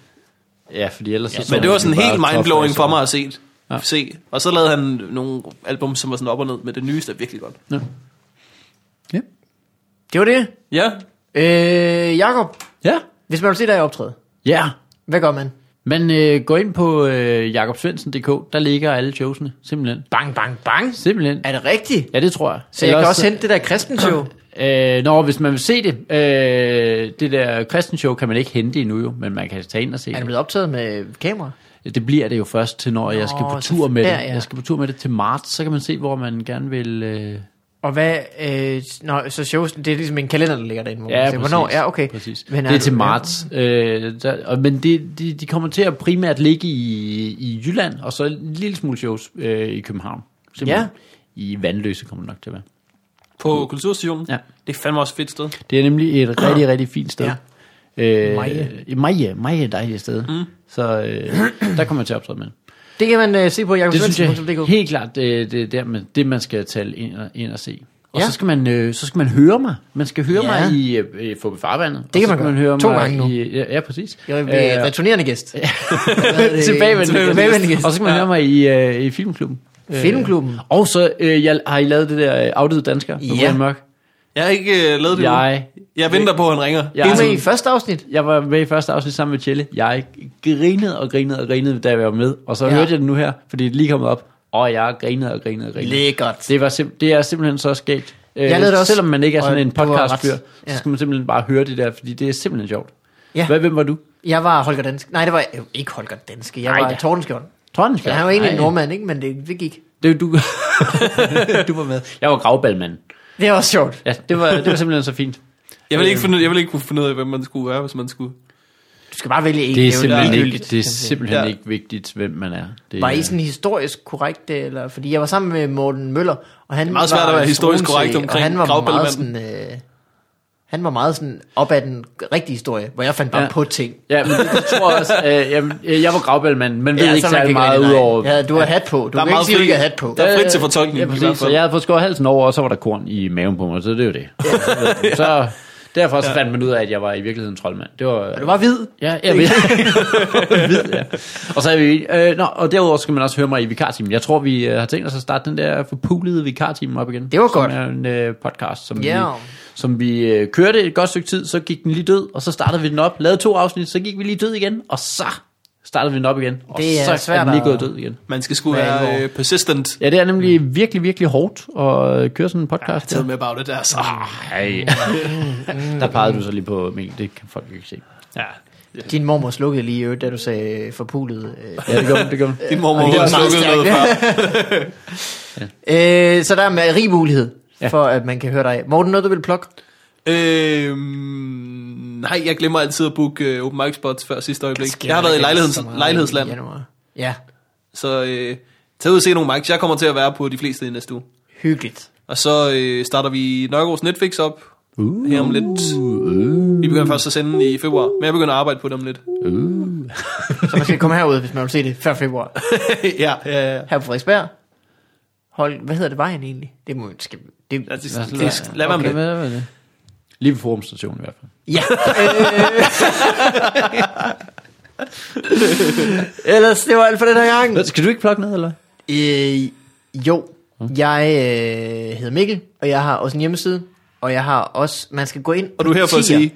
Speaker 3: Ja, fordi ellers... Ja,
Speaker 2: Men det var sådan helt mindblowing for mig at se. Ja. se. Og så lavede han nogle album, som var sådan op og ned, men det nyeste er virkelig godt.
Speaker 3: Ja. Ja.
Speaker 1: Det var det.
Speaker 2: Ja,
Speaker 1: Øh, Jakob,
Speaker 3: ja.
Speaker 1: hvis man vil se dig optræde,
Speaker 3: ja.
Speaker 1: hvad gør man?
Speaker 3: Man øh, går ind på øh, jakobsvendsen.dk, der ligger alle showsene, simpelthen.
Speaker 1: Bang, bang, bang.
Speaker 3: Simpelthen.
Speaker 1: Er det rigtigt?
Speaker 3: Ja, det tror jeg.
Speaker 1: Så jeg kan også hente det der kristenshow.
Speaker 3: Øh, nå, hvis man vil se det, øh, det der kristenshow kan man ikke hente endnu jo, men man kan tage ind og se
Speaker 1: Er det
Speaker 3: det.
Speaker 1: blevet optaget med kamera?
Speaker 3: Det bliver det jo først til, når jeg skal
Speaker 1: Nå,
Speaker 3: på
Speaker 1: så
Speaker 3: tur med det.
Speaker 1: der, ja.
Speaker 3: Jeg skal på tur med det til marts, så kan man se, hvor man gerne vil... Øh,
Speaker 1: Og hvad, øh, nå, så shows, det er ligesom en kalender, der ligger derinde. hvor man
Speaker 3: Ja,
Speaker 1: ser,
Speaker 3: præcis,
Speaker 1: Hvornår? Ja, okay.
Speaker 3: Præcis.
Speaker 1: Men
Speaker 3: Men det er
Speaker 1: du-
Speaker 3: til marts. Øh, der, og, men det, de, de kommer til at primært ligge i, i Jylland, og så en lille smule shows øh, i København. Simpelthen. Ja. I Vandløse kommer det nok til at være.
Speaker 2: på Kulturstationen.
Speaker 3: Mm. Ja.
Speaker 2: Det er fandme også et fedt sted.
Speaker 3: Det er nemlig et rigtig, rigtig fint sted.
Speaker 1: Ja.
Speaker 3: Ja. Øh,
Speaker 1: Maje.
Speaker 3: Maje, Maje er et dejligt sted. Mm. Så øh, der kommer jeg til at optræde med.
Speaker 1: Det kan man øh, se på
Speaker 3: Det synes jeg
Speaker 1: jakobsvendsen.dk.
Speaker 3: helt klart, det, det er der, man, det man skal tale ind og, ind og se. Og
Speaker 1: Ja.
Speaker 3: ja. så, skal man, øh, så skal man høre mig. Man skal høre
Speaker 1: Ja.
Speaker 3: ja. mig i øh, Forbi Farvandet. og
Speaker 1: kan
Speaker 3: så
Speaker 1: man
Speaker 3: skal
Speaker 1: gøre. To
Speaker 3: mig
Speaker 1: gange nu.
Speaker 3: I, ja, ja, præcis.
Speaker 1: Jeg vil blive
Speaker 3: Øh,
Speaker 1: returnerende gæst.
Speaker 3: Tilbagevendende
Speaker 1: Tilbagevendende
Speaker 3: gæst. Og så kan man høre mig i, øh, i Filmklubben.
Speaker 1: Filmklubben.
Speaker 3: Og så øh, jeg, har I lavet det der øh, afdøde dansker med
Speaker 1: Ja.
Speaker 3: Brian Mørk.
Speaker 2: Jeg har ikke øh, lavet det nu.
Speaker 3: Jeg,
Speaker 2: Jeg venter på, at han ringer.
Speaker 1: Du
Speaker 3: jeg,
Speaker 1: er med i første afsnit.
Speaker 3: jeg var med i første afsnit sammen med Tjelle. Jeg grinede og grinede og grinede, da jeg var med. Og så
Speaker 1: Ja.
Speaker 3: ja. hørte jeg det nu her, fordi det er lige kommet op. Og jeg grinede og grinede og grinede.
Speaker 1: Lækkert.
Speaker 3: Det, var simp- det er simpelthen så skægt. Øh,
Speaker 1: Jeg lavede det også,
Speaker 3: Selvom man ikke er sådan
Speaker 1: og
Speaker 3: en
Speaker 1: du har
Speaker 3: podcast-fyr,
Speaker 1: ret. Ja.
Speaker 3: så skal man simpelthen bare høre det der, fordi det er simpelthen sjovt.
Speaker 1: Ja.
Speaker 3: Hvad, hvem var du?
Speaker 1: Jeg var Holger Dansk. Nej, det var jeg- ikke Holger Danske. Jeg
Speaker 3: Nej
Speaker 1: var
Speaker 3: da.
Speaker 1: Tordenskjold.
Speaker 3: Tordenskjold?
Speaker 1: Ja, han var egentlig en
Speaker 3: Nej.
Speaker 1: nordmand, ikke? Men det, det gik.
Speaker 3: Det var du. du var med. Jeg var gravbalmand.
Speaker 1: Det var også sjovt.
Speaker 3: Ja, det var, det var simpelthen så fint.
Speaker 2: Jeg vil ikke,
Speaker 3: Øh.
Speaker 2: finde, jeg vil ikke kunne finde ud af, hvem man skulle være, hvis man skulle.
Speaker 1: Du skal bare vælge en.
Speaker 3: Det er
Speaker 1: jo
Speaker 3: simpelthen, ikke,
Speaker 1: ligegyldigt.
Speaker 3: det er simpelthen
Speaker 2: Ja.
Speaker 3: ja. ikke vigtigt, hvem man er. Det,
Speaker 1: Var I
Speaker 3: er-
Speaker 1: sådan historisk korrekt, eller, fordi jeg var sammen med Morten Møller, og han det er
Speaker 2: meget svært at være historisk korrekt omkring
Speaker 1: og han var meget
Speaker 2: gravballemanden.
Speaker 1: sådan, øh, han var meget sådan op ad den rigtige historie, hvor jeg fandt bare ja.
Speaker 3: Ja.
Speaker 1: på ting.
Speaker 3: Ja, men det, det tror jeg også. Øh, jamen, øh, jeg var gravbalmand, men ved
Speaker 1: ja,
Speaker 3: ikke
Speaker 1: så man kan
Speaker 3: særlig meget
Speaker 1: rigtig- nej.
Speaker 3: udover...
Speaker 1: Ja, du har hat på. Du
Speaker 2: er
Speaker 1: kan ikke
Speaker 2: meget
Speaker 1: sige, at du
Speaker 2: fri-
Speaker 1: ikke har hat på.
Speaker 2: der er frit til
Speaker 3: Øh,
Speaker 2: fortolkning,
Speaker 3: Ja,
Speaker 2: i
Speaker 3: præcis.
Speaker 2: hvert fald.
Speaker 3: Så jeg havde fået skåret halsen over, og så var der korn i maven på mig, så det er jo det. så derfor så fandt man ud af, at jeg var i virkeligheden troldmand. Det var,
Speaker 1: Du var hvid.
Speaker 3: Ja, jeg ved. ved ja. Og så er vi øh, nå, og derudover skal man også høre mig i vikartimen. Jeg tror, vi øh, har tænkt os at starte den der forpulede vikartimen op igen.
Speaker 1: Det var godt.
Speaker 3: Som er en øh, podcast, som
Speaker 1: Ja.
Speaker 3: vi, som vi øh, kørte et godt stykke tid, så gik den lige død, og så startede vi den op, lavede to afsnit, så gik vi lige død igen, og så startede vi den op igen. Og
Speaker 1: Det er
Speaker 3: så
Speaker 1: svært
Speaker 3: er den lige
Speaker 1: at-
Speaker 3: gået død igen.
Speaker 2: Man skal skulle
Speaker 1: Hvad er
Speaker 2: være
Speaker 1: alvor?
Speaker 2: øh, persistent.
Speaker 3: Ja, det er nemlig virkelig, virkelig hårdt at øh, køre sådan en podcast. Mm.
Speaker 2: Tell me about it, altså.
Speaker 3: Ej. der pegede du så lige på Mikkel, det kan folk jo ikke se.
Speaker 2: Ja.
Speaker 1: Din mormor slukkede lige i øvrigt, da du sagde øh, forpulet. Øh.
Speaker 3: Ja, det gør man, det gør man.
Speaker 2: Din mormor
Speaker 1: det er
Speaker 2: har
Speaker 1: meget
Speaker 2: slukket
Speaker 1: stærkt.
Speaker 2: noget før.
Speaker 1: Øh, så der er med rig mulighed
Speaker 3: Ja.
Speaker 1: for, at man kan høre dig. Morten, noget du vil plukke?
Speaker 2: Øhm, nej, jeg glemmer altid at booke øh, open mic spots før sidste øjeblik. Jeg har været i lejligheds, lejlighedsland,
Speaker 1: januar. Ja.
Speaker 2: så øh, Tag ud og se nogle mics. Jeg kommer til at være på de fleste i næste uge.
Speaker 1: Hyggeligt.
Speaker 2: Og så øh, starter vi Nørgaards Netflix op uh, her om lidt. Vi begynder først at sende i februar, men jeg begynder at arbejde på det om lidt.
Speaker 1: Så man skal komme herud, hvis man vil se det før februar.
Speaker 2: ja, ja, ja.
Speaker 1: Her på Frederiksberg. Hold, hvad hedder det vejen egentlig? Det må skal, det,
Speaker 2: Lad, det,
Speaker 3: Lad-
Speaker 2: det, lad være med
Speaker 3: okay,
Speaker 2: det.
Speaker 3: hvad var det? Lige ved Forum Station i hvert fald.
Speaker 1: Ja. øh. Ellers, det var alt for den her gang.
Speaker 3: Hvad, Skal du ikke plukke ned, eller?
Speaker 1: Øh, jo, jeg øh, hedder Mikkel, og jeg har også en hjemmeside, og jeg har også, man skal gå ind
Speaker 2: Og du er her for at
Speaker 1: tier.
Speaker 2: sige,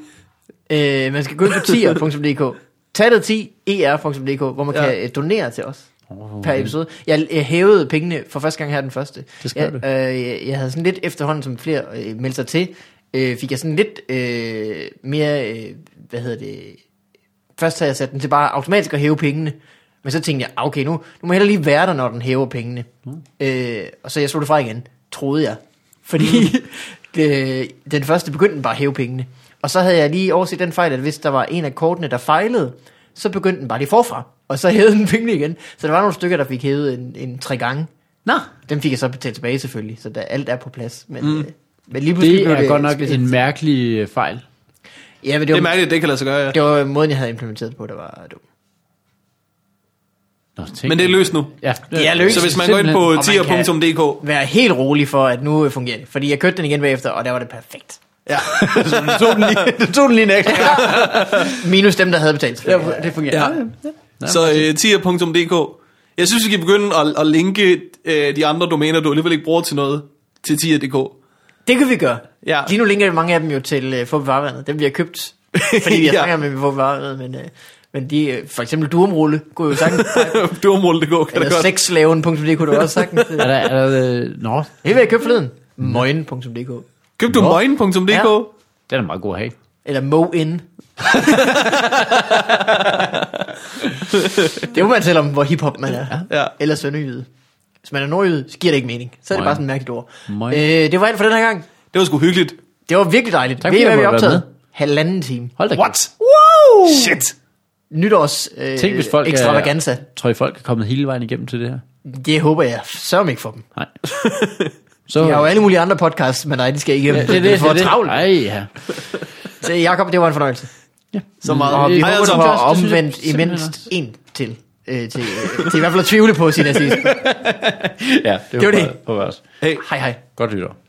Speaker 1: Øh, man skal gå ind på tier.dk. Tallet 10 er.dk, hvor man
Speaker 2: Ja.
Speaker 1: ja. kan øh, donere til os per episode. Jeg, jeg hævede pengene for første gang her den første.
Speaker 3: Det skal
Speaker 1: jeg,
Speaker 3: du.
Speaker 1: øh, jeg, jeg havde sådan lidt efterhånden, som flere øh, meldte sig til, øh, fik jeg sådan lidt øh, mere, øh, hvad hedder det, først havde jeg sat den til bare automatisk at hæve pengene, men så tænkte jeg, ah, okay, nu, nu må jeg hellere lige være der, når den hæver pengene. Mm. Øh, og så jeg slog det fra igen, troede jeg. Fordi
Speaker 3: Mm.
Speaker 1: det, den første begyndte den bare at hæve pengene. Og så havde jeg lige overset den fejl, at hvis der var en af kortene, der fejlede, så begyndte den bare lige forfra. Og så hævede den pengene igen. Så der var nogle stykker, der fik hævet en, en tre gange.
Speaker 3: Nå,
Speaker 1: Dem fik jeg så betalt tilbage selvfølgelig, så der, alt er på plads. Men, mm. øh, men lige pludselig
Speaker 3: det
Speaker 1: blev
Speaker 3: er godt nok
Speaker 1: specielt.
Speaker 3: en mærkelig øh, fejl.
Speaker 1: Ja, men
Speaker 2: det
Speaker 1: det
Speaker 2: er
Speaker 1: var,
Speaker 2: mærkeligt, at det kan lade sig gøre, ja.
Speaker 1: det var måden, jeg havde implementeret på, der var dum.
Speaker 3: Nå, tænk.
Speaker 2: Men det er løst nu.
Speaker 3: Ja,
Speaker 1: Det er løst.
Speaker 2: Så hvis man går ind på
Speaker 1: Og man kan-
Speaker 2: tier.dk,
Speaker 1: Vær helt rolig for, at nu øh, fungerer det. Fordi jeg kørte den igen bagefter, og der var det perfekt.
Speaker 2: ja.
Speaker 3: så tog den lige, tog den lige en ekstra gang.
Speaker 1: Minus dem, der havde betalt. Ja, det fungerer.
Speaker 2: Ja. Så øh, tier.dk. Jeg synes, vi kan begynde at, at linke øh, de andre domæner, du alligevel ikke bruger til noget, til tier.dk.
Speaker 1: Det kan vi gøre.
Speaker 2: Ja.
Speaker 1: Lige nu linker mange af dem jo til uh, Fup Varvandet. Dem vi har købt, fordi vi har
Speaker 2: Ja.
Speaker 1: snakket med Fup Varvandet. Men, uh, men de, uh, for eksempel Durumrulle, kunne jo sagtens...
Speaker 2: Durmol.dk kan det
Speaker 1: eller
Speaker 2: godt.
Speaker 1: sexslaven.dk kunne du også sagtens. øh.
Speaker 3: Er der, er der, øh, nå,
Speaker 1: Det vil jeg købe forleden. Moin.dk
Speaker 2: Køb du
Speaker 3: Nå.
Speaker 2: møgen.dk?
Speaker 1: Ja.
Speaker 3: den er meget god at have.
Speaker 1: Eller Moin. det må man tælle om, hvor hiphop man er.
Speaker 2: Ja.
Speaker 1: Eller sønderjyde. Hvis man er nordjyde, så giver det ikke mening. Så er det
Speaker 3: Moin.
Speaker 1: bare sådan et mærkeligt ord.
Speaker 3: Moin.
Speaker 1: Øh, det var alt for den her gang.
Speaker 2: Det var sgu hyggeligt.
Speaker 1: Det var virkelig dejligt.
Speaker 3: Tak,
Speaker 1: Ved I,
Speaker 3: fordi jeg
Speaker 1: hvad vi
Speaker 3: måtte være
Speaker 1: optaget? Halvanden time.
Speaker 3: Hold da kæft.
Speaker 2: What?
Speaker 1: Wow!
Speaker 2: Shit.
Speaker 1: Nytårs øh,
Speaker 3: Tænk, hvis folk er-
Speaker 1: ekstravaganza.
Speaker 3: Tror I, folk er kommet hele vejen igennem til det her?
Speaker 1: Det håber jeg. Sørg ikke for dem.
Speaker 3: Nej. Så,
Speaker 1: Jeg har jo alle mulige andre podcasts, men nej, de skal igennem.
Speaker 3: det, det, det,
Speaker 1: for
Speaker 3: det,
Speaker 1: travlt.
Speaker 3: Nej, ja.
Speaker 1: Så Jacob, det var en fornøjelse.
Speaker 2: Så
Speaker 1: Mm. Og vi
Speaker 2: meget. Hej
Speaker 1: håber,
Speaker 2: altså.
Speaker 1: du har
Speaker 3: Det synes jeg
Speaker 1: omvendt i
Speaker 3: simpelthen
Speaker 1: mindst
Speaker 3: også.
Speaker 1: en til. Øh, til, øh, til i hvert fald at tvivle på sin assist.
Speaker 3: ja, det,
Speaker 1: var det.
Speaker 3: håber jeg også.
Speaker 2: Hey.
Speaker 1: Hej hej.
Speaker 3: Godt lytter.